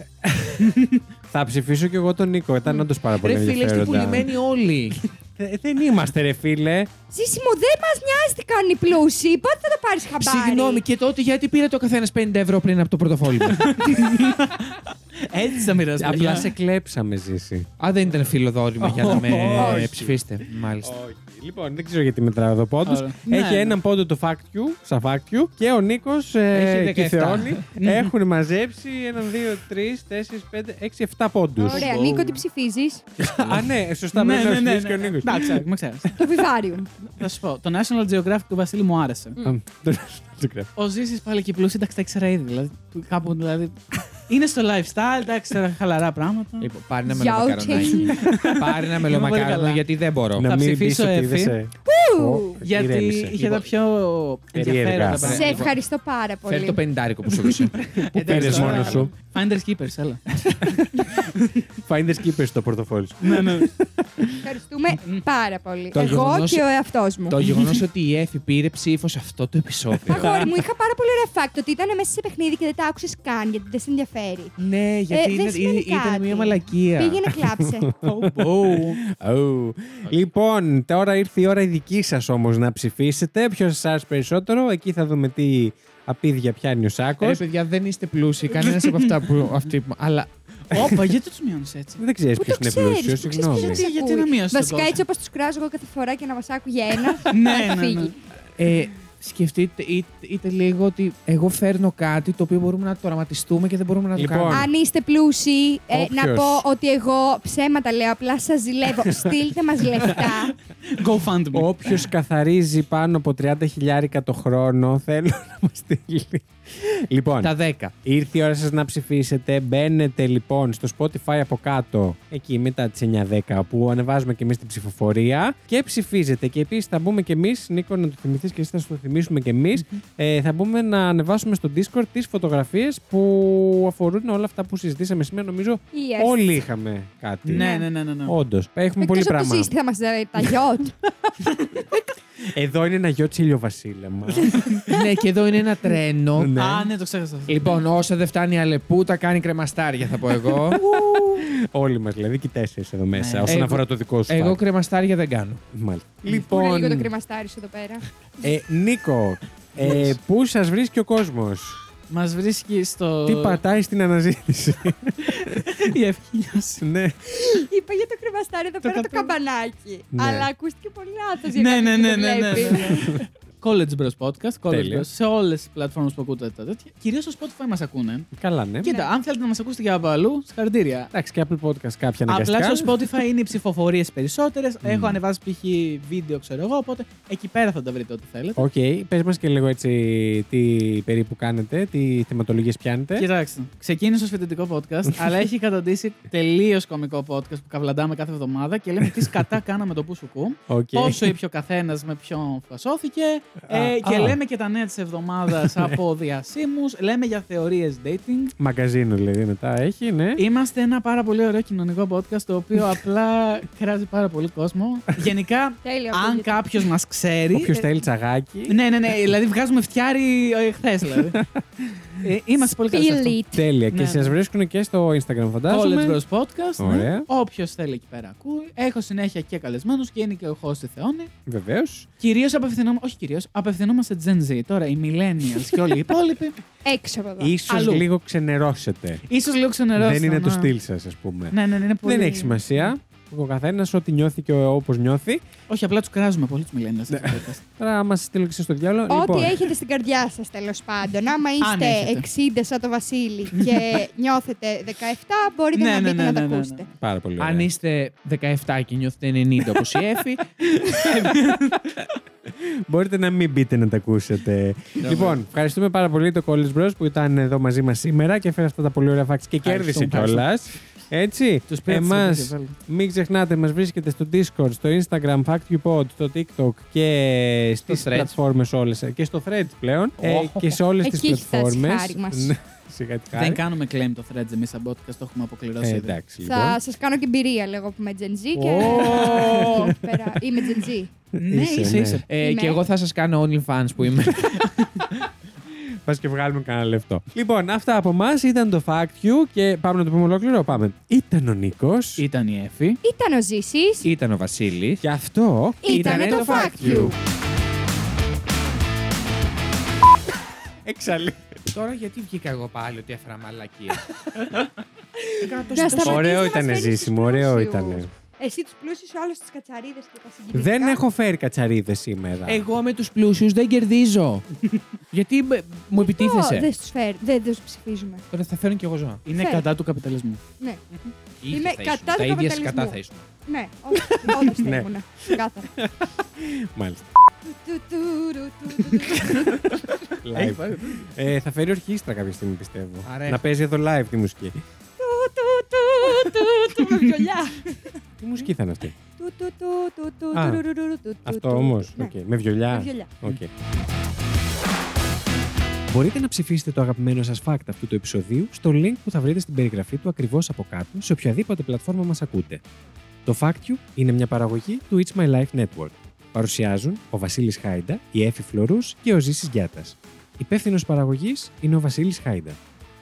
A: Θα ψηφίσω και εγώ τον Νίκο. Ήταν όντως πάρα πολύ
D: Ρε φίλες, είστε
A: ενδιαφέροντα.
D: πουλημένοι όλοι.
A: Δε- Δεν είμαστε, ρε φίλε.
B: Ζήσιμο, δεν μας νοιάζει τι κάνουν οι πλούσιοι. Πότε θα το πάρεις χαμπάρι.
D: Συγγνώμη, και τότε γιατί πήρε το καθένας 50 ευρώ πριν από το πορτοφόλι μου.
C: Έτσι θα Ναι, μοιραστεί.
A: Απλά σε κλέψαμε, ζήσει.
D: Α, δεν ήταν φιλοδόρημα για να με
A: Όχι.
D: ψηφίσετε. Μάλιστα.
A: Όχι. Λοιπόν, δεν ξέρω γιατί μετράω εδώ πόντου.
C: Ωραία.
A: Έχει
C: Ναι,
A: έναν πόντο το fact you, στα fact you και ο Νίκος ε,
D: Έχει
A: και η
D: 17.
A: Θεόνη έχουν μαζέψει έναν, δύο, τρεις, τέσσερις, πέντε, έξι, εφτά πόντους.
B: Ωραία,
C: Wow.
B: Νίκο, τι ψηφίζεις.
A: Α, ναι, σωστά,
C: Ναι,
A: πρέπει να
C: ναι, ναι,
A: ψηφίσει και ο
C: ναι.
A: Νίκος.
C: Εντάξει, με ξέρεις.
B: Το βιβάριου.
C: Θα σου πω. Το National Geographic του Βασίλη μου άρεσε. Ο Ζήσης πάλι και πλούσιο, εντάξει, τα ήξερα ήδη. Δηλαδή, του- κάπου δηλαδή. Είναι στο lifestyle, εντάξει, τα χαλαρά
A: Ε,
C: πράγματα.
D: Λοιπόν, πάρει ένα
B: Για
D: μελομακαρονάκι. Πάρει ένα μελομακαρονάκι
C: καλά.
D: γιατί δεν μπορώ.
A: Να μην πεις
C: ψηφίσω
A: ότι
C: Εφη.
A: είδεσαι.
B: Ου.
A: Ω,
C: Γιατί
A: ηρέμησε. Λοιπόν,
C: είχε τα πιο
A: Περίεργα.
C: ενδιαφέροντα
D: Σε
B: Σε
D: λοιπόν.
B: ευχαριστώ πάρα
D: Φέρει το
B: πολύ.
D: πεντάρικο που σου έδωσε.
A: Πού πήρε μόνο
C: Ε, τώρα.
A: σου.
C: Finders keepers, έλα.
A: Finders keepers στο πορτοφόλι σου.
C: ναι, ναι.
B: Ευχαριστούμε πάρα πολύ.
D: Το
B: Εγώ
D: γεγονός-
B: και ο εαυτός μου.
D: Το γεγονός ότι η Εφη πήρε ψήφος σε αυτό το επεισόδιο.
B: Αγόρι μου, είχα πάρα πολύ ωραία fact ότι ήταν μέσα σε παιχνίδι και δεν τα άκουσες καν γιατί δεν σε ενδιαφέρει.
D: Ναι,
B: ε, δεν
D: γιατί ήταν-
B: σημαίνει
D: ήταν
B: κάτι.
D: μια μαλακία. Oh,
B: Πήγαινε, κλάψε.
A: Ου. Λοιπόν, τώρα ήρθε η ώρα η δική σας όμως να ψηφίσετε. Ποιος σα περισσότερο. Εκεί θα δούμε τι απίδια πιάνει ο Σάκος.
D: Ρε παιδιά, δεν είστε πλούσιοι. Κανένας από αυτά που. Αυτοί, που- αλλά
C: Όπα, γιατί τους μειώνεις έτσι.
A: Δεν ξέρεις
B: Πού
A: ποιο
B: το
A: είναι
B: ξέρεις,
A: πλούσιος,
B: πού ξέρεις ποιος
A: συγγνώμη.
B: είναι
C: Γιατί να
B: ακούει.
C: μειώσει τον
B: Βασικά
C: κόσμο.
B: έτσι όπως τους κράζω εγώ κάθε φορά και να μας άκουγε ένας.
C: Ναι,
B: θα
C: ναι, ναι.
B: φύγει.
D: ε, σκεφτείτε είτε, είτε λίγο ότι εγώ φέρνω κάτι το οποίο μπορούμε να το οραματιστούμε και δεν μπορούμε να το
A: Λοιπόν.
D: κάνουμε.
B: Αν είστε πλούσιοι, ε,
A: Όποιος.
B: να πω ότι εγώ ψέματα λέω, απλά σας ζηλεύω. Στείλτε μας λεφτά.
C: Go fund me.
A: Όποιος καθαρίζει πάνω από 30 χιλιάρικα το χρόνο, θέλω να μας στείλει. Λοιπόν,
D: Τα 10.
A: ήρθε η ώρα σας να ψηφίσετε. Μπαίνετε λοιπόν στο Spotify από κάτω, εκεί μετά τις 9-10 που ανεβάζουμε και εμείς την ψηφοφορία και ψηφίζετε. Και επίσης θα μπούμε και εμείς, Νίκο, να το θυμηθείς και εσύ θα σου το θυμίσουμε και εμείς. Ε, θα μπούμε να ανεβάσουμε στο Discord τις φωτογραφίες που αφορούν όλα αυτά που συζητήσαμε σήμερα. Νομίζω
B: Yes.
A: όλοι είχαμε κάτι.
C: Ναι, ναι, ναι, ναι. ναι.
A: Όντως, έχουμε πολύ
B: Εκτός από το
A: πράγμα.
B: ζήστη θα μας δει τα γιότ.
A: Εδώ είναι ένα γιο τσίλιο βασίλεμα.
D: ναι, και εδώ είναι ένα τρένο.
A: Ναι.
C: Α, ναι, το ξέχασα. αυτό.
D: Λοιπόν, όσα δεν φτάνει η αλεπού, τα κάνει κρεμαστάρια, θα πω εγώ.
A: Όλοι μας, δηλαδή και οι τέσσερις εδώ μέσα,
C: Ναι.
A: όσον
D: Εγώ-
A: αφορά το δικό σου.
D: εγώ
A: φάκελο.
D: κρεμαστάρια δεν κάνω.
A: Μάλιστα.
B: Πού είναι λίγο το
A: Λοιπόν,
B: κρεμαστάρι σου εδώ πέρα.
A: ε, Νίκο, ε, πού σας βρίσκει ο κόσμος,
C: Μας βρίσκει στο.
A: Τι πατάει στην αναζήτηση.
C: Η ευχή σου.
A: ναι.
B: Είπα για το κρεμαστάρι εδώ πέρα το καμπανάκι.
A: Ναι.
B: Αλλά ακούστηκε πολύ λάθος για
C: Ναι,
B: κάποιον
C: ναι,
B: που
C: ναι,
B: το
C: ναι, ναι.
B: βλέπει.
C: ναι. College Bros Podcast, College
A: Τέλεια.
C: Bros, σε όλες τις πλατφόρμες που ακούτε τα τέτοια. Κυρίως στο Spotify μας ακούνε.
A: Καλά, ναι.
C: Κοίτα, αν θέλετε να μας ακούσετε και από αλλού, συγχαρητήρια.
A: Εντάξει, και Apple Podcast κάποια αναγκαστικά.
C: Απλά στο Spotify είναι οι ψηφοφορίες περισσότερες.
A: Mm.
C: Έχω ανεβάσει π.χ. βίντεο, ξέρω εγώ. Οπότε εκεί πέρα θα τα βρείτε ό,τι θέλετε.
A: Οκ, πες μας και λίγο έτσι τι περίπου κάνετε, τι θεματολογίες πιάνετε.
C: Κοιτάξτε, ξεκίνησε ω φοιτητικό podcast, αλλά έχει καταντήσει τελείως κωμικό podcast που καβλαντάμε κάθε εβδομάδα και λέμε τι σκατά κάναμε το που σου κου.
A: Οκ.
C: Πόσο ήπια ο καθένας με ποιον φασώθηκε.
A: Α,
C: ε, και
A: α. Ναι.
C: λέμε και τα νέα της εβδομάδας από διασύμους. Λέμε για θεωρίες dating.
A: Μαγκαζίνο δηλαδή μετά έχει, ναι.
C: Είμαστε ένα πάρα πολύ ωραίο κοινωνικό podcast το οποίο απλά κράζει πάρα πολύ κόσμο. Γενικά,
B: Τέλειο.
C: αν
B: ακούγεται.
C: κάποιος μας ξέρει.
A: Όποιος
C: ε,
A: θέλει τσαγάκι.
C: Ναι, ναι, ναι. Δηλαδή βγάζουμε φτιάρι χθες, δηλαδή. Ε, είμαστε πολύ καλοί. σε αυτό.
B: Feel it.
A: Τέλεια. Και
C: Ναι.
A: σας βρίσκουν και στο Instagram,
C: College
A: φαντάζομαι.
C: Bros Podcast.
A: Ωραία.
C: Όποιος θέλει εκεί πέρα ακούει. Έχω συνέχεια και καλεσμένους και είναι και ο host η Θεόνη.
A: Βεβαίως.
C: Κυρίως απευθυνόμαστε. Όχι κυρίως. Απευθυνόμαστε Gen Z. Τώρα οι Millennials και όλοι οι υπόλοιποι.
B: Έξω από εδώ.
A: σω
C: Αλλού.
A: λίγο ξενερώσετε.
C: σω λίγο ξενερώσαμε.
A: Δεν είναι το στυλ σας, ας πούμε.
C: Ναι, ναι, ναι, είναι πολύ...
A: Δεν έχει σημασία. Ο καθένας ό,τι νιώθει και όπως νιώθει.
C: Όχι, απλά τους κράζουμε πολύ τους
A: Ναι.
C: μιλέντε.
A: Τώρα, άμα σας στείλω και εσείς στο διάλογο.
B: Ό,τι
A: λοιπόν,
B: έχετε στην καρδιά σας, τέλος πάντων. Άμα
C: Αν έχετε.
B: είστε 60 σαν το Βασίλη και νιώθετε 17, μπορείτε
C: Ναι,
B: να
C: ναι,
B: μπείτε
C: ναι,
B: να τα
C: ναι, ναι, ναι.
B: ακούσετε.
A: Πάρα πολύ. ωραία.
D: Αν είστε 17 και νιώθετε 90 όπως η Εφη,
A: Μπορείτε να μην μπείτε να τα ακούσετε. λοιπόν, ευχαριστούμε πάρα πολύ το College Bros που ήταν εδώ μαζί μας σήμερα και έφερε αυτά τα πολύ ωραία facts και κέρδισε
C: Ευχαριστούμε,
A: κιόλα. Έτσι,
C: Τους πήρε τις
A: εμά
C: επίτηδες, βάλε.
A: μην ξεχνάτε, μας βρίσκεται στο Discord, στο Instagram, FactuPod, στο TikTok και στις
D: Threads.
A: πλατφόρμες όλες. Και στο Threads πλέον. Ε,
D: Οχ.
A: και σε όλες τις
B: Εκεί έχει φτάσει η
A: πλατφόρμες.
B: χάρη μας.
A: Ναι, Σιγά τη χάρη.
C: Δεν κάνουμε claim το threads εμείς σαν podcast, το
A: Ε,
C: έχουμε αποκληρώσει. ήδη.
A: εντάξει, λοιπόν.
B: Θα σας κάνω και εμπειρία λίγο που είμαι Gen Z και.
D: Ω.
B: εκεί πέρα. Είμαι Gen Z.
C: Ναι,
A: Είσαι,
C: είσαι,
A: ναι.
C: είσαι.
D: ε,
B: Ναι.
D: και εγώ θα σας κάνω OnlyFans που είμαι.
A: Πας και βγάλουμε κανένα λεπτό. Λοιπόν, αυτά από εμά ήταν το Fact You και πάμε να το πούμε ολόκληρο. Πάμε. Ήταν ο Νίκος.
C: Ήταν η Εφη.
B: Ήταν ο Ζήσης.
D: Ήταν ο Βασίλης.
A: Και αυτό
B: Ήτανε το Fact You.
A: Εξαλεί.
D: Τώρα γιατί βγήκα εγώ πάλι ότι έφερα μαλακία.
B: Να σταματήσεις
A: Ωραίο
B: να
A: ήταν
B: μας φέρεις
A: ζήσιμο,
B: τους
A: ωραίο
B: πλούσιους.
A: ήταν.
B: Εσύ τους πλούσιους, ο άλλο τις κατσαρίδες και τα συγκινητικά.
A: Δεν έχω φέρει κατσαρίδες σήμερα.
B: Ε,
D: εγώ με τους πλούσιους δεν κερδίζω. γιατί με- μου
B: Ω, Δεν
D: επιτίθεσαι.
B: του φέρει, δεν τους ψηφίζουμε.
D: Τώρα θα φέρουν κι εγώ ζώα.
C: Είναι
B: Φέρε.
C: κατά του καπιταλισμού.
B: Ναι,
D: Ή
B: Είμαι
D: θα ήσουν.
B: κατά του
D: Τα ίδια σε
B: καπιταλισμού.
D: κατά θα ήσουν.
B: ναι, ό- όντως δεν
A: Ναι.
B: ήμουνα. Ξεκάθαρα.
A: Μάλιστα.
B: Του, του, ρου, του, του, του, του.
A: Live. Ε, θα φέρει ορχήστρα κάποια στιγμή πιστεύω.
D: Αρέ.
A: Να παίζει εδώ live τη μουσική.
B: Του, του, του, του, του, με βιολιά.
A: Τι μουσική θα είναι αυτή.
B: Του, του, του, του, του,
A: Α,
B: του, ρου, ρου, ρου, του, του,
A: Αυτό
B: του.
A: όμως.
B: Ναι.
A: Με βιολιά.
B: Με βιολιά. Ναι.
A: Οκ. Μπορείτε να ψηφίσετε το αγαπημένο σας fact αυτού του επεισοδίου στο link που θα βρείτε στην περιγραφή του ακριβώς από κάτω σε οποιαδήποτε πλατφόρμα μας ακούτε. Το Fact You είναι μια παραγωγή του It's My Life Network. Παρουσιάζουν ο Βασίλης Χάιντα, η Έφη Φλωρούς και ο Ζήσης Γιάτας. Υπεύθυνος παραγωγής είναι ο Βασίλης Χάιντα.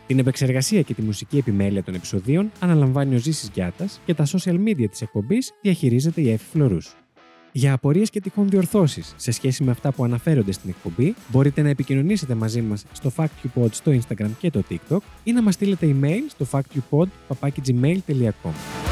A: Την επεξεργασία και τη μουσική επιμέλεια των επεισοδίων αναλαμβάνει ο Ζήσης Γιάτας και τα social media της εκπομπής διαχειρίζεται η Έφη Φλωρούς. Για απορίες και τυχόν διορθώσεις σε σχέση με αυτά που αναφέρονται στην εκπομπή, μπορείτε να επικοινωνήσετε μαζί μας στο FactUpod στο Instagram και το TikTok ή να μας στείλετε email στο factupod.gmail.com